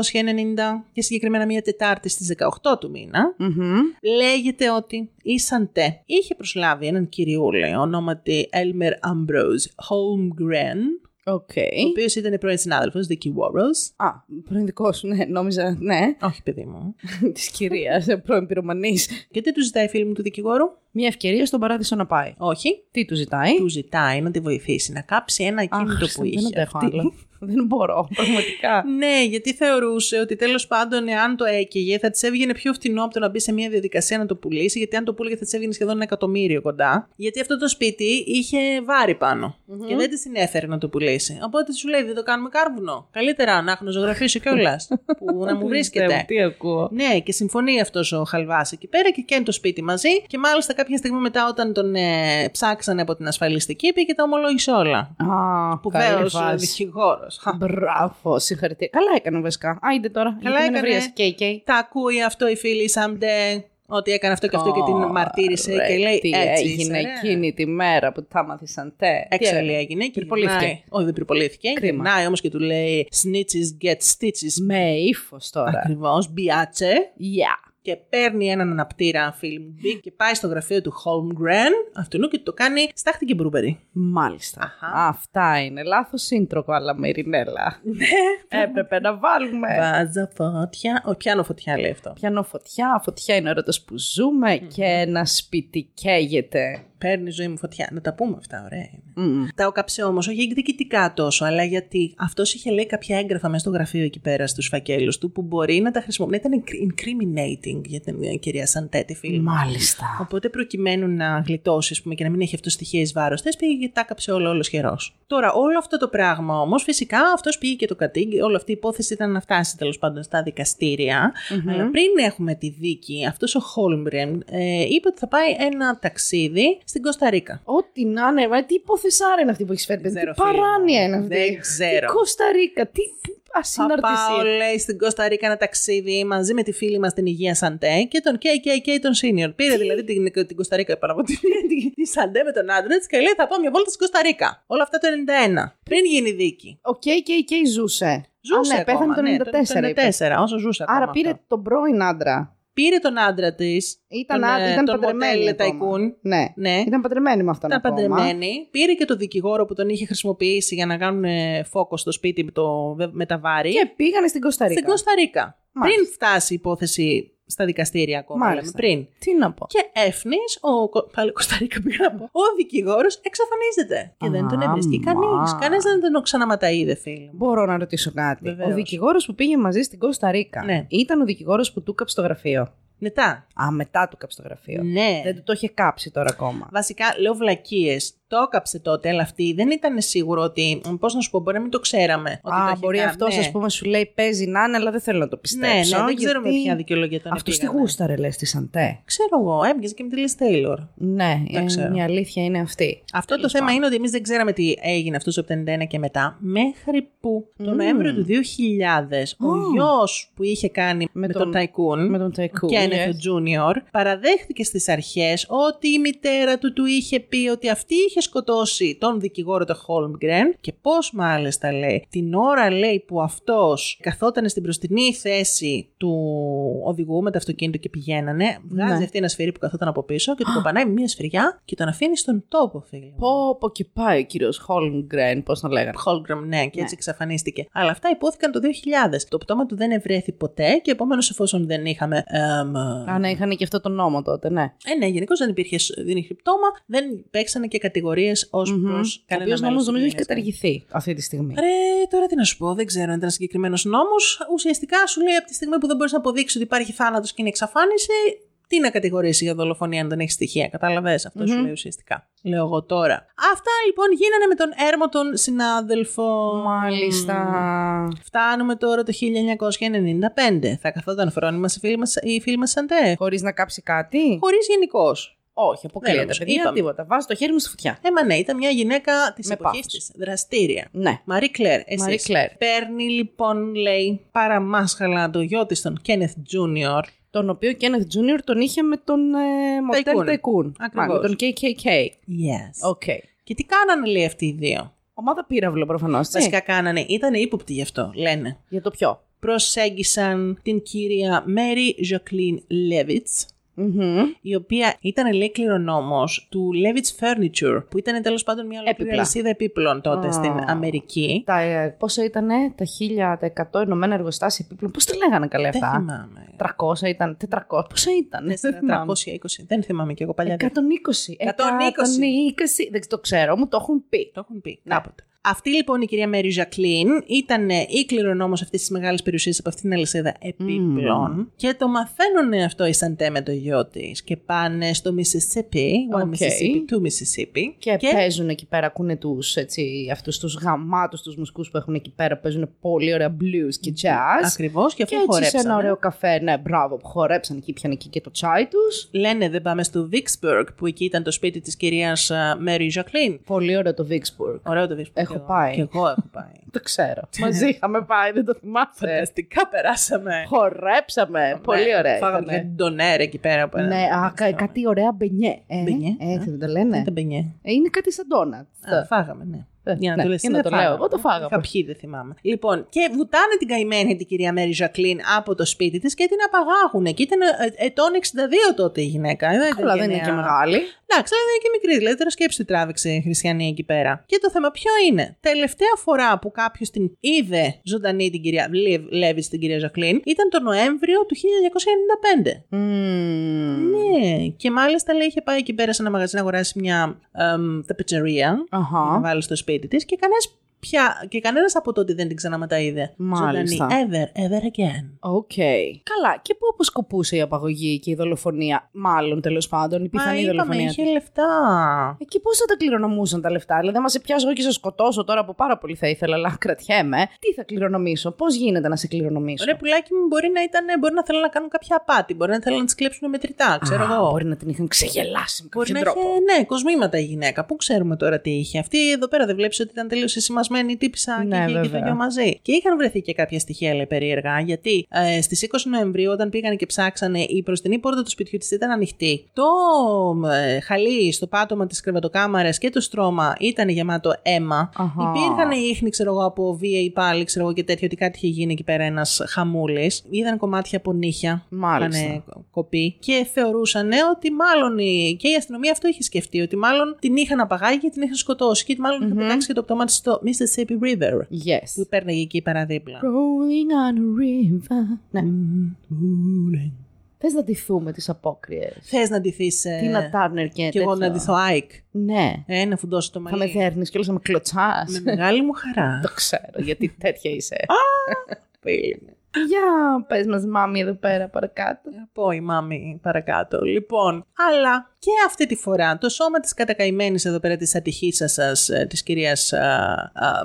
S4: 1990 και συγκεκριμένα μία Τετάρτη στις 18 του μήνα,
S3: Μμμ.
S4: λέγεται ότι η Σαντέ είχε προσλάβει έναν κυριούλη ονόματι Elmer Ambrose Holmgren,
S3: Οκ.
S4: ο οποίος ήταν πρώην συνάδελφος δικηγόρος.
S3: Α, πρώην δικό σου, ναι, νόμιζα, [LAUGHS] ναι,
S4: Όχι, παιδί μου.
S3: της
S4: ε,
S3: κυρίας, πρώην πυρομανής.
S4: Και τι τους ζητάει η φίλη μου του δικηγόρου.
S3: Μια ευκαιρία στον παράδεισο να πάει.
S4: Όχι.
S3: Τι του ζητάει.
S4: Του ζητάει να τη βοηθήσει να κάψει ένα
S3: Αχ,
S4: κίνητο που
S3: δεν
S4: είχε.
S3: αντέχω
S4: αυτή.
S3: άλλο. [LAUGHS] δεν μπορώ,
S4: [LAUGHS]
S3: πραγματικά.
S4: Ναι, γιατί θεωρούσε ότι τέλος πάντων, εάν το έκαιγε, θα της έβγαινε πιο φθηνό από το να μπει σε μια διαδικασία να το πουλήσει. Γιατί αν το πούληγε, θα της έβγαινε σχεδόν ένα εκατομμύριο κοντά. Γιατί αυτό το σπίτι είχε βάρη πάνω και δεν της συνέφερε να το πουλήσει. Οπότε σου λέει: Δεν το κάνουμε κάρβουνο. Καλύτερα να έχω να ζωγραφίσω κιόλας.
S3: [LAUGHS]
S4: που να μου βρίσκεται.
S3: Τι ακούω.
S4: Ναι, και συμφωνεί αυτός ο Χαλβάς εκεί πέρα και καίνει το σπίτι μαζί. Και μάλιστα κάποια στιγμή μετά, όταν τον ε, ψάξανε από την ασφαλιστική, πήγε και τα ομολόγησε όλα.
S3: Α,
S4: Που ε,
S3: καλή
S4: βέβαια
S3: φάση.
S4: δικηγόρο.
S3: Μπράβο, συγχαρητήρια. Καλά έκανε βασικά. Άιντε τώρα.
S4: Καλά έκανε.
S3: Κέικέι.
S4: Τα ακούει αυτό η φίλη Σαμντε, ότι έκανε αυτό και αυτό και την μαρτύρησε και λέει
S3: Τι
S4: έτσι.
S3: έγινε
S4: είσαι, ρε».
S3: εκείνη τη μέρα που τα μάθησαν τε.
S4: Έξαλλη έγινε και
S3: Πυρπολήθηκε.
S4: γυρνάει. Όχι, δεν πυρπολήθηκε.
S3: Κρίμα.
S4: Γυρνάει όμως και του λέει snitches get stitches.
S3: Με ύφος τώρα.
S4: Ακριβώς, μπιάτσε.
S3: Γεια.
S4: και παίρνει έναν αναπτήρα φίλη μου Μπικ και πάει στο γραφείο του Holmgren αυτού και το κάνει στάχτη και μπρούμπερι.
S3: Μάλιστα.
S4: Αχα.
S3: Αυτά είναι. Λάθος σύντρο, αλλά με ειρηνέλα. Έπρεπε να
S4: Ε.
S3: βάλουμε.
S4: Βάζα φωτιά. Όχι, πιάνω φωτιά λέει αυτό.
S3: Πιάνω φωτιά. Φωτιά είναι ο έρωτας που ζούμε και ένα σπίτι καίγεται.
S4: Παίρνει ζωή μου φωτιά. Να τα πούμε αυτά, ωραία. είναι. Τα όκαψε όμως, όχι εκδικητικά τόσο, αλλά γιατί αυτός είχε λέει κάποια έγγραφα μέσα στο γραφείο εκεί πέρα στους φακέλους του που μπορεί να τα χρησιμοποιήσει. Να ήταν incriminating για την ε, κυρία Σαντέτη, φίλη μου.
S3: Μάλιστα.
S4: Οπότε προκειμένου να γλιτώσεις ας πούμε, και να μην έχει αυτό στοιχεία εις βάρος της, πήγε και τα κάψε όλο, όλος χερό. Τώρα, όλο αυτό το πράγμα όμως, φυσικά αυτός πήγε και το κατήγγει. Όλη αυτή η υπόθεση ήταν να φτάσει τέλος πάντων στα δικαστηρια Αλλά πριν έχουμε τη δίκη, αυτός ο Χόλμπρεν ε, είπε ότι θα πάει ένα ταξίδι στην Κωνσταντίνα.
S3: Ό,τι να είναι, μα τι υποθεσάρα είναι αυτή που έχεις φέρει, παιδί.
S4: ξέρω,
S3: Τι
S4: φίλε μου.
S3: παράνοια είναι αυτή.
S4: Δεν ξέρω.
S3: Τι Κωνσταντίνα, τι
S4: Θα πάω,
S3: ασυναρτησία.
S4: λέει, στην Κωνσταντίνα ένα ταξίδι μαζί με τη φίλη μας την Υγεία Σαντέ και τον KKK τον Senior. Πήρε δηλαδή την, την Κωνσταντίνα πάνω από την τη Σαντέ με τον άντρα τη και λέει: Θα πάω μια βόλτα στην Κωνσταντίνα. Όλα αυτά το 91. Πριν γίνει η δίκη.
S3: Ο KKK ζούσε.
S4: Ζούσε.
S3: Α, ναι, πέθανε
S4: ακόμα,
S3: το 94.
S4: ναι, το
S3: είπες.
S4: 94, όσο ζούσε.
S3: Άρα
S4: ακόμα
S3: πήρε
S4: αυτό.
S3: τον πρώην άντρα.
S4: πήρε τον άντρα της.
S3: Ήταν,
S4: τον,
S3: άντρα-
S4: ε,
S3: ήταν
S4: τον
S3: παντρεμένη.
S4: motel
S3: ακόμα.
S4: tycoon.
S3: Ναι.
S4: Ναι.
S3: Ήταν παντρεμένη με αυτόν
S4: Ήταν
S3: ακόμα.
S4: παντρεμένη. Πήρε και τον δικηγόρο που τον είχε χρησιμοποιήσει για να κάνουν ε, φόκο στο σπίτι με, το, με τα βάρη.
S3: Και πήγανε στην Κωνσταντίνα.
S4: Στην Κωνσταντίνα.
S3: Μάλιστα.
S4: Πριν φτάσει η υπόθεση στα δικαστήρια ακόμα.
S3: Μάλιστα.
S4: Λέμε, πριν.
S3: Τι να πω.
S4: Και έφνης, ο. Κο- Πάλι Κωνσταντίνα πήγα να πω. Ο δικηγόρος εξαφανίζεται. Και δεν τον
S3: Αμά.
S4: έβρισκε κανείς. Κανένας δεν τον ξαναματαείδε, φίλε μου.
S3: Μπορώ να ρωτήσω κάτι.
S4: Βεβαίως.
S3: Ο δικηγόρος που πήγε μαζί στην Κωνσταντίνα
S4: Ναι.
S3: ήταν ο δικηγόρος που του κάψε το γραφείο.
S4: Μετά.
S3: Α, μετά του κάψε το γραφείο.
S4: Ναι.
S3: Δεν του το είχε κάψει τώρα ακόμα.
S4: Βασικά λέω βλακίες. Το έκαψε τότε, αλλά αυτή δεν ήταν σίγουρο ότι. Πώς να σου πω, μπορεί να μην το ξέραμε. Ότι το
S3: Α,
S4: είχε
S3: μπορεί
S4: κάνει.
S3: αυτός,
S4: ναι.
S3: ας πούμε, σου λέει παίζει να είναι, αλλά δεν θέλω να το
S4: Ναι, ναι,
S3: πιστέψω.
S4: δεν ξέρω με
S3: γιατί
S4: ποια δικαιολογία τον
S3: Αυτό τη
S4: επήγανε.
S3: γούσταρε, λες τη Σαντέ.
S4: Ξέρω εγώ, έμπιαζε και με τη Λις Τέιλορ.
S3: Ναι,
S4: Δεν
S3: ε,
S4: ξέρω.
S3: η αλήθεια είναι αυτή. Λοιπόν,
S4: Αυτό το
S3: Τέλος
S4: θέμα
S3: πάντων.
S4: είναι ότι εμείς δεν ξέραμε τι έγινε αυτός από το 91 και μετά. Μέχρι που το Νοέμβριο του 2000 ο γιος που είχε κάνει με,
S3: Με
S4: τον,
S3: τον-
S4: Ταϊκούν.
S3: με τον Tycoon,
S4: Kenneth
S3: yes.
S4: ο Junior, παραδέχθηκε στις αρχές ότι η μητέρα του του είχε πει ότι αυτή είχε σκοτώσει τον δικηγόρο του Holmgren και πώς μάλιστα λέει την ώρα λέει που αυτός καθόταν στην προστινή θέση του οδηγού με το αυτοκίνητο και πηγαίνανε βγάζει
S3: Ναι.
S4: αυτή ένα σφυρί που καθόταν από πίσω και του κοπανάει με μια σφυριά και τον αφήνει στον τόπο φίλε μου.
S3: Πω, πω και πάει ο κύριος Χόλμγκρεν, πώς τον λέγανε.
S4: Holgram, ναι, και
S3: Ναι.
S4: έτσι εξαφανίστηκε. Αλλά αυτά υπόθηκαν το 2000. Το πτώμα του δεν ευρέθη ποτέ και επομένως, εφόσον δεν είχαμε. εμ,
S3: Α, ναι, είχαν και αυτό το νόμο τότε, ναι.
S4: Ε, ναι, γενικώς δεν υπήρχε, σ- δεν υπήρχε πτώμα, δεν παίξανε και κατηγορίε ω mm-hmm. προς
S3: Ο οποίο νόμο νομίζω έχει καταργηθεί αυτή τη στιγμή.
S4: Ρε, τώρα τι να σου πω, δεν ξέρω αν ήταν συγκεκριμένος νόμος. Ουσιαστικά σου λέει από τη στιγμή που δεν μπορείς να αποδείξεις ότι υπάρχει θάνατος και είναι εξαφάνιση, τι να κατηγορήσεις για δολοφονία αν δεν έχεις στοιχεία. Κατάλαβες αυτό σου λέει ουσιαστικά. Λέω εγώ τώρα. Αυτά λοιπόν γίνανε με τον έρμο τον συνάδελφο.
S3: Μάλιστα.
S4: Φτάνουμε τώρα το 1995. Θα καθόταν φρόνημα σε φίλη μας, η φίλη μας Σαντέ.
S3: Χωρίς να κάψει κάτι.
S4: Χωρίς γενικώς.
S3: Όχι,
S4: Ναι,
S3: αποκλείεται.
S4: νομίζω,
S3: Παιδιά,
S4: είπαμε.
S3: τίποτα. Βάζω το χέρι μου στη φωτιά.
S4: Ε, μα ναι, ήταν μια γυναίκα της
S3: Με
S4: εποχής
S3: πάθος.
S4: της. Δραστήρια.
S3: Ναι.
S4: Μαρή Κλέρ, εσύ.
S3: Marie Claire.
S4: Παίρνει λοιπόν, λέει, παραμάσχαλα το γιο της, τον Κένεθ Τζούνιορ.
S3: Τον οποίο Kenneth Junior τον είχε με τον ε, Motel
S4: Tycoon.
S3: Tycoon.
S4: Ακριβώς.
S3: Μα, με τον KKK.
S4: Yes.
S3: Οκ.
S4: Και τι κάνανε, λέει, αυτοί οι
S3: Ναι.
S4: δύο.
S3: Ομάδα πύραυλο προφανώς.
S4: Βασικά κάνανε, ήταν ύποπτοι γι' αυτό, λένε.
S3: Για το ποιο.
S4: Προσέγγισαν την κυρία Μέρι Ζωκλίν Λέβιτς,
S3: Μμμ.
S4: η οποία ήταν λέει κληρονόμος του Levitz Furniture, που ήταν τέλος πάντων μια ολόκληρη
S3: Έπιπλα.
S4: αλυσίδα επίπλων τότε στην Αμερική.
S3: Τα, ε, πόσα ήταν, τα 1100 ενωμένα εργοστάσια επίπλων. Πώς τα λέγανε καλά
S4: Δεν
S3: αυτά.
S4: θυμάμαι.
S3: 300 ήταν, 400. Πόσα ήταν. Δεν θυμάμαι. Ε,
S4: 320. Δεν θυμάμαι και εγώ παλιά.
S3: 120.
S4: δεν
S3: 120. Δεν το ξέρω, μου το Ναι. έχουν πει.
S4: Το έχουν πει κάποτε. Αυτή λοιπόν η κυρία Μέρι Ζακλίν ήταν ε, η κληρονόμος αυτής της μεγάλης περιουσίας από αυτήν την αλυσίδα επίπλων και το μαθαίνουν ε, αυτό οι Σαντέ με το γιο της και πάνε στο Mississippi, one
S3: Οκ.
S4: Mississippi, two Mississippi
S3: Και, παίζουν εκεί πέρα, ακούνε τους, έτσι, αυτούς τους γαμάτους τους μουσικούς που έχουν εκεί πέρα, παίζουν πολύ ωραία blues και jazz.
S4: Ναι, ακριβώς και
S3: Και
S4: αφού
S3: έτσι σε ένα
S4: χορέψανε.
S3: ωραίο καφέ, ναι, μπράβο, που χορέψαν εκεί, πιάνε εκεί και το τσάι τους.
S4: Λένε δεν πάμε στο Vicksburg που εκεί ήταν το σπίτι της κυρίας α, Mary Jacqueline.
S3: Πολύ ωραίο το Vicksburg.
S4: Ωραίο το Vicksburg.
S3: Έχω
S4: κι εγώ.
S3: πάει. Ναι.
S4: Κι εγώ έχω
S3: [LAUGHS]
S4: πάει.
S3: Το ξέρω.
S4: Ναι.
S3: Μαζί είχαμε πάει, δεν το θυμάσαι.
S4: Φανταστικά περάσαμε.
S3: Χορέψαμε. Πολύ
S4: Ναι,
S3: ωραία.
S4: Φάγαμε
S3: ήτανε.
S4: και τον αέρα εκεί πέρα. από ένα-
S3: Ναι, α, κα-
S4: ξέρω.
S3: κάτι ωραία μπενιέ. Ε,
S4: Μπενιέ,
S3: Έτσι
S4: ναι.
S3: δεν το λένε.
S4: Δεν μπαινιέ.
S3: Ε, Είναι κάτι σαν ντόνατ.
S4: Α, Φάγαμε, ναι.
S3: Ε,
S4: Για να
S3: ναι,
S4: το λες,
S3: για να
S4: δεν
S3: το λέω.
S4: φάγαμε.
S3: Εγώ το φάγαμε.
S4: Είχα πιει, δεν θυμάμαι. Λοιπόν, και βουτάνε την καημένη την κυρία Μέρι Ζακλίν από το σπίτι της και την απαγάγουνε. Και ήταν ε, ετών 62 τότε η γυναίκα. Ε, Δεν ήταν
S3: Καλά, δεν είναι
S4: νέα.
S3: και μεγάλη.
S4: Εντάξει, αλλά δεν είναι και μικρή. Δηλαδή, τώρα σκέψτε τι τράβηξε η Χριστιανή εκεί πέρα. Και το θέμα ποιο είναι. Τελευταία φορά που κάποιος την είδε ζωντανή την κυρία Λεβ- Λέβιτς, την κυρία Ζακλίν, ήταν το Νοέμβριο του 1995.
S3: Μμμ.
S4: Ναι, και μάλιστα λέει είχε πάει εκεί πέρα σε ένα μαγαζί να αγοράσει μια εμ, ταπετσερία για να
S3: Αχα.
S4: βάλει στο σπίτι της και κανένας πια. Και κανένας από τότε δεν την ξαναματαείδε.
S3: Μάλιστα.
S4: Ζωντανή. Ever, ever again.
S3: Οκ. Καλά. Και πού αποσκοπούσε η απαγωγή και η δολοφονία, μάλλον τέλος πάντων, η
S4: Μα
S3: πιθανή
S4: είπαμε,
S3: δολοφονία.
S4: είχε
S3: της.
S4: λεφτά.
S3: Εκεί πώς θα τα κληρονομούσαν τα λεφτά. Δηλαδή, άμα σε πιάσω εγώ και σε σκοτώσω τώρα που πάρα πολύ θα ήθελα, αλλά κρατιέμαι, τι θα κληρονομήσω, πώς γίνεται να σε κληρονομήσω.
S4: Ρε πουλάκι μου μπορεί να, ήταν, μπορεί να θέλουν να κάνουν κάποια απάτη, μπορεί να θέλουν να τις κλέψουν μετρητά, ξέρω
S3: Α,
S4: εγώ.
S3: Μπορεί να την είχαν ξεγελάσει με
S4: Μπορεί
S3: κάποιον
S4: να
S3: τρόπο.
S4: είχε, ναι, κοσμήματα η γυναίκα. Πού ξέρουμε τώρα τι είχε. Αυτή εδώ πέρα δεν βλέπεις ότι ήταν τελείως εσημασμένη η τύπησα
S3: Ναι,
S4: και είχε και το
S3: βέβαια.
S4: γιο μαζί. Και είχαν βρεθεί και κάποια στοιχεία, λέει, περίεργα, γιατί ε, στις 20 Νοεμβρίου, όταν πήγαν και ψάξανε, η προστινή πόρτα του σπιτιού της ήταν ανοιχτή. Το ε, χαλί στο πάτωμα της κρεβατοκάμαρας και το στρώμα ήταν γεμάτο αίμα.
S3: Αχα.
S4: Υπήρχαν ίχνη, ξέρω εγώ, από βία ή πάλι, ξέρω εγώ και τέτοιο, ότι κάτι είχε γίνει εκεί πέρα ένας χαμούλης. Είδαν κομμάτια από νύχια.
S3: Μάλιστα.
S4: Είχανε κοπή και θεωρούσαν ότι μάλλον η- και η αστυνομία αυτό είχε σκεφτεί, ότι μάλλον την είχαν απαγάγει και την είχαν σκοτώσει και μάλλον είχαν πετάξει και το πτώμα της στο Mississippi River
S3: Yes.
S4: που παίρναγε εκεί παραδίπλα.
S3: Rolling on a river. Ναι. Θες να ντυθούμε τις απόκριες.
S4: Θες να ντυθείς ε,
S3: Τι να Τάρνερ και
S4: και εγώ να
S3: τέτοιο.
S4: ντυθώ Άικ,
S3: Ναι.
S4: ε, να φουντώσω το
S3: Θα με
S4: μαλλί.
S3: δέρνει και όλο να με κλωτσάς.
S4: Με μεγάλη μου
S3: [LAUGHS]
S4: χαρά.
S3: Το ξέρω, γιατί τέτοια είσαι.
S4: Φίλη μου.
S3: Για πες μας, μάμη, εδώ πέρα παρακάτω.
S4: Θα πω η μάμη παρακάτω. Λοιπόν, αλλά Και αυτή τη φορά το σώμα της κατακαημένης εδώ πέρα της ατυχής σας, ε, της κυρίας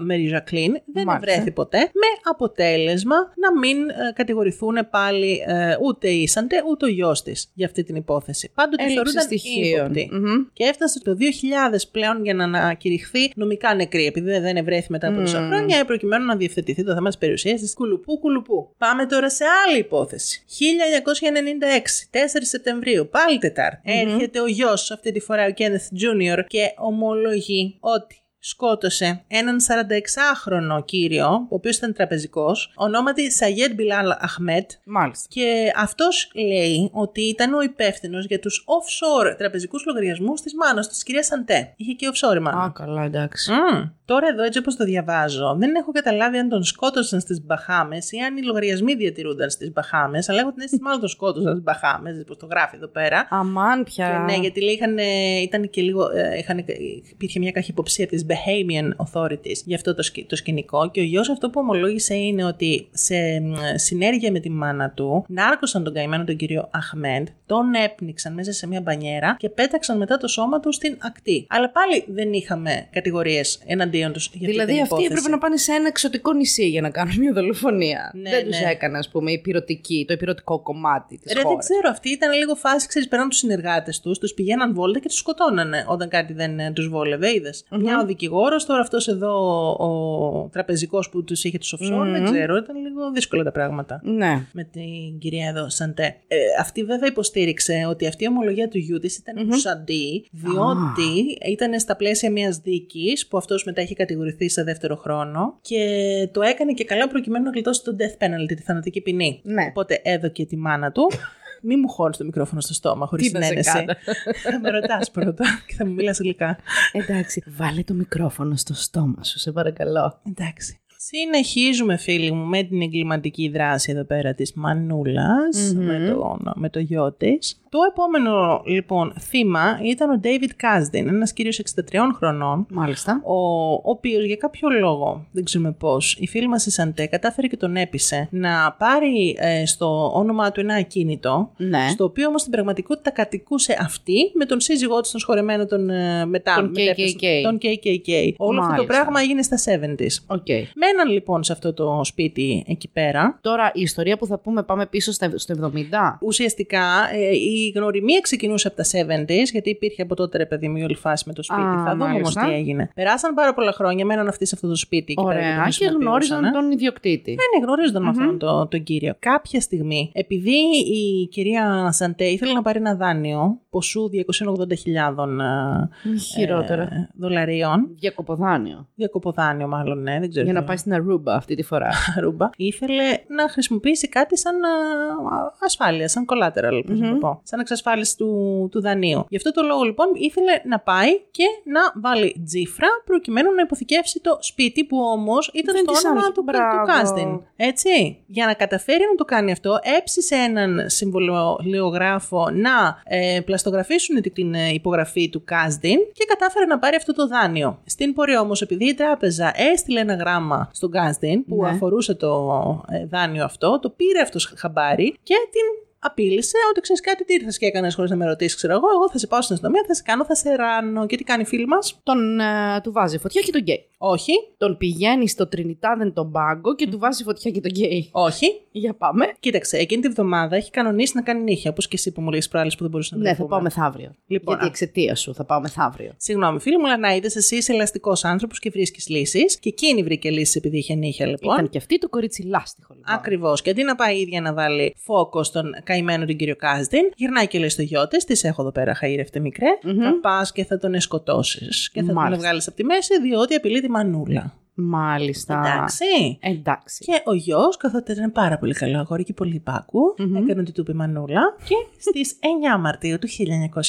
S4: Μέρι Ζακλίν δεν
S3: Μάλιστα.
S4: βρέθη ποτέ με αποτέλεσμα να μην ε, κατηγορηθούν πάλι ε, ούτε ήσαντε ούτε ο γιος της για αυτή την υπόθεση. Πάντοτε
S3: Έλλειψη
S4: θεωρούνταν
S3: στοιχείων.
S4: ύποπτη.
S3: Μμμ.
S4: Και έφτασε το 2000 πλέον για να ανακηρυχθεί νομικά νεκρή, επειδή δεν ευρέθη μετά από τόσα χρόνια, προκειμένου να διευθετηθεί το θέμα της περιουσίας της κουλουπού κουλουπού. Πάμε τώρα σε άλλη υπόθεση. 1996, 4 Σεπτεμβρίου, πάλι Τετάρτη. Έρχεται ο γιος, αυτή τη φορά ο Κένεθ Τζούνιορ, και ομολογεί ότι σκότωσε έναν 46χρονο κύριο, ο οποίος ήταν τραπεζικός, ονόματι Σαγέντ Μπιλάλ Αχμέτ,
S3: Μάλιστα.
S4: και αυτός λέει ότι ήταν ο υπεύθυνος για τους offshore τραπεζικούς λογαριασμούς της μάνας του, της κυρίας Σαντέ. Είχε και offshore μάνα.
S3: Α, καλά, εντάξει.
S4: Μμμ. Τώρα εδώ έτσι όπως το διαβάζω, δεν έχω καταλάβει αν τον σκότωσαν στις Μπαχάμες ή αν οι λογαριασμοί διατηρούνταν στις Μπαχάμες, αλλά έχω την αίσθηση μάλλον τον σκότωσαν στις Μπαχάμες, όπως το γράφει εδώ πέρα.
S3: Αμάν πια.
S4: Ναι, γιατί λέει είχαν, ήταν και λίγο, ε, είχαν, υπήρχε μια καχυποψία της Bahamian Authorities για αυτό το, σκη- το σκηνικό και ο γιος αυτό που ομολόγησε είναι ότι σε μ, συνέργεια με τη μάνα του νάρκωσαν τον καημένο τον κύριο Αχμέντ, τον έπνιξαν μέσα σε μια μπανιέρα και πέταξαν μετά το σώμα του στην ακτή. Αλλά πάλι δεν είχαμε κατηγορίες εναντίον τους για αυτή
S3: Δηλαδή
S4: την
S3: αυτοί
S4: υπόθεση.
S3: έπρεπε να πάνε σε ένα εξωτικό νησί για να κάνουν μια δολοφονία.
S4: Ναι,
S3: δεν τους
S4: ναι.
S3: έκανε, ας πούμε, η πυρωτική, το υπηρετικό κομμάτι της
S4: Ρε, δεν
S3: χώρας.
S4: ξέρω, αυτοί ήταν λίγο φάση, ξέρεις, περνάνε τους συνεργάτες τους, τους πηγαίναν βόλτα και τους σκοτώνανε όταν κάτι δεν τους βόλευε, είδες. Μια ο δικηγόρο, τώρα αυτός εδώ ο τραπεζικός που τους είχε τους offshore, δεν ξέρω, ήταν λίγο δύσκολα τα πράγματα.
S3: Ναι.
S4: Με την κυρία εδώ, Σαντέ. Ε, αυτή βέβαια υποστήριξε ότι αυτή η ομολογία του γιού της ήταν του Σαντή, διότι ήταν στα πλαίσια μιας δίκης που αυτός μετά είχε κατηγορηθεί σε δεύτερο χρόνο και το έκανε και καλά προκειμένου να γλιτώσει τον death penalty, τη θανατική ποινή.
S3: Ναι.
S4: Οπότε έδωκε τη μάνα του. Μη μου χώνεις το μικρόφωνο στο στόμα χωρίς
S3: Τι να σε
S4: συνένεση.
S3: κάνω.
S4: θα με ρωτάς πρώτα και θα μου μιλάς γλυκά.
S3: Εντάξει, βάλε το μικρόφωνο στο στόμα σου, σε παρακαλώ.
S4: Εντάξει. Συνεχίζουμε φίλοι μου με την εγκληματική δράση εδώ πέρα της μανουλας με, τον, με το γιο της. Το επόμενο λοιπόν θύμα ήταν ο David Kasdan, ένας κύριος 63 χρονών,
S3: Μάλιστα.
S4: ο, ο οποίος για κάποιο λόγο, δεν ξέρουμε πώς, η φίλη μας η Σαντέ κατάφερε και τον έπεισε να πάρει ε, στο όνομά του ένα ακίνητο,
S3: Ναι.
S4: στο οποίο όμως στην πραγματικότητα κατοικούσε αυτή με τον σύζυγό της, τον σχορεμένο τον ε, μετά.
S3: Τον
S4: μετέπειτα-
S3: KKK.
S4: Τον KKK. Όλο αυτό το
S3: Μάλιστα.
S4: πράγμα έγινε στα 70s.
S3: Οκ.
S4: Μέναν λοιπόν σε αυτό το σπίτι εκεί πέρα.
S3: Τώρα η ιστορία που θα πούμε πάμε πίσω στα- στο 70.
S4: Ουσιαστικά ε, η γνωριμία ξεκινούσε από τα 70s, γιατί υπήρχε από τότε ρε παιδί μου η όλη φάση με το σπίτι.
S3: Α,
S4: Θα δούμε όμως
S3: μάλιστα.
S4: τι έγινε. Περάσαν πάρα πολλά χρόνια, μέναν αυτοί σε αυτό το σπίτι. εκεί πέρα
S3: Ωραία.
S4: τον
S3: Και γνώριζαν
S4: συναντούσανε.
S3: τον ιδιοκτήτη.
S4: Ναι, ναι, γνωρίζονταν με αυτόν τον, τον κύριο. Κάποια στιγμή, επειδή η κυρία Σαντέ ήθελε να πάρει ένα δάνειο ποσού 280.000
S3: Μη Χειρότερα.
S4: ε, δολαρίων,
S3: Διακοποδάνιο.
S4: διακοποδάνειο μάλλον, ναι, δεν ξέρω.
S3: Για
S4: τι
S3: να πάει στην Αρούμπα αυτή τη φορά.
S4: Αρούμπα, ήθελε να χρησιμοποιήσει κάτι σαν α, ασφάλεια, σαν collateral, πώς
S3: Mm-hmm.
S4: να το πω, σαν εξασφάλιση του, του δανείου. Γι' αυτό το λόγο λοιπόν ήθελε να πάει και να βάλει τζίφρα προκειμένου να υποθηκεύσει το σπίτι που όμως ήταν
S3: Δεν
S4: στο
S3: της
S4: όνομα
S3: άλγε.
S4: του,
S3: Μπράβο.
S4: του Κάστιν. Έτσι, για να καταφέρει να το κάνει αυτό, έψησε έναν συμβολιογράφο να ε, πλαστογραφήσουν την, την ε, υπογραφή του Κάσδιν και κατάφερε να πάρει αυτό το δάνειο. Στην πορεία όμως, επειδή η τράπεζα έστειλε ένα γράμμα στον Κάσδιν που
S3: Ναι.
S4: αφορούσε το ε, δάνειο αυτό, το πήρε αυτός χαμπάρι και την απείλησε ότι ξέρεις κάτι, τι ήρθε και έκανες χωρίς να με ρωτήσεις, ξέρω εγώ. Εγώ θα σε πάω στην αστυνομία, θα σε κάνω, θα σε ράνω. Και τι κάνει η φίλη μας.
S3: τον, ε, του βάζει φωτιά και τον γκέι.
S4: Όχι,
S3: Τον πηγαίνει στο Τρινιτάδεν τον πάγκο και του βάζει φωτιά και τον γκέι.
S4: όχι.
S3: Για πάμε.
S4: Κοίταξε, εκείνη τη βδομάδα έχει κανονίσει να κάνει νύχια, όπως και εσύ που μου λε προάλλες που δεν μπορούσε να
S3: Ναι,
S4: το
S3: θα
S4: πούμε.
S3: πάω μεθαύριο.
S4: Λοιπόν,
S3: Γιατί
S4: α-
S3: εξαιτία σου θα πάω μεθαύριο.
S4: Συγγνώμη, φίλοι μου, αλλά να είδες, εσύ είσαι ελαστικός άνθρωπος και βρίσκεις λύσεις. Και εκείνη βρήκε λύσει επειδή είχε νύχια, λοιπόν.
S3: Ήταν και αυτή το κορίτσι λάστιχο. Λοιπόν.
S4: Ακριβώς. Και αντί να πάει η ίδια να βάλει φόκο στον καημένο τον κύριο Κάσδιν, γυρνάει και λέει στο γιο της: Τις έχω εδώ πέρα, χαΐρευτε μικρέ. Θα πας και θα τον σκοτώσει. Και θα
S3: Μάλιστα.
S4: τον βγάλεις από τη μέση, διότι απειλεί τη μανούλα.
S3: Μάλιστα.
S4: Εντάξει.
S3: Εντάξει.
S4: Και ο γιος, καθότι ήταν πάρα πολύ καλό αγόρι και πολύ υπάκου, έκανε ότι του πει μανούλα. Και στις [LAUGHS] 9 Μαρτίου του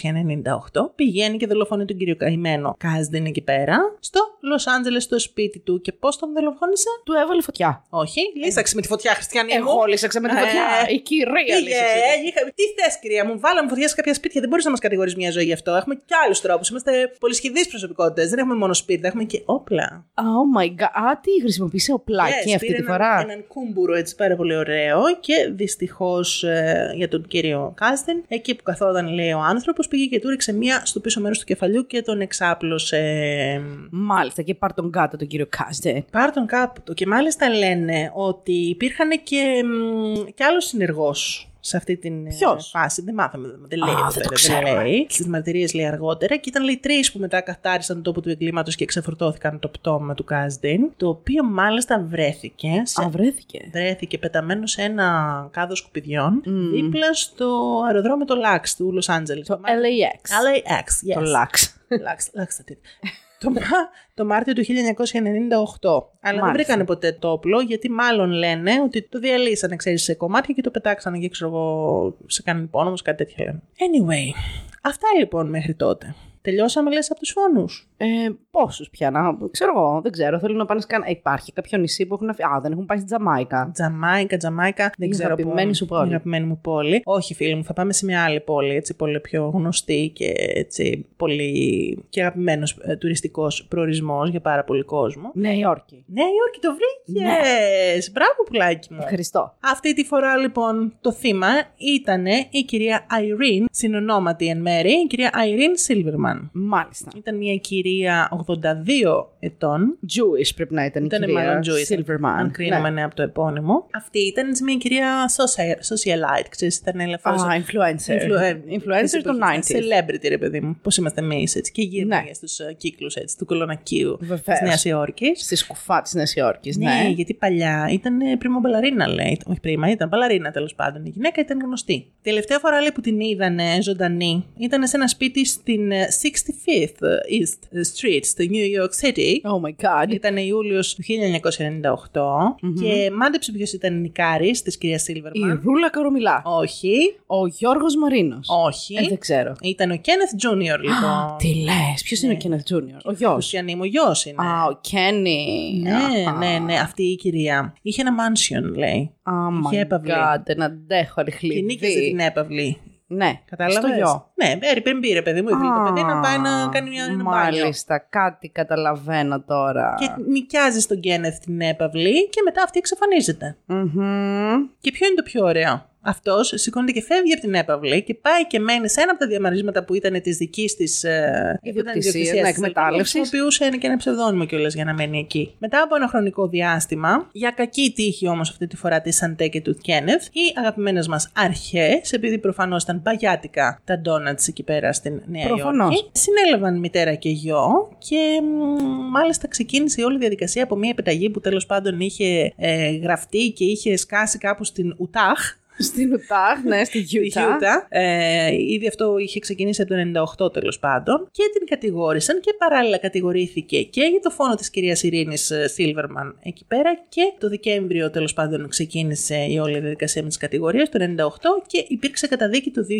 S4: 1998 πηγαίνει και δολοφονεί τον κύριο Καημένο Κάσδιν εκεί πέρα, στο Λος Άντζελες, στο σπίτι του. Και πώς τον δολοφόνησε,
S3: Του έβαλε φωτιά.
S4: Όχι, λύσαξε με τη φωτιά, Χριστιανή. μου.
S3: Εγώ λύσαξα με τη
S4: Ε,
S3: φωτιά. Η κυρία
S4: Πήγε,
S3: λύσαξε.
S4: είχα- Τι θες, κυρία μου, βάλαμε φωτιά σε κάποια σπίτια. Δεν μπορείς να μας κατηγορείς μια ζωή γι' αυτό. Έχουμε και άλλους τρόπους. Είμαστε πολυσχηδείς προσωπικότητες. Δεν έχουμε μόνο σπίτι, έχουμε και όπλα.
S3: Oh my Κα- Α, τι χρησιμοποίησε ο πλάκι
S4: Yes,
S3: αυτή
S4: πήρε
S3: τη
S4: έναν-
S3: φορά.
S4: Έναν, κούμπουρο έτσι πάρα πολύ ωραίο και δυστυχώς για τον κύριο Κάστεν, εκεί που καθόταν λέει ο άνθρωπος, πήγε και του ρίξε μία στο πίσω μέρος του κεφαλιού και τον εξάπλωσε.
S3: Μάλιστα, και πάρ τον κάτω τον κύριο Κάζτε.
S4: Πάρ τον κάπου και μάλιστα λένε ότι υπήρχαν και, μ, και άλλος συνεργός σε αυτή την ε,
S3: Ποιος?
S4: φάση. Δεν μάθαμε, δεν- δεν λέει.
S3: Α,
S4: εδώ
S3: δεν
S4: πέρα,
S3: το ξέρουμε.
S4: λέει. Στις μαρτυρίες λέει αργότερα και ήταν λέει τρεις που μετά καθάρισαν τον τόπο του εγκλήματος και ξεφορτώθηκαν το πτώμα του Κάσντεν, το οποίο μάλιστα βρέθηκε σε
S3: Α, βρέθηκε.
S4: βρέθηκε πεταμένος σε ένα κάδος σκουπιδιών
S3: Μμμ.
S4: δίπλα στο αεροδρόμιο το Λάξ του Λος Άντζελες.
S3: Το LAX.
S4: LAX,
S3: Το
S4: yes.
S3: LAX.
S4: Λάξ, Λάξ τα τύπη. [LAUGHS] το, Μα- το Μάρτιο του 1998. Αλλά
S3: Μάλιστα.
S4: δεν βρήκανε ποτέ το όπλο, γιατί μάλλον λένε ότι το διαλύσανε, ξέρεις, σε κομμάτια και το πετάξανε και ξέρω εγώ σε κανένα υπόνομος, κάτι τέτοιο λένε. Anyway, αυτά λοιπόν μέχρι τότε. Τελειώσαμε λες από τους φόνους.
S3: Ε, Πόσους πια να. Ξέρω εγώ, δεν ξέρω. Θέλω να πάνε καν. Ε, Υπάρχει κάποιο νησί που έχουν. αφι- Α, δεν έχουν πάει στη Τζαμάικα.
S4: Τζαμάικα, Τζαμάικα. Δεν
S3: Η
S4: ξέρω πού.
S3: αγαπημένη σου πόλη.
S4: Η αγαπημένη μου πόλη. Όχι, φίλοι μου, θα πάμε σε μια άλλη πόλη, έτσι πολύ πιο γνωστή και έτσι πολύ και αγαπημένος τουριστικός προορισμός για πάρα πολύ κόσμο.
S3: Νέα Υόρκη.
S4: Νέα Υόρκη, το βρήκες!
S3: Ναι.
S4: Μπράβο, πουλάκι μου.
S3: Χριστό.
S4: Αυτή τη φορά λοιπόν το θύμα ήταν η κυρία Irene, συνονόματη εν μέρη, η κυρία Irene Silverman.
S3: Μάλιστα.
S4: Ήταν μια κυρία 82 ετών,
S3: Jewish πρέπει να ήταν η
S4: ήταν
S3: κυρία
S4: μάλλον Jewish.
S3: Silverman.
S4: Αν κρίνουμε
S3: Ναι.
S4: ναι, από το επώνυμο. Αυτή ήταν έτσι μια κυρία social- socialite, ξέρεις, ήταν ελαφρώ.
S3: Α, influencer.
S4: ε,
S3: Influencer των 90s.
S4: Celebrity, ρε παιδί μου. Πώς είμαστε εμείς, έτσι. Και γύρναγε
S3: Ναι.
S4: στους ε, κύκλους έτσι, του κολονακίου
S3: Βεβαίως.
S4: της Νέας Υόρκης.
S3: Στη σκουφά της Νέας Υόρκης.
S4: Ναι, γιατί παλιά ήταν ε, πρίμα μπαλαρίνα, λέει. Όχι πρίμα, ήταν μπαλαρίνα τέλος πάντων. Η γυναίκα ήταν γνωστή. Τελευταία φορά λέει, που την είδανε ζωντανή ήταν σε ένα σπίτι στην ε, 65th East Street, στο New York City.
S3: Oh my god.
S4: Ήταν Ιούλιος του 1998 και μάντεψε ποιος ήταν η νικάρης της κυρίας Σίλβερμαν.
S3: Η Ρούλα Καρομιλά.
S4: Όχι,
S3: Ο Γιώργος Μαρίνος.
S4: όχι.
S3: Ε, δεν ξέρω.
S4: Ήταν ο Κένεθ Τζούνιορ, λοιπόν.
S3: Τι λες, ποιος είναι ο
S4: Ναι.
S3: Κένεθ Τζούνιορ, ο γιος.
S4: Ουσιανή μου γιος είναι.
S3: Α, ο Κένι.
S4: ναι, ναι, ναι, αυτή η κυρία. Είχε ένα mansion, λέει.
S3: Oh
S4: Είχε
S3: my
S4: έπαυλη.
S3: god, δεν αντέχω, ρε
S4: Και νίκησε την
S3: χλειδί.
S4: έπαυλη.
S3: Ναι,
S4: Κατάλαβε.
S3: στο γιο.
S4: Ναι, Airbnb, ρε παιδί μου, ήθελε το παιδί να πάει να κάνει μια ένα μπάνιο.
S3: Μάλιστα, κάτι καταλαβαίνω τώρα.
S4: Και νοικιάζεις στον Κένεθ την έπαυλη και μετά αυτή εξαφανίζεται.
S3: Μμμ.
S4: Και ποιο είναι το πιο ωραίο. Αυτός σηκώνεται και φεύγει από την έπαυλη και πάει και μένει σε ένα από τα διαμερίσματα που ήταν της δικής της ε,
S3: Ιδιοκτησίας, ναι, εκμετάλλευσης.
S4: Χρησιμοποιούσε και ένα ψευδόνυμο κιόλας για να μένει εκεί. Μετά από ένα χρονικό διάστημα, για κακή τύχη όμως αυτή τη φορά της Σαντέ και του Κένεθ, οι αγαπημένες μας αρχές, επειδή προφανώς ήταν παγιάτικα τα ντόνατ εκεί πέρα στην Νέα
S3: Προφανώς.
S4: Υόρκη, συνέλαβαν μητέρα και γιο και μ, μάλιστα ξεκίνησε η όλη διαδικασία από μια επιταγή που τέλος πάντων είχε ε, γραφτεί και είχε σκάσει κάπου στην Ουτάχ.
S3: Στην Ουτάχ, ναι, στη Γιούτα.
S4: Utah. Ε, ήδη αυτό είχε ξεκινήσει από το 98 τέλος πάντων και την κατηγόρησαν και παράλληλα κατηγορήθηκε και για το φόνο της κυρίας Ειρήνης ε, Σίλβερμαν εκεί πέρα και το Δεκέμβριο τέλος πάντων ξεκίνησε η όλη διαδικασία με τις κατηγορίες το 98 και υπήρξε καταδίκη το 2000,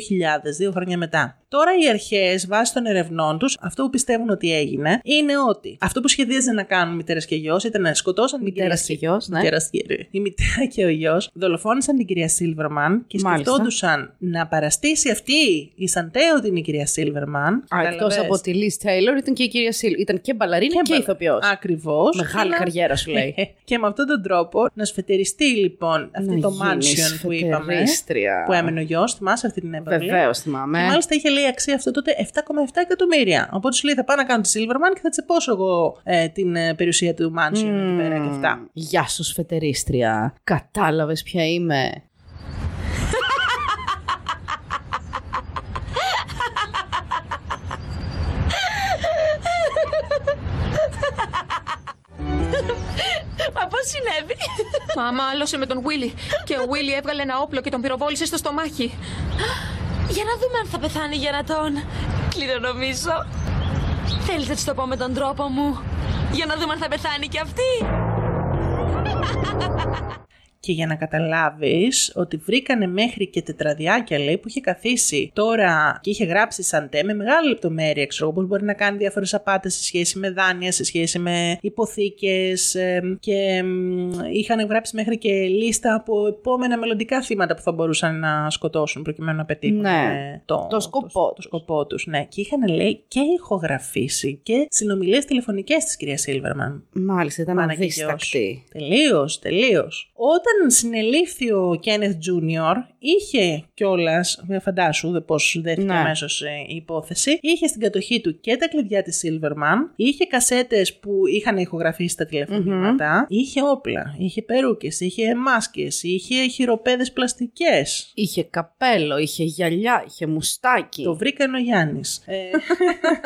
S4: δύο χρόνια μετά. Τώρα οι αρχές βάσει των ερευνών τους αυτό που πιστεύουν ότι έγινε είναι ότι αυτό που σχεδίαζε να κάνουν μητέρες και γιος ήταν να σκοτώσαν την κυρία
S3: Μητέρα και γιος, ναι.
S4: μητέρας και- Η μητέρα και ο γιος δολοφόνησαν την κυρία Σίλβερμαν και
S3: Μάλιστα.
S4: σκεφτόντουσαν να παραστήσει αυτή η Σαντέο ότι είναι η κυρία Σίλβερμαν.
S3: Α, εκτός από τη Λι Τέιλορ ήταν και η κυρία Σιλ. Ήταν και μπαλαρίνα και, ηθοποιός.
S4: Ακριβώς.
S3: Μεγάλη καριέρα σου λέει.
S4: Ε, Και με αυτόν τον τρόπο να σφετεριστεί λοιπόν αυτό
S3: Να
S4: το
S3: γίνεις
S4: mansion που είπαμε.
S3: φετερίστρια.
S4: Που έμενε ο γιος, θυμάσαι αυτή την έπαυλη.
S3: Βεβαίω
S4: ε, Και
S3: θυμάμαι.
S4: μάλιστα είχε λέει αξία αυτό τότε 7,7 εκατομμύρια. Οπότε σου λέει θα πάω να κάνω τη Silverman και θα τσεπώσω εγώ ε, την ε, περιουσία του mansion εκεί πέρα και αυτά.
S3: Γεια σου, σφετερίστρια. Κατάλαβες ποια είμαι.
S5: Μα πώς συνέβη.
S6: Μάμα άλωσε με τον Βίλι και ο Βίλι έβγαλε ένα όπλο και τον πυροβόλησε στο στομάχι.
S5: Για να δούμε αν θα πεθάνει για να τον κληρονομήσω. Θέλεις να της το πω με τον τρόπο μου. Για να δούμε αν θα πεθάνει κι αυτή.
S4: Και Και για να καταλάβεις ότι βρήκανε μέχρι και τετραδιάκια, λέει, που είχε καθίσει τώρα και είχε γράψει Σαντέ με μεγάλη λεπτομέρεια, ξέρω εγώ, πώς μπορεί να κάνει διάφορες απάτες σε σχέση με δάνεια, σε σχέση με υποθήκες. Και μ, είχαν γράψει μέχρι και λίστα από επόμενα μελλοντικά θύματα που θα μπορούσαν να σκοτώσουν προκειμένου να πετύχουν
S3: Ναι.
S4: ε, το,
S3: Το σκοπό
S4: το, το σκοπό τους, ναι. Και είχαν, λέει, και ηχογραφήσει και συνομιλίες τηλεφωνικές της κυρίας Σίλβερμαν.
S3: Μάλιστα, ήταν
S4: Μάνα και
S3: αδίστακτη.
S4: Τελείως, τελείως. Όταν συνελήφθη ο Κένεθ Τζούνιορ, είχε κιόλας, φαντάσου δε πώς δέθηκε
S3: Ναι.
S4: αμέσως ε, η υπόθεση, είχε στην κατοχή του και τα κλειδιά της Silverman, είχε κασέτες που είχαν ηχογραφήσει τα τηλεφωνηματα είχε όπλα, είχε περούκες, είχε μάσκες, είχε χειροπέδες πλαστικές.
S3: Είχε καπέλο, είχε γυαλιά, είχε μουστάκι.
S4: Το βρήκαν ο Γιάννης. [LAUGHS]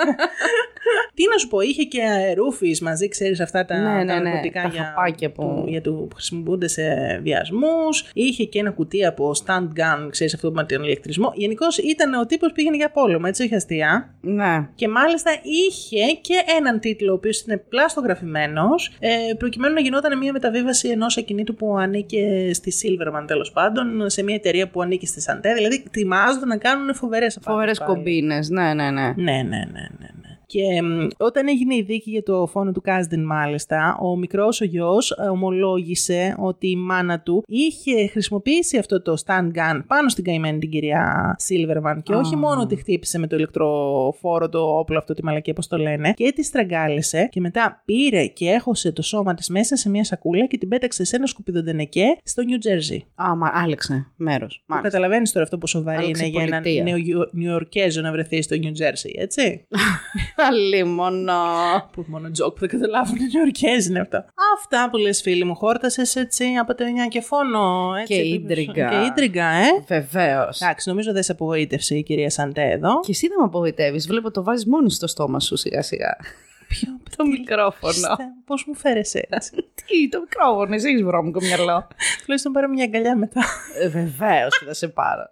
S4: Τι να σου πω, είχε και αερούφι μαζί, ξέρεις αυτά τα,
S3: Ναι,
S4: τα
S3: ναι, ναι,
S4: ναρκωτικά
S3: τα
S4: για,
S3: χαπάκια που-
S4: για το που χρησιμοποιούνται σε βιασμούς. Είχε και ένα κουτί από stand gun, ξέρεις αυτό που με τον ηλεκτρισμό. Γενικώς ήταν ο τύπος πήγαινε για πόλεμο, έτσι, όχι αστεία.
S3: Ναι.
S4: Και μάλιστα είχε και έναν τίτλο, ο οποίος είναι πλαστογραφημένο, ε, προκειμένου να γινόταν μια μεταβίβαση ενός ακινήτου που ανήκε στη Silverman τέλος πάντων, σε μια εταιρεία που ανήκει στη Σαντέ. Δηλαδή, ετοιμάζονται να κάνουν φοβερές απάντητε.
S3: Φοβερέ κομπίνες. Ναι, ναι, ναι.
S4: Ναι, ναι, ναι, ναι. ναι. Και μ, όταν έγινε η δίκη για το φόνο του Κάσδιν, μάλιστα, ο μικρός ο γιος ομολόγησε ότι η μάνα του είχε χρησιμοποιήσει αυτό το stand gun πάνω στην καημένη την κυρία Σίλβερμαν. Και όχι μόνο ότι χτύπησε με το ηλεκτροφόρο το όπλο αυτό, τη μαλακή, όπως το λένε, και τη στραγγάλισε. Και μετά πήρε και έχωσε το σώμα της μέσα σε μια σακούλα και την πέταξε σε ένα σκουπιδοντενεκέ στο Νιου Τζέρζι.
S3: Άμα άλλαξε μέρος. Μάλιστα.
S4: Καταλαβαίνεις τώρα αυτό που σοβαρή
S3: Άλλαξε
S4: είναι για έναν
S3: πολιτεία.
S4: Νεοϊορκέζο να βρεθεί στο Νιου Τζέρσι, έτσι.
S3: Λίμωνο.
S4: που μόνο τζοκ που δεν καταλάβουν οι Νιουαρκέζοι είναι αυτά. Αυτά που λες φίλοι μου, χόρτασες έτσι από τα εννιά και φόνο. Έτσι,
S3: Και
S4: επίπεδο.
S3: ίντριγκα.
S4: Και ίντριγκα, ε.
S3: Βεβαίως.
S4: Εντάξει, νομίζω δεν σε απογοήτευσε η κυρία Σαντέ εδώ.
S3: Και εσύ δεν με απογοητεύεις. Βλέπω το βάζεις μόνη στο στόμα σου σιγά σιγά.
S4: Ποιο
S3: [LAUGHS] το μικρόφωνο.
S4: Πώς μου φέρεσαι
S3: [LAUGHS]
S4: έτσι.
S3: Τι, το μικρόφωνο, εσύ έχεις βρώμικο μυαλό.
S4: Τουλάχιστον πάρω μια αγκαλιά μετά.
S3: Βεβαίω και Ε, θα σε πάρω.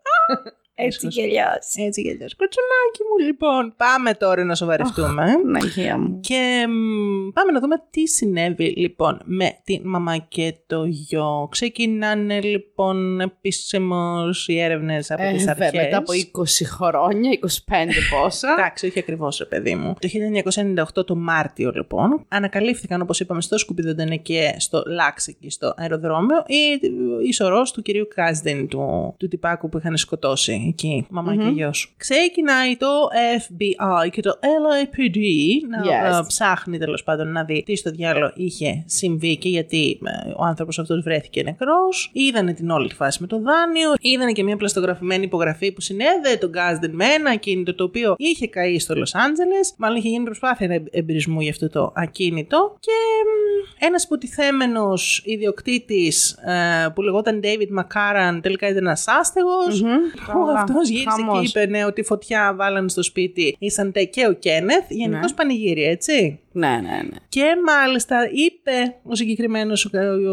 S3: [LAUGHS] Έτσι κι αλλιώ.
S4: Έτσι και αλλιώς. Κοτσουνάκι μου λοιπόν. Πάμε τώρα να σοβαρευτούμε. ε.
S3: Παναγία μου.
S4: Και μ, πάμε να δούμε τι συνέβη λοιπόν με τη μαμά και το γιο. Ξεκινάνε λοιπόν επίσημως οι έρευνες από
S3: Ε,
S4: τις τι
S3: βέβαια,
S4: αρχές.
S3: μετά από 20 χρόνια, 25 [LAUGHS] πόσα.
S4: Εντάξει, όχι ακριβώς, ρε παιδί μου. Το 1998 το Μάρτιο, λοιπόν, ανακαλύφθηκαν, όπως είπαμε, στο σκουπιδοντενέ και στο Λάξικη, στο αεροδρόμιο, η, η σωρός του κυρίου Κάσδιν, του, του τυπάκου που είχαν σκοτώσει εκεί, μαμά και γιος. Ξεκινάει το FBI και το LAPD να
S3: Yes.
S4: ε, ψάχνει τέλος πάντων να δει τι στο διάλογο είχε συμβεί και γιατί ε, ο άνθρωπος αυτός βρέθηκε νεκρός. Είδανε την όλη τη φάση με το δάνειο. Είδανε και μια πλαστογραφημένη υπογραφή που συνέδεε τον Γκάσδεν με ένα ακίνητο το οποίο είχε καεί στο Λος Άντζελες. Μάλλον είχε γίνει προσπάθεια εμ- εμπειρισμού για αυτό το ακίνητο. Και ένας υποτιθέμενος ιδιοκτήτης ε, που λεγόταν David McCarran τελικά ήταν ένας άστεγος, Που
S3: Καλά.
S4: αυτός γύρισε και
S3: Χαμός.
S4: είπε ναι, ότι φωτιά βάλανε στο σπίτι η Σαντέ και ο Κένεθ. Γενικώς πανηγύρι, έτσι.
S3: Ναι, ναι, ναι.
S4: Και μάλιστα είπε ο συγκεκριμένος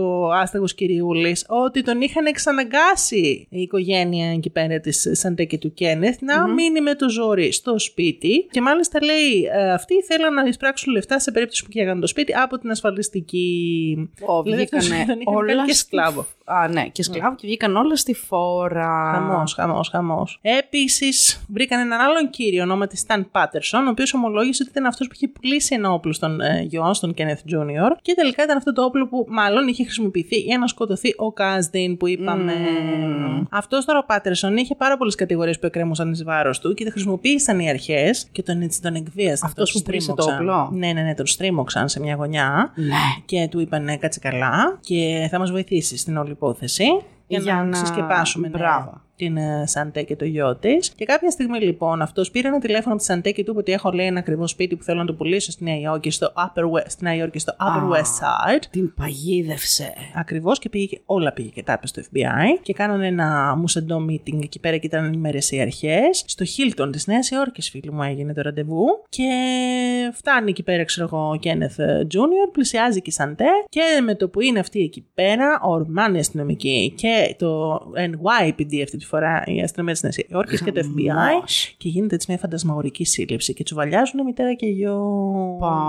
S4: ο άστεγος κυριούλης ότι τον είχαν εξαναγκάσει η οικογένεια εκεί πέρα της Σαντέ και του Κένεθ να μείνει με το ζόρι στο σπίτι. Και μάλιστα λέει ε, αυτοί θέλαν να εισπράξουν λεφτά σε περίπτωση που καίγανε το σπίτι από την ασφαλιστική.
S3: Ω,
S4: Δηλαδή, αυτός
S3: βγήκανε
S4: τον είχαν
S3: όλα
S4: κάνει και
S3: στη-
S4: σκλάβο.
S3: Α, ναι, και σκλάβο και βγήκαν όλα στη φόρα.
S4: Χαμός, χαμός, χαμός. Επίσης, βρήκαν έναν άλλον κύριο ονόματι Σταν Πάτερσον, ο οποίος ομολόγησε ότι ήταν αυτός που είχε πουλήσει ένα όπλο στον ε, γιο, στον Κένεθ Τζούνιορ. Και τελικά ήταν αυτό το όπλο που μάλλον είχε χρησιμοποιηθεί για να σκοτωθεί ο Κάσδιν που είπαμε. Αυτός τώρα ο Πάτερσον είχε πάρα πολλές κατηγορίες που εκκρέμουσαν εις βάρος του και τα χρησιμοποίησαν οι αρχές και τον, έτσι, τον εκβίασαν.
S3: Αυτός
S4: Τον
S3: που πούλησε το
S4: στρίμωξαν.
S3: όπλο?
S4: Ναι, ναι, ναι, τον στρίμωξαν σε μια γωνιά.
S3: Ναι.
S4: Και του είπαν ναι, κάτσε καλά και θα μας βοηθήσεις στην όλη υπόθεση. Για,
S3: Για
S4: να,
S3: να-
S4: ξεσκεπάσουμε ναι,
S3: Μπράβο.
S4: την ε, Σαντέ και το γιο της. Και κάποια στιγμή λοιπόν αυτός πήρε ένα τηλέφωνο από τη Σαντέ και του είπε ότι έχω λέει ένα ακριβό σπίτι που θέλω να το πουλήσω στη Νέα Υόρκη, στο Upper West, στη Νέα Υόρκη, στο Upper West Side.
S3: Την παγίδευσε.
S4: Ακριβώς και πήγε, και- όλα πήγε και τα είπε στο FBI. Και κάνανε ένα μουσεντό meeting εκεί πέρα και ήταν ενημέρες οι αρχές. Στο Hilton της Νέας Υόρκης, φίλοι μου, έγινε το ραντεβού. Και φτάνει εκεί πέρα, ξέρω εγώ, ο Κένεθ ε, Τζούνιορ, πλησιάζει και η Σαντέ. Και με το που είναι αυτή εκεί πέρα, ορμάνε αστυνομικοί και το NYPD αυτή τη φορά η αστυνομία της Νέας Υόρκης και το FBI και γίνεται έτσι μια φαντασμαγορική σύλληψη και τσουβαλιάζουν μητέρα και γιο.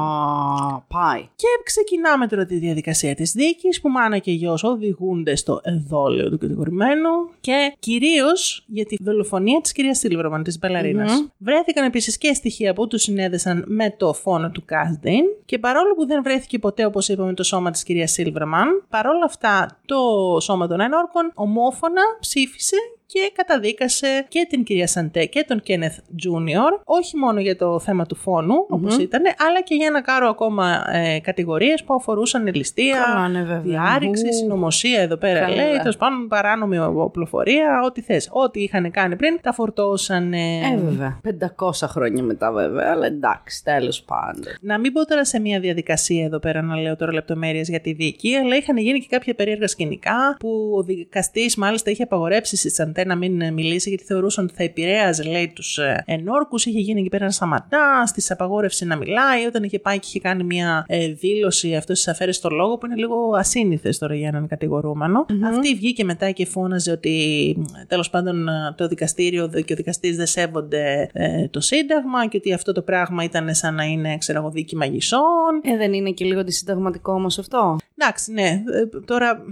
S3: Πα- Πάει.
S4: Και ξεκινάμε τώρα τη διαδικασία της δίκης που μάνα και γιος οδηγούνται στο εδόλιο του κατηγορημένου και κυρίως για τη δολοφονία της κυρίας Σίλβερμαν, της μπελαρινας Βρέθηκαν επίσης και στοιχεία που τους συνέδεσαν με το φόνο του Κάσντιν και παρόλο που δεν βρέθηκε ποτέ όπως είπαμε το σώμα της κυρίας Σίλβερμαν, παρόλα αυτά το σώμα των ενόρκων ομόφωνα ψήφισε και καταδίκασε και την κυρία Σαντέ και τον Κένεθ Τζούνιορ, όχι μόνο για το θέμα του φόνου, όπως ήταν, αλλά και για ένα κάρο ακόμα ε, κατηγορίες που αφορούσαν ληστεία,
S3: Καλά, ναι, βέβαια.
S4: διάρρηξη,
S3: Ου.
S4: συνωμοσία εδώ πέρα.
S3: Καλά.
S4: Λέει, τέλος πάντων, παράνομη οπλοφορία, ό,τι θες. Ό,τι είχαν κάνει πριν, τα φορτώσαν.
S3: Ε, βέβαια. 500 χρόνια μετά, βέβαια. Αλλά εντάξει, τέλος πάντων.
S4: Να μην πω τώρα σε μια διαδικασία εδώ πέρα να λέω τώρα λεπτομέρειες για τη δίκη, αλλά είχαν γίνει και κάποια περίεργα σκηνικά που ο δικαστής μάλιστα είχε απαγορέψει στη Σαντέ να μην ε, μιλήσει γιατί θεωρούσαν ότι θα επηρέαζε, λέει, τους ενόρκους. Είχε γίνει εκεί πέρα να σταματά, τη απαγόρευσε να μιλάει. Όταν είχε πάει και είχε κάνει μια ε, δήλωση αυτός της αφαίρεσης στο λόγο, που είναι λίγο ασύνηθες τώρα για έναν κατηγορούμενο. Αυτή βγήκε μετά και φώναζε ότι τέλος πάντων ε, το δικαστήριο δε- και ο δικαστής δεν σέβονται ε, το Σύνταγμα και ότι αυτό το πράγμα ήταν σαν να είναι, ξέρω εγώ, δίκη μαγισσών.
S3: Ε, δεν είναι και λίγο αντισυνταγματικό όμως αυτό.
S4: Εντάξει, ναι, ε, τώρα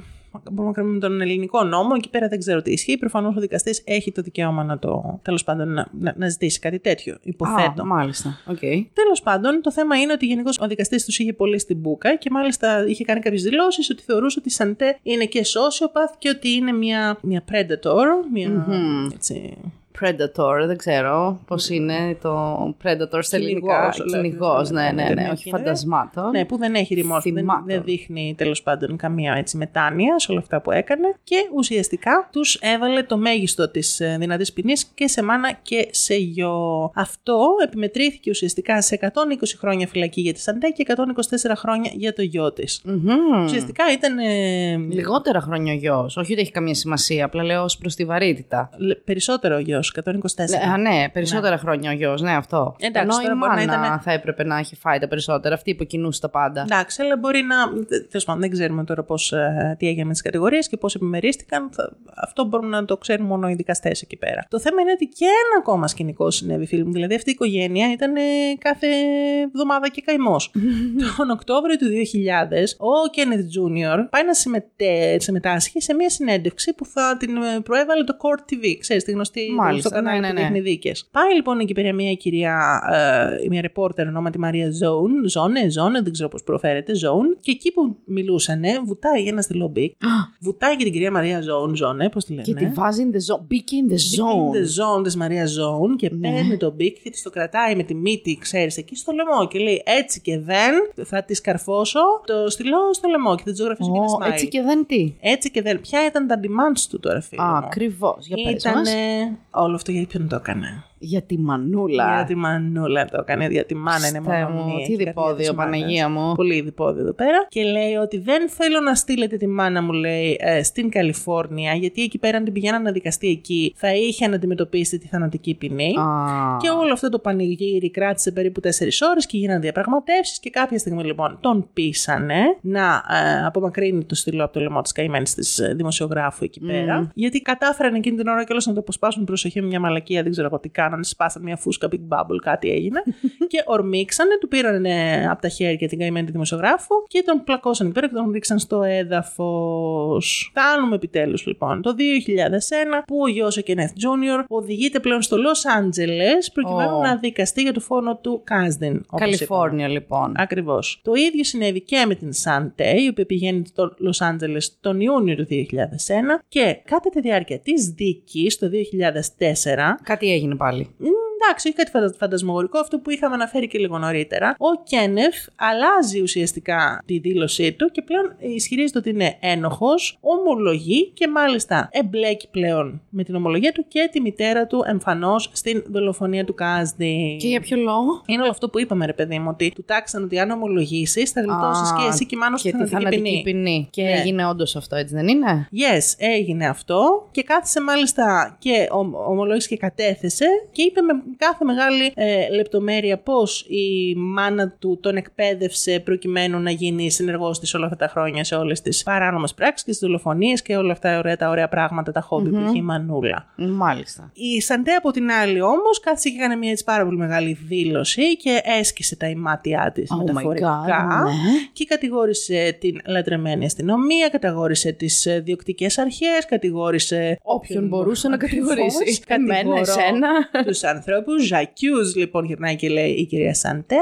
S4: μπορούμε να κάνουμε τον ελληνικό νόμο. Εκεί πέρα δεν ξέρω τι ισχύει. Προφανώς ο δικαστής έχει το δικαίωμα να το. τέλος πάντων να, να, να ζητήσει κάτι τέτοιο. Υποθέτω.
S3: Α, μάλιστα. Οκ.
S4: Τέλος πάντων, το θέμα είναι ότι γενικώς ο δικαστής τους είχε πολύ στην μπουκα και μάλιστα είχε κάνει κάποιες δηλώσεις ότι θεωρούσε ότι η Σαντέ είναι και sociopath και ότι είναι μια, μια predator. Μια, έτσι,
S3: Predator, δεν ξέρω πώς είναι το Predator στα ελληνικά.
S4: Κυνηγός, λέμε.
S3: Κυνηγό, ναι, ναι, ναι,
S4: Ναι,
S3: όχι
S4: ναι.
S3: φαντασμάτων.
S4: Ναι, που δεν έχει ρημόρφη, δεν,
S3: Θυμάτων.
S4: δεν δείχνει τέλος πάντων καμία έτσι, μετάνοια σε όλα αυτά που έκανε. Και ουσιαστικά τους έβαλε το μέγιστο της δυνατής ποινής και σε μάνα και σε γιο. Αυτό επιμετρήθηκε ουσιαστικά σε 120 χρόνια φυλακή για τη Σαντέ και 124 χρόνια για το γιο της.
S3: Μμμ.
S4: Ουσιαστικά ήταν. ε,
S3: Λιγότερα χρόνια ο γιος. Όχι ότι έχει καμία σημασία, απλά λέω ως προς τη βαρύτητα.
S4: λε- Περισσότερο ο γιος, 124.
S3: Ναι, α, ναι, περισσότερα χρόνια ο γιος, ναι, αυτό.
S4: Εντάξει,
S3: Ενώ
S4: τώρα
S3: η
S4: μπορεί να
S3: μάνα
S4: ήτανε-
S3: θα έπρεπε να Ναι. έχει φάει τα περισσότερα, αυτή που κινούσε τα πάντα.
S4: Εντάξει, αλλά μπορεί να. Τέλος πάντων, δεν ξέρουμε τώρα πώς, ε, τι έγινε με τις κατηγορίες και πώς επιμερίστηκαν. Θα- Αυτό μπορούν να το ξέρουν μόνο οι δικαστές εκεί πέρα. Το θέμα είναι ότι και ένα ακόμα σκηνικό συνέβη, φίλοι μου. Δηλαδή, αυτή η οικογένεια ήταν ε, κάθε εβδομάδα και καημός.
S3: [LAUGHS]
S4: Τον Οκτώβριο του 2000, ο Kenneth Jr. πάει να συμμετέ- συμμετάσχει σε μια συνέντευξη που θα την ε, προέβαλε το Court TV. Ξέρεις, τη γνωστή
S3: Μάλιστα,
S4: στο κανάλι
S3: ναι, ναι,
S4: που
S3: ναι.
S4: δείχνει δίκες. Πάει λοιπόν εκεί πέρα μια κυρία, ε, μια ρεπόρτερ ονόματι Μαρία Ζόουν, Ζώνε, Ζώνε, δεν ξέρω πώς προφέρεται, Ζόουν. Και εκεί που μιλούσανε, βουτάει ένας στη λομπί. βουτάει και την κυρία Μαρία Ζόουν, Ζώνε, πώς τη λένε.
S3: Και τη βάζει in the zone. Μπήκε in the zone.
S4: The zone της Μαρία Ζόουν και
S3: Ναι.
S4: παίρνει τον μπικ και τη το κρατάει με τη μύτη, ξέρεις, εκεί στο λαιμό. Και λέει έτσι και δεν θα τη καρφώσω το στυλό στο λαιμό και θα τη ζωγραφίσω και ένα
S3: Ω,
S4: smile.
S3: έτσι και δεν τι.
S4: Έτσι και δεν. Ποια ήταν τα demands του τώρα, φίλε. μου?
S3: Ακριβώς. Για πες μας.
S4: Ήτανε όλο αυτό γιατί ποιον το έκανε.
S3: Για τη μανούλα.
S4: Για τη μανούλα το έκανε, για τη μάνα είναι
S3: Χριστέ
S4: μόνο
S3: μου,
S4: μία.
S3: τι
S4: έχει κάτι
S3: διπόδιο,
S4: της μάνας.
S3: Παναγία μου.
S4: Πολύ διπόδιο εδώ πέρα. Και λέει ότι δεν θέλω να στείλετε τη μάνα μου, λέει, ε, στην Καλιφόρνια, γιατί εκεί πέρα αν την πηγαίνανε να δικαστεί εκεί θα είχε να αντιμετωπίσει τη θανατική ποινή.
S3: Α,
S4: Και όλο αυτό το πανηγύρι κράτησε περίπου 4 ώρες και γίνανε διαπραγματεύσεις. Και κάποια στιγμή λοιπόν τον πείσανε να ε, απομακρύνει το στυλό από το λαιμό της καημένης της ε, δημοσιογράφου εκεί πέρα. Γιατί κατάφεραν εκείνη την ώρα κιόλα να το αποσπάσουν προσοχή με μια μαλακία, δεν ξέρω εγώ τι κάνανε. Σπάσαν μια φούσκα, big bubble, κάτι έγινε. και ορμήξανε, του πήραν από τα χέρια την καημένη τη δημοσιογράφου και τον πλακώσαν εκεί πέρα και τον ρίξαν στο έδαφος. Φτάνουμε επιτέλους λοιπόν το 2001 που ο γιος ο Κενέθ Τζούνιορ οδηγείται πλέον στο Λο Άντζελε προκειμένου
S3: Ω.
S4: να δικαστεί για το φόνο του Κάσδιν.
S3: Καλιφόρνια λοιπόν.
S4: Ακριβώς. Το ίδιο συνέβη και με την Σάντε, η οποία πηγαίνει στο Λο Άντζελε τον Ιούνιο του 2001 και κατά τη διάρκεια της δίκης το 2004
S3: Κάτι έγινε πάλι.
S4: Μ, Εντάξει, όχι κάτι φαντα- φαντασμογορικό, αυτό που είχαμε αναφέρει και λίγο νωρίτερα. Ο Κένεφ αλλάζει ουσιαστικά τη δήλωσή του και πλέον ισχυρίζεται ότι είναι ένοχος, ομολογεί και μάλιστα εμπλέκει πλέον με την ομολογία του και τη μητέρα του εμφανώς στην δολοφονία του Κάσδη.
S3: Και για ποιο λόγο.
S4: Είναι όλο αυτό που είπαμε, ρε παιδί μου, ότι του τάξαν ότι αν ομολογήσεις θα γλιτώσεις
S3: Α,
S4: και εσύ και η μάνα σου
S3: και
S4: τη
S3: τη
S4: θανατική ποινή.
S3: ποινή. Και
S4: Ναι.
S3: έγινε όντως αυτό, έτσι δεν είναι.
S4: Yes, έγινε αυτό και κάθισε μάλιστα και ομ- ομολόγησε και κατέθεσε και είπε με κάθε μεγάλη ε, λεπτομέρεια πώς η μάνα του τον εκπαίδευσε προκειμένου να γίνει συνεργός της όλα αυτά τα χρόνια σε όλες τις παράνομες πράξεις και τις δολοφονίες και όλα αυτά τα ωραία, τα ωραία πράγματα, τα χομπι που είχε η μανούλα.
S3: Μάλιστα.
S4: Η Σαντέ από την άλλη όμως κάθισε και έκανε μια έτσι πάρα πολύ μεγάλη δήλωση και έσκησε τα ημάτια της
S3: Oh my
S4: μεταφορικά
S3: God, ναι.
S4: και κατηγόρησε την λατρεμένη αστυνομία, κατηγόρησε τις διοκτικές αρχές, κατηγόρησε
S3: Όποιον μπορούσε να
S4: ακριβώς.
S3: κατηγορήσει. Εμένα,
S4: Κατηγορώ
S3: εσένα.
S4: τους ανθρώπους, Ζακιούς λοιπόν γυρνάει και λέει η κυρία Σαντέ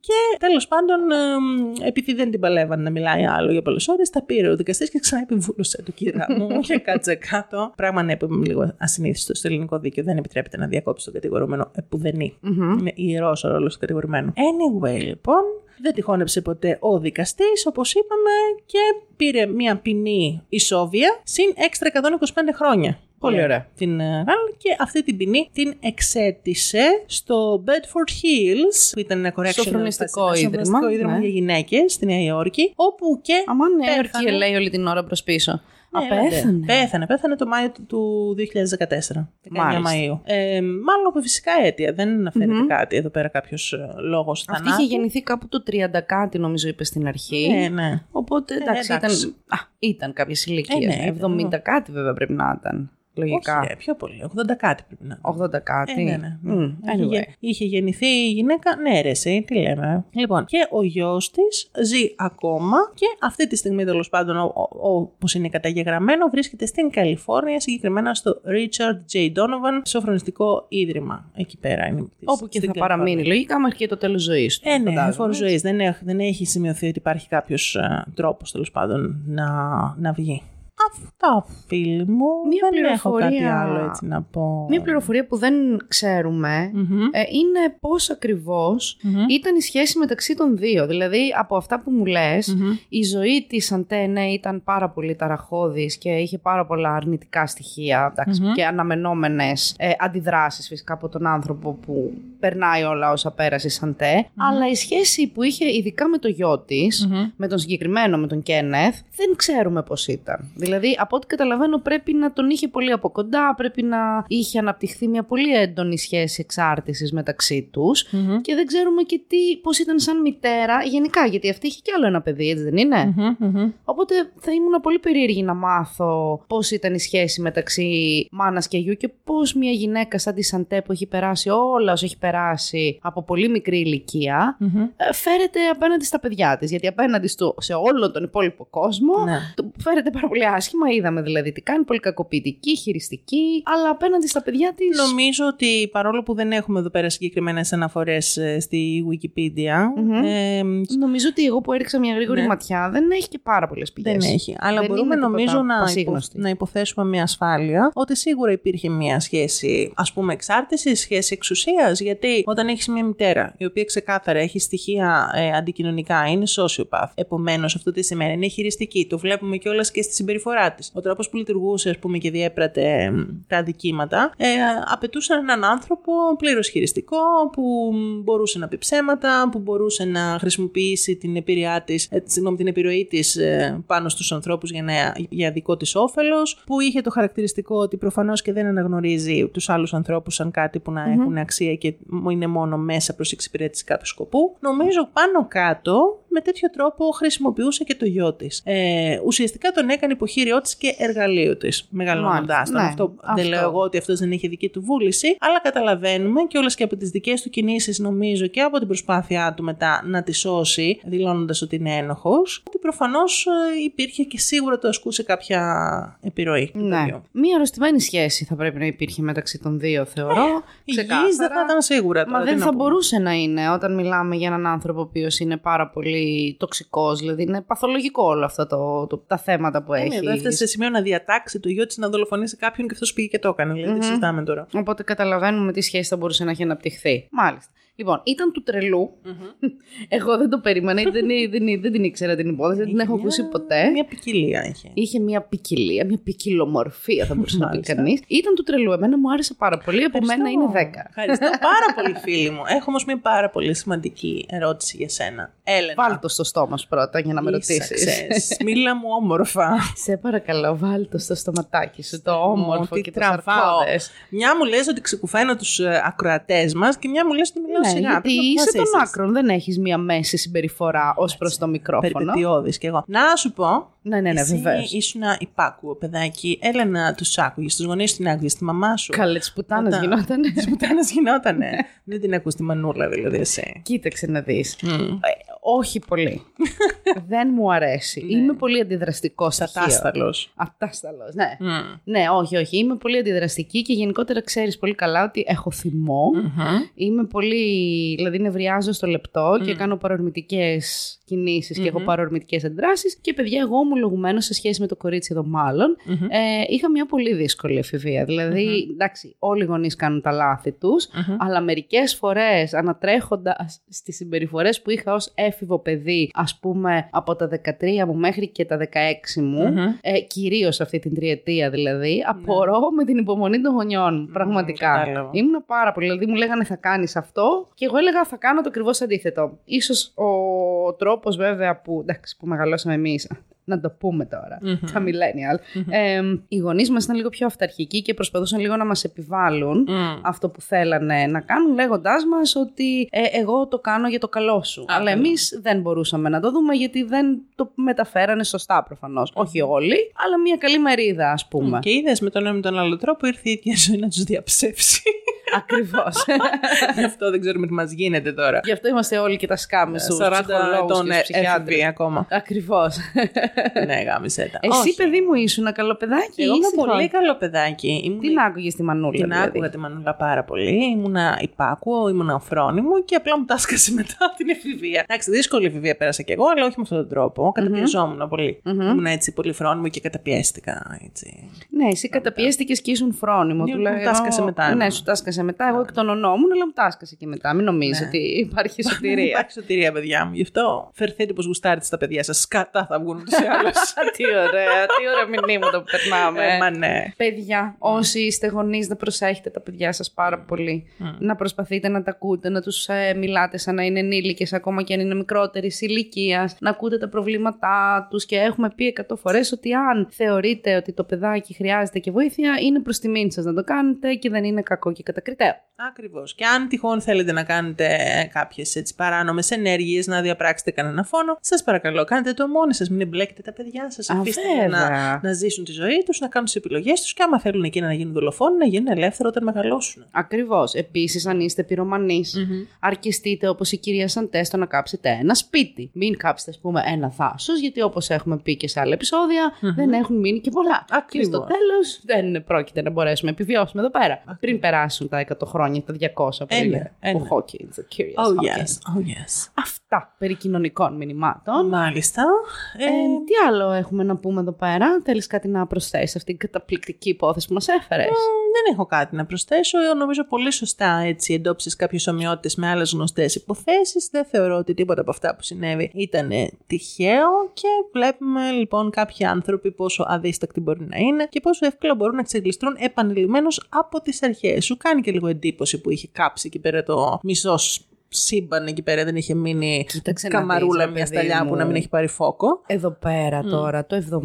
S4: και τέλος πάντων εμ, επειδή δεν την παλεύανε να μιλάει άλλο για πολλές ώρες τα πήρε ο δικαστής και ξανά επιβούλωσε το κύρα
S3: [LAUGHS]
S4: μου και κάτσε κάτω. Πράγμα ναι που είμαι λίγο ασυνήθιστο στο ελληνικό δίκαιο δεν επιτρέπεται να διακόψει τον κατηγορούμενο επουδενή. Είναι ιερός ο ρόλος του κατηγορουμένου. Anyway λοιπόν δεν τη χώνεψε ποτέ ο δικαστής, όπως είπαμε, και πήρε μια ποινή ισόβια συν έξτρα 125 χρόνια.
S3: Πολύ ωραία.
S4: Την ε, Γάλλη και αυτή την ποινή την εξέτησε στο Bedford Hills, που ήταν ένα correctional
S3: Στο φρονιστικό
S4: facility,
S3: ίδρυμα,
S4: στο φρονιστικό ίδρυμα
S3: ναι.
S4: για γυναίκες στη Νέα Υόρκη, όπου και.
S3: Αμά ναι,
S4: πέθανε.
S3: έρχεται και λέει όλη την ώρα προς πίσω.
S4: Ναι,
S3: Α,
S4: έλατε.
S3: πέθανε.
S4: Πέθανε, πέθανε το Μάιο του- του 2014. 19
S3: Μάλιστα.
S4: Μαΐου. Ε, μάλλον από φυσικά αίτια. Δεν αναφέρεται κάτι εδώ πέρα ε, κάποιο λόγος
S3: Αυτή είχε γεννηθεί κάπου το 30 κάτι, νομίζω, είπε στην αρχή.
S4: Ναι, ναι.
S3: Οπότε εντάξει,
S4: εντάξει.
S3: ήταν, α, ήταν κάποιε ηλικίε.
S4: Ε, ναι, ήταν,
S3: 70 κάτι βέβαια πρέπει να ήταν. Λογικά.
S4: Όχι, ρε, πιο πολύ. 80 κάτι πρέπει να είναι.
S3: 80 κάτι.
S4: Ε, ναι, ναι. ναι.
S3: Μμ,
S4: Είχε
S3: anyway.
S4: γεν- Είχε γεννηθεί η γυναίκα. Ναι, ρε, εσύ, τι λέμε. ε. Λοιπόν, και ο γιος της ζει ακόμα και αυτή τη στιγμή, τέλος πάντων, ο- ο- ο- όπως είναι καταγεγραμμένο, βρίσκεται στην Καλιφόρνια, συγκεκριμένα στο Richard J. Donovan, σοφρονιστικό ίδρυμα. Εκεί πέρα είναι.
S3: Όπου και
S4: στην
S3: θα παραμείνει.
S4: Καλιφόρνια.
S3: Λογικά μέχρι και το τέλος ζωής του.
S4: Ε, ναι,
S3: φαντάζομαι.
S4: φόρο ζωής. Δεν, έχ- δεν έχει σημειωθεί ότι υπάρχει κάποιος τρόπος, τέλος πάντων, να, να βγει. Αυτά, φίλοι μου.
S3: Μία
S4: δεν έχω κάτι
S3: πληροφορία-
S4: άλλο έτσι να πω.
S3: Μία πληροφορία που δεν ξερουμε ε, είναι πώς ακριβώς ήταν η σχέση μεταξύ των δύο. Δηλαδή, από αυτά που μου λες, η ζωή της Αντένε ήταν πάρα πολύ ταραχώδης και είχε πάρα πολλά αρνητικά στοιχεία εντάξει, και αναμενόμενες ε, αντιδράσεις φυσικά από τον άνθρωπο που περνάει όλα όσα πέρασε η Σαντέ. Αλλά η σχέση που είχε ειδικά με το γιο της, με τον συγκεκριμένο, με τον Κένεθ, δεν ξέρουμε πώς ήταν. Δηλαδή, από ό,τι καταλαβαίνω, πρέπει να τον είχε πολύ από κοντά, πρέπει να είχε αναπτυχθεί μια πολύ έντονη σχέση εξάρτησης μεταξύ τους και δεν ξέρουμε και τι, πώς ήταν σαν μητέρα γενικά, γιατί αυτή είχε κι άλλο ένα παιδί, έτσι δεν ειναι Οπότε θα ήμουν πολύ περίεργη να μάθω πώς ήταν η σχέση μεταξύ μάνας και γιου και πώς μια γυναίκα σαν τη Σαντέ που έχει περάσει όλα όσα έχει περάσει από πολύ μικρή ηλικία, ε, φέρεται απέναντι στα παιδιά της. Γιατί απέναντι στο, σε όλο τον υπόλοιπο κόσμο
S4: Ναι.
S3: του φέρεται πάρα πολύ άσχημα. Είδαμε δηλαδή τι κάνει, πολύ κακοποιητική, χειριστική, αλλά απέναντι στα παιδιά της...
S4: Νομίζω ότι παρόλο που δεν έχουμε εδώ πέρα συγκεκριμένες αναφορές στη Wikipedia. ε,
S3: Νομίζω ότι εγώ που έριξα μια γρήγορη
S4: Ναι.
S3: ματιά δεν έχει και πάρα πολλές πηγέ.
S4: δεν έχει. Αλλά
S3: Δεν
S4: μπορούμε
S3: είναι τίποτα
S4: νομίζω να,
S3: πασίγνωστη.
S4: να υποθέσουμε με ασφάλεια ότι σίγουρα υπήρχε μια σχέση, ας πούμε, εξάρτηση, σχέση εξουσίας. Γιατί όταν έχεις μια μητέρα η οποία ξεκάθαρα έχει στοιχεία ε, αντικοινωνικά, είναι sociopath. Επομένως, αυτό τι σημαίνει, είναι χειριστική. Το βλέπουμε κιόλας και στη συμπεριφορά της. Ο τρόπος που λειτουργούσε, ας πούμε, και διέπρατε ε, τα αδικήματα, ε, απαιτούσε έναν άνθρωπο πλήρως χειριστικό, που μπορούσε να πει ψέματα, που μπορούσε να χρησιμοποιήσει την, επηρεά της, ε, συγγνώμη, την επιρροή της πάνω στους ανθρώπους για, να- για δικό της όφελος, που είχε το χαρακτηριστικό ότι προφανώς και δεν αναγνωρίζει τους άλλους ανθρώπους σαν κάτι που να έχουν αξία και μ- είναι μόνο μέσα προς εξυπηρέτηση κάποιου σκοπού. Νομίζω πάνω κάτω με τέτοιο τρόπο χρησιμοποιούσε και το γιο της. Ε, ουσιαστικά τον έκανε υποχείριό της και εργαλείο της, μεγαλώνοντάς τον.
S3: ναι,
S4: αυτό
S3: αυτό.
S4: δεν λέω εγώ ότι αυτός δεν είχε δική του βούληση, αλλά καταλαβαίνουμε και όλες και από τις δικές του κινήσεις, νομίζω και από την προσπάθειά του μετά να τη σώσει, δηλώνοντας ότι είναι ένοχος, ότι προφανώς υπήρχε και σίγουρα το ασκούσε κάποια επιρροή. του
S3: Ναι.
S4: παιδιού.
S3: Μία αρρωστημένη σχέση θα πρέπει να υπήρχε μεταξύ των δύο, θεωρώ.
S4: Ε, Υγιής δεν θα ήταν σίγουρα.
S3: Μα
S4: τώρα, τι
S3: δεν
S4: να
S3: θα
S4: πούμε.
S3: μπορούσε να είναι όταν μιλάμε για έναν άνθρωπο ο οποίος είναι πάρα πολύ τοξικός. Δηλαδή είναι παθολογικό όλα αυτά το, το- τα θέματα που
S4: Ναι,
S3: έχει.
S4: δεν έφτασε σε σημείο να διατάξει το γιο της να δολοφονήσει κάποιον και αυτός πήγε και το έκανε. Δηλαδή, τι συζητάμε τώρα.
S3: Οπότε καταλαβαίνουμε τι σχέση θα μπορούσε να έχει αναπτυχθεί. Μάλιστα. Λοιπόν, ήταν του τρελου [LAUGHS] Εγώ δεν το περίμενα, δεν, δεν, δεν την ήξερα την υπόθεση, δεν την έχω ακούσει ποτέ.
S4: Μια ποικιλία έχει.
S3: Είχε μια ποικιλία, μια ποικιλομορφία θα μπορούσε να πει
S4: Μάλιστα.
S3: κανείς. Ήταν του τρελού. Εμένα μου άρεσε πάρα πολύ. Από μένα είναι 10.
S4: Ευχαριστώ πάρα πολύ, φίλη μου. Έχω όμως μια πάρα πολύ σημαντική ερώτηση για σένα. Έλενα.
S3: Βάλ το στο στόμα σου πρώτα για να με ρωτήσει.
S4: ίσαξες. [LAUGHS] Μίλα μου όμορφα.
S3: Σε παρακαλώ, βάλ το στο στοματάκι σου, το όμορφο
S4: Μου,
S3: και
S4: τι
S3: το σαρκώδες. Ναι,
S4: Μια μου λες ότι ξεκουφαίνω τους ε, ακροατές μας και μια μου λες ότι μιλάω
S3: Ναι,
S4: σειρά.
S3: γιατί
S4: Πρέπει να
S3: είσαι
S4: αποφασίσεις.
S3: των άκρων, δεν έχεις μία μέση συμπεριφορά ως προς το μικρόφωνο.
S4: Περιπετειώδης κι εγώ. Να σου πω,
S3: Ναι, ναι, ναι,
S4: εσύ
S3: βεβαίως.
S4: ήσουν υπάκουο παιδάκι. Έλα να τους άκουγες, τους γονείς στην Άγγλια, στη μαμά σου.
S3: Καλέ τις πουτάνες
S4: Όταν-
S3: γινότανε.
S4: [LAUGHS] Της πουτάνας γινότανε. Δεν την ακούς τη μανούλα δηλαδή εσύ.
S3: Κοίταξε να δεις. Ε, όχι πολύ. δεν μου αρέσει. Είμαι πολύ αντιδραστικός στοιχείο.
S4: Σατάσταλος.
S3: Ατάσταλος, ναι.
S4: Mm.
S3: Ναι, όχι, όχι. Είμαι πολύ αντιδραστική και γενικότερα ξέρεις πολύ καλά ότι έχω θυμό. Είμαι πολύ. Δηλαδή, νευριάζω στο λεπτό και κάνω παρορμητικές και έχω παρορμητικέ αντιδράσεις. Και παιδιά, εγώ ομολογουμένως σε σχέση με το κορίτσι εδώ, μάλλον, ε, είχα μια πολύ δύσκολη εφηβεία. Δηλαδή, εντάξει, όλοι οι γονείς κάνουν τα λάθη τους, αλλά μερικές φορές ανατρέχοντα στις συμπεριφορές που είχα ως έφηβο παιδί, ας πούμε, από τα 13 μου μέχρι και τα 16 μου, ε, κυρίως αυτή την τριετία δηλαδή, απορώ με την υπομονή των γονιών μου. Πραγματικά.
S4: κατάλαβα.
S3: Ήμουν πάρα πολύ. Δηλαδή μου λέγανε θα κάνεις αυτό και εγώ έλεγα θα κάνω το ακριβώς αντίθετο. σω ο τρόπος βέβαια που, εντάξει, που μεγαλώσαμε εμείς. Να το πούμε τώρα, τα millennial. Ε, οι γονείς μας ήταν λίγο πιο αυταρχικοί και προσπαθούσαν λίγο να μας επιβάλλουν αυτό που θέλανε να κάνουν, λέγοντάς μας ότι ε, εγώ το κάνω για το καλό σου. Αλλά εμείς δεν μπορούσαμε να το δούμε γιατί δεν το μεταφέρανε σωστά προφανώς. Όχι όλοι, αλλά μια καλή μερίδα, ας πούμε.
S4: Και είδες με τον ένα με τον άλλο τρόπο ήρθε η ίδια ζωή να τους
S3: [LAUGHS]
S4: διαψεύσει.
S3: Ακριβώς.
S4: Γι' αυτό δεν ξέρουμε τι μας γίνεται τώρα.
S3: Γι' αυτό είμαστε όλοι και τα σκάμε σου.
S4: 40 Ε, ετών
S3: ετών
S4: FB ακόμα.
S3: Ακριβώς.
S4: ναι, γάμισε τα.
S3: Εσύ,
S4: Όχι.
S3: παιδί μου, ήσουν ένα καλό παιδάκι.
S4: Εγώ ήμουν
S3: ήσυχο.
S4: πολύ καλό παιδάκι. Ήμουν
S3: Την άκουγες τη μανούλα.
S4: Την
S3: δηλαδή.
S4: λοιπόν- άκουγα τη Μανούλα πάρα πολύ. Ήμουνα υπάκουο, ήμουνα αφρόνιμο και απλά μου τάσκασε [LAUGHS] μετά την εφηβεία. Εντάξει, δύσκολη εφηβεία πέρασα κι εγώ, αλλά όχι με αυτόν τον τρόπο. Καταπιεζόμουν πολύ. Ήμουν έτσι πολύ φρόνιμο και καταπιέστηκα. Έτσι.
S3: Ναι, εσύ καταπιέστηκες και ήσουν φρόνιμο.
S4: Ναι,
S3: Του
S4: μου
S3: λέγανε,
S4: τάσκασε
S3: «Ω,
S4: μετά,
S3: Ναι,
S4: ναι.
S3: σου τάσκασε μετά. Εγώ εκτονωνόμουν, αλλά μου τάσκασε και μετά. Μην νομίζεις ότι υπάρχει
S4: Δεν
S3: σωτηρία.
S4: Ναι. υπάρχει σωτηρία, παιδιά μου. Γι' αυτό φερθείτε όπω γουστάρετε στα παιδιά σας. Σκατά θα βγουν
S3: [LAUGHS]
S4: ούτω ή άλλω.
S3: τι ωραία, τι ωραία μηνύματα που περνάμε.
S4: Ε, μα ναι.
S3: Παιδιά, όσοι είστε γονείς, να προσέχετε τα παιδιά σας πάρα πολύ. Να προσπαθείτε να τα ακούτε, να τους μιλάτε σαν να είναι ενήλικες, ακόμα και αν είναι μικρότερης ηλικίας, να ακούτε τα προβλήματά τους. Και έχουμε πει εκατό φορές ότι αν θεωρείτε ότι το παιδάκι χρειάζεται και βοήθεια, είναι προς τιμήν σας να το κάνετε και δεν είναι κακό και κατακριτέο.
S4: Ακριβώς. Και αν τυχόν θέλετε να κάνετε κάποιες παράνομες ενέργειες, να διαπράξετε κανένα φόνο, σας παρακαλώ, κάντε το μόνοι σας. Μην εμπλέκετε τα παιδιά σας.
S3: Α,
S4: Αφήστε
S3: βέβαια.
S4: τα να, να ζήσουν τη ζωή τους, να κάνουν τις επιλογές τους και άμα θέλουν εκείνα να γίνουν δολοφόνοι, να γίνουν ελεύθεροι όταν μεγαλώσουν.
S3: Ακριβώς. Επίσης, αν είστε πυρομανείς, αρκεστείτε όπως η κυρία Σαντέ στο να κάψετε ένα σπίτι. Μην κάψετε, ας πούμε, ένα θάσος, γιατί όπως έχουμε πει και σε άλλα επεισόδια, δεν έχουν μείνει και πολλά. Και
S4: Ακριβώς.
S3: στο τέλος δεν πρόκειται να μπορέσουμε να επιβιώσουμε εδώ πέρα. Πριν περάσουν τα 100 χρόνια, τα 200 που
S4: Ε, ναι,
S3: έλεγε
S4: ε,
S3: ο
S4: ναι.
S3: Hawkins, ο Curious Hawkins.
S4: Oh yes, oh yes.
S3: Αυτά περί κοινωνικών μηνυμάτων.
S4: Μάλιστα. Ε,
S3: Ε, τι άλλο έχουμε να πούμε εδώ πέρα, θέλεις κάτι να προσθέσεις σε αυτήν την καταπληκτική υπόθεση που μας έφερες.
S4: δεν έχω κάτι να προσθέσω. Ε, Νομίζω πολύ σωστά έτσι εντόπισες κάποιες ομοιότητες με άλλες γνωστές υποθέσεις. Δεν θεωρώ ότι τίποτα από αυτά που συνέβη ήταν ε, τυχαίο και βλέπουμε λοιπόν κάποιοι άνθρωποι πόσο αδίστακτοι μπορεί να είναι και πόσο εύκολα μπορούν να ξεγλιστρούν επανειλημμένως από τις αρχές. Σου κάνει και λίγο εντύπωση που είχε κάψει εκεί πέρα το μισός σ- σύμπαν εκεί πέρα, δεν είχε μείνει
S3: Κοίταξε να δεις,
S4: καμαρούλα
S3: ρε
S4: μια
S3: παιδί
S4: σταλιά που να
S3: μου.
S4: μην έχει πάρει φόκο.
S3: Εδώ πέρα τώρα, το 70,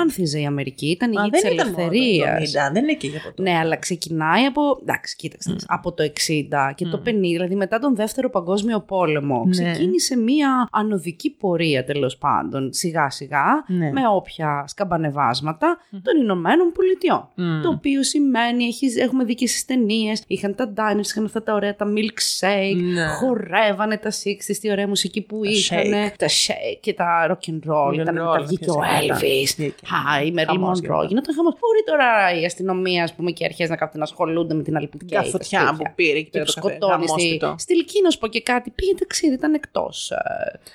S3: άνθιζε η Αμερική, ήταν η
S4: Μα
S3: γη της
S4: δεν ήταν μόνο το
S3: ελευθερίας.
S4: 70, δεν είναι και για ποτέ.
S3: Ναι, αλλά ξεκινάει από. Εντάξει, κοίταξε.
S4: Mm.
S3: Από το 60 και το 50, δηλαδή μετά τον Δεύτερο Παγκόσμιο Πόλεμο,
S4: Ναι.
S3: ξεκίνησε μία ανωδική πορεία τέλος πάντων, σιγά-σιγά,
S4: Ναι. Mm.
S3: με όποια σκαμπανεβάσματα των Ηνωμένων Πολιτειών. Το οποίο σημαίνει, έχεις, έχουμε δει και στις ταινίες, είχαν τα diners, είχαν αυτά τα ωραία τα milkshake,
S4: Ναι.
S3: χορεύανε τα 60s, τη ωραία μουσική που είχαν,
S4: shake.
S3: τα shake και τα rock and roll.
S4: Rock and
S3: Ήταν μετά
S4: roll,
S3: βγήκε ο
S4: ποιος έκανε.
S3: Elvis.
S4: Βγήκε.
S3: Χα, η Marilyn
S4: Χαμός
S3: Monroe.
S4: γινόταν.
S3: Γινόταν χαμός. Μπορεί τώρα η αστυνομία ας πούμε, και οι αρχές να κάθονται να ασχολούνται με την αλληλεπικοινωνία.
S4: Τα φωτιά που πήρε εκεί
S3: και
S4: πέρα
S3: που
S4: το καφέ,
S3: σκοτώνει. Στη,
S4: γαμόσπιτο.
S3: στη Λυκή, να σου πω και κάτι. Πήγε ταξίδι, ήταν εκτός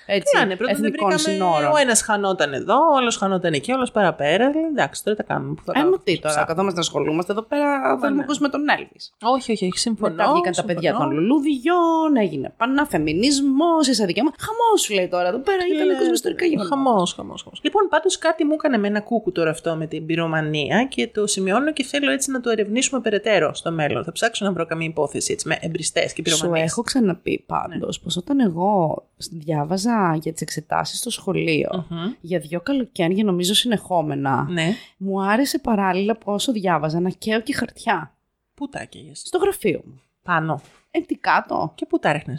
S4: Τι να είναι, πρώτα Ναι, δεν
S3: εθνικών
S4: βρήκαμε.
S3: συνόρων.
S4: Ο ένας χανόταν εδώ, ο άλλος χανόταν εκεί, ο άλλος παραπέρα. Λέει, εντάξει, τώρα τα κάνουμε. Που θα
S3: Ενώ
S4: κάνουμε.
S3: Ε, τι τώρα, καθόμαστε να
S4: Ναι,
S3: ασχολούμαστε εδώ πέρα, θέλουμε να ακούσουμε τον Έλβη.
S4: Όχι, όχι, όχι, συμφωνώ.
S3: Μετά βγήκαν τα
S4: συμφωνώ.
S3: παιδιά των λουλούδιων, Λοιπόν, έγινε παναφεμινισμός, ίσα δικαίωμα. Χαμός σου λέει τώρα εδώ πέρα,
S4: Ε, Ναι,
S3: ήταν κοσμοϊστορικά γεγονότα.
S4: Χαμός, χαμός. Λοιπόν, πάντως κάτι μου έκανε με ένα κούκου τώρα αυτό με την πυρομανία και το σημειώνω και θέλω έτσι να το ερευνήσουμε περαιτέρω στο μέλλον. Θα ψάξω να βρω καμία υπόθεση έτσι με εμπριστές και
S3: Σου
S4: πυρομανίες.
S3: έχω
S4: Ναι.
S3: ξαναπεί πάντως πως όταν εγώ διάβαζα για τις εξετάσεις στο σχολειο για δύο καλοκαίρια, νομίζω συνεχόμενα,
S4: Ναι.
S3: μου άρεσε παράλληλα που όσο διάβαζα να καίω και χαρτιά
S4: Πού τα έκαιγες?
S3: στο γραφείο μου.
S4: Πάνω.
S3: Ε, τι κάτω.
S4: Και πού τα έριχνες.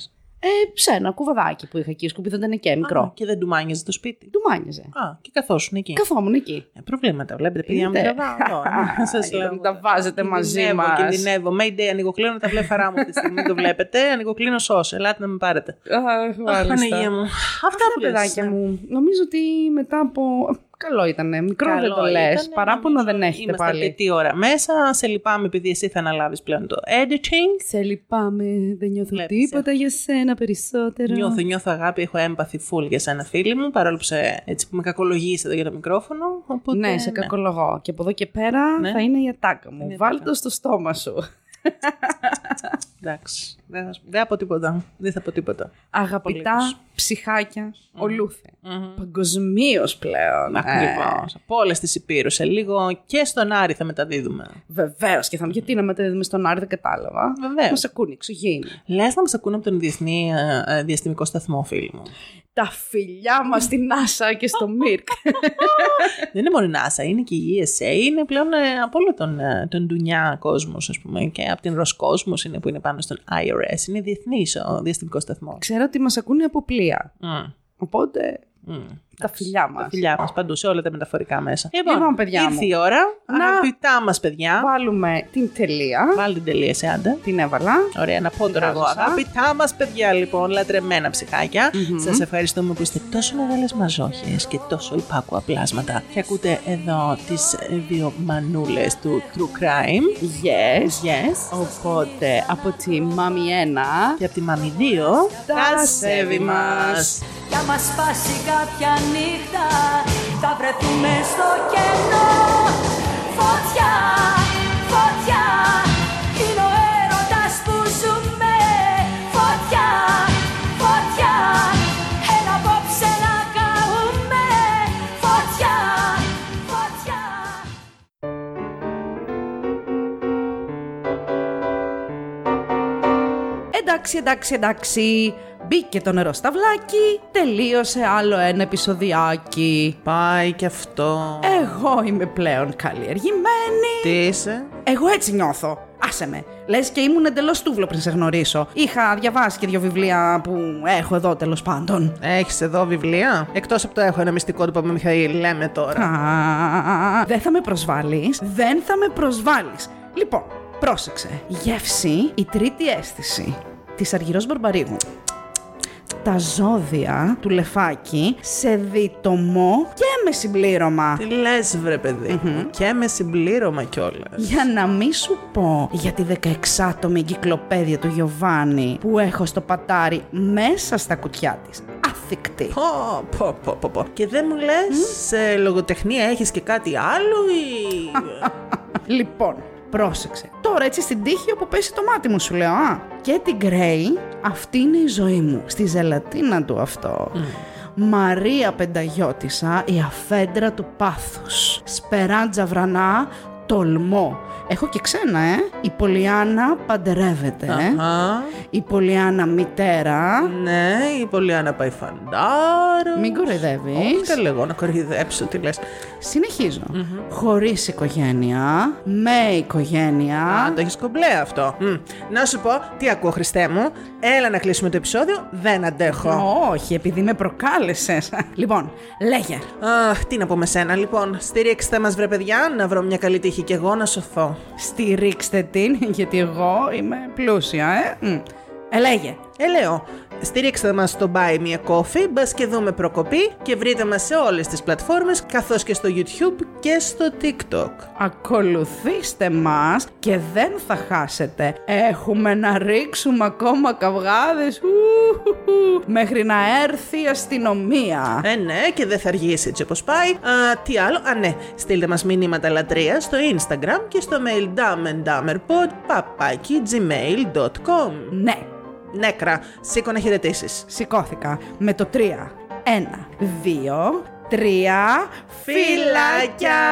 S3: Ε, σε ένα κουβαδάκι που είχα εκεί, σκουπίδι δεν ήταν και μικρό.
S4: Και δεν του μάνιαζε το σπίτι.
S3: Του μάνιζε.
S4: Α, και καθόσουν εκεί.
S3: Καθόμουν εκεί.
S4: Ε, προβλήματα, βλέπετε, παιδιά μου
S3: Είδε.
S4: τραβάω
S3: [LAUGHS]
S4: τώρα. ναι, Σας
S3: Λοιπόν,
S4: λέω.
S3: τα βάζετε μαζί
S4: Κινδυνεύω,
S3: μας.
S4: Κινδυνεύω. Mayday, ανοιγοκλίνω τα βλέφαρά μου αυτή τη στιγμή. το
S3: [LAUGHS]
S4: βλέπετε. Ανοιγοκλίνω σως. Ελάτε να με πάρετε.
S3: Αχ,
S4: Αχ, Παναγία μου. ναι. Αυτά που λες.
S3: παιδάκια μου. Νομίζω ότι μετά από. Καλό ήταν. Μικρό
S4: Καλό
S3: δεν το λε.
S4: ήταν, ναι,
S3: Παράπονο
S4: νομίζω
S3: δεν έχετε
S4: είμαστε
S3: πάλι.
S4: αρκετή ώρα μέσα. Σε λυπάμαι επειδή εσύ θα αναλάβεις πλέον το editing.
S3: Σε λυπάμαι. Δεν νιώθω
S4: Βλέπεις,
S3: τίποτα για σένα περισσότερο.
S4: Νιώθω, νιώθω αγάπη, έχω έμπαθη full για σένα φίλη μου, παρόλο που, σε, έτσι, που με κακολογείς εδώ για το μικρόφωνο. Οπότε,
S3: ναι, σε κακολογώ. Και από εδώ και πέρα
S4: Ναι.
S3: θα είναι η ατάκα μου.
S4: Είναι η
S3: Βάλτε
S4: ατάκα.
S3: το στο στόμα σου.
S4: Εντάξει, δεν θα, σου- δεν θα πω τίποτα. Δεν θα πω τίποτα.
S3: Αγαπητά
S4: Πολύτες.
S3: ψυχάκια, ολούθε. Παγκοσμίως πλέον. ε.
S4: Ακριβώς. Ε. Από όλες τις υπήρους. Σε λίγο και στον Άρη θα μεταδίδουμε.
S3: Βεβαίως και θα μου. Γιατί να μεταδίδουμε στον Άρη, δεν κατάλαβα.
S4: Βεβαίως.
S3: Μα ακούνε, εξωγήινοι.
S4: Λες να μας ακούνε από τον διεθνή ε, ε, διαστημικό σταθμό, φίλοι
S3: [LAUGHS]
S4: μου.
S3: Τα φιλιά μας στην Άσα και στο Μίρκ.
S4: Δεν είναι μόνο η NASA, είναι και η ESA, είναι πλέον ε, από όλο τον, ε, τον ντουνιά κόσμος, ας πούμε, και από την Роскόσμος είναι που είναι πάνω στον IRS. Είναι διεθνής ο διαστημικός σταθμός.
S3: Ξέρω ότι μας ακούνε από πλοία.
S4: Mm.
S3: Οπότε
S4: Mm.
S3: τα φιλιά μα.
S4: Τα φιλιά μας παντού, σε όλα τα μεταφορικά μέσα.
S3: Λοιπόν, παιδιά μου.
S4: ήρθε η ώρα.
S3: Να.
S4: Αγαπητά μας, παιδιά.
S3: Βάλουμε την τελεία.
S4: Βάλτε την τελεία σε άντε.
S3: Την έβαλα.
S4: Ωραία, να πω τώρα εγώ.
S3: Χρειάζεσαι.
S4: Αγαπητά μας παιδιά, λοιπόν, λατρεμένα ψυχάκια, σας σας ευχαριστούμε που είστε τόσο μεγάλες μαζόχες και τόσο υπάκουα πλάσματα. Και ακούτε εδώ τις δύο μανούλες του True Crime.
S3: Yes.
S4: Yes.
S3: Οπότε από τη Μάμι 1.
S4: Και από τη Μαμη 2.
S3: Τα σέβη μας.
S7: Κι άμα σπάσει κάποια νύχτα Θα βρεθούμε στο κενό Φωτιά, φωτιά Είναι ο έρωτας που ζούμε Φωτιά, φωτιά Έλα απόψε να καούμε Φωτιά, φωτιά
S3: Εντάξει, εντάξει, εντάξει. Μπήκε το νερό στα βλάκι, τελείωσε άλλο ένα επεισοδιάκι.
S4: Πάει και αυτό.
S3: Εγώ είμαι πλέον καλλιεργημένη.
S4: Τι είσαι.
S3: Εγώ έτσι νιώθω. Άσε με. Λες και ήμουν εντελώς τούβλο πριν σε γνωρίσω. Είχα διαβάσει και δύο βιβλία που έχω εδώ τέλος πάντων.
S4: Έχεις εδώ βιβλία. Εκτός από το έχω ένα μυστικό του Παπαμιχαήλ, λέμε τώρα.
S3: Α, Δεν θα με προσβάλλεις. Δεν θα με προσβάλλεις. Λοιπόν, πρόσεξε. Γεύση, η τρίτη αίσθηση της Αργυρός Μπαρμπαρίγου. Τα ζώδια του λεφάκι σε διτομό και με συμπλήρωμα.
S4: Τι λες, βρε παιδί. μου. Και με συμπλήρωμα κιόλας.
S3: Για να μη σου πω για τη 16άτομη εγκυκλοπαίδεια του Γιωβάνι που έχω στο πατάρι μέσα στα κουτιά της. Αθικτή.
S4: Πω, πω, πω, πω, πω. Και δεν μου λες, σε λογοτεχνία έχεις και κάτι άλλο ή...
S3: Λοιπόν, πρόσεξε. Τώρα έτσι στην τύχη όπου πέσει το μάτι μου σου λέω, α. Και την Γκρέι, αυτή είναι η ζωή μου. Στη ζελατίνα του αυτό. Μαρία Πενταγιώτησα, η αφέντρα του πάθους. Σπεράντζα βρανά, τολμώ. Έχω και ξένα, ε. Η Πολιάνα παντρεύεται. ε.
S4: Α,
S3: Η Πολιάνα μητέρα.
S4: ναι, η Πολιάνα πάει φαντάρο.
S3: Μην κοροϊδεύεις.
S4: Όχι καλέ εγώ να κοροϊδέψω, τι λες.
S3: συνεχιζω Χωρίς οικογένεια, με οικογένεια.
S4: Α, το έχεις κομπλέ αυτό. Μμ. Να σου πω, τι ακούω Χριστέ μου, έλα να κλείσουμε το επεισόδιο, δεν αντέχω.
S3: Όχι, επειδή με προκάλεσες. Λοιπόν, λέγε.
S4: Αχ, τι να πω με σένα, λοιπόν, στηρίξτε μας βρε παιδιά, να βρω μια καλή τύχη κι εγώ να σωθώ.
S3: Στηρίξτε την, γιατί εγώ είμαι πλούσια, ε. Μμ. Ε, λέγε.
S4: Ε, λέω, στηρίξτε μας στο Buy Me a Coffee, μπας και δούμε προκοπή και βρείτε μας σε όλες τις πλατφόρμες, καθώς και στο YouTube και στο TikTok.
S3: Ακολουθήστε μας και δεν θα χάσετε. Έχουμε να ρίξουμε ακόμα καυγάδες. Ουουουου, μέχρι να έρθει η αστυνομία.
S4: Ε, ναι, και δεν θα αργήσει έτσι όπως πάει. Α, τι άλλο, α, ναι, στείλτε μας μηνύματα λατρεία στο Instagram και στο mail dumbanddummerpod, papaki, gmail.com.
S3: Ναι.
S4: Νέκρα. Σήκω να χαιρετήσει.
S3: Σηκώθηκα με το τρία. Ένα, δύο, τρία.
S4: Φυλάκια!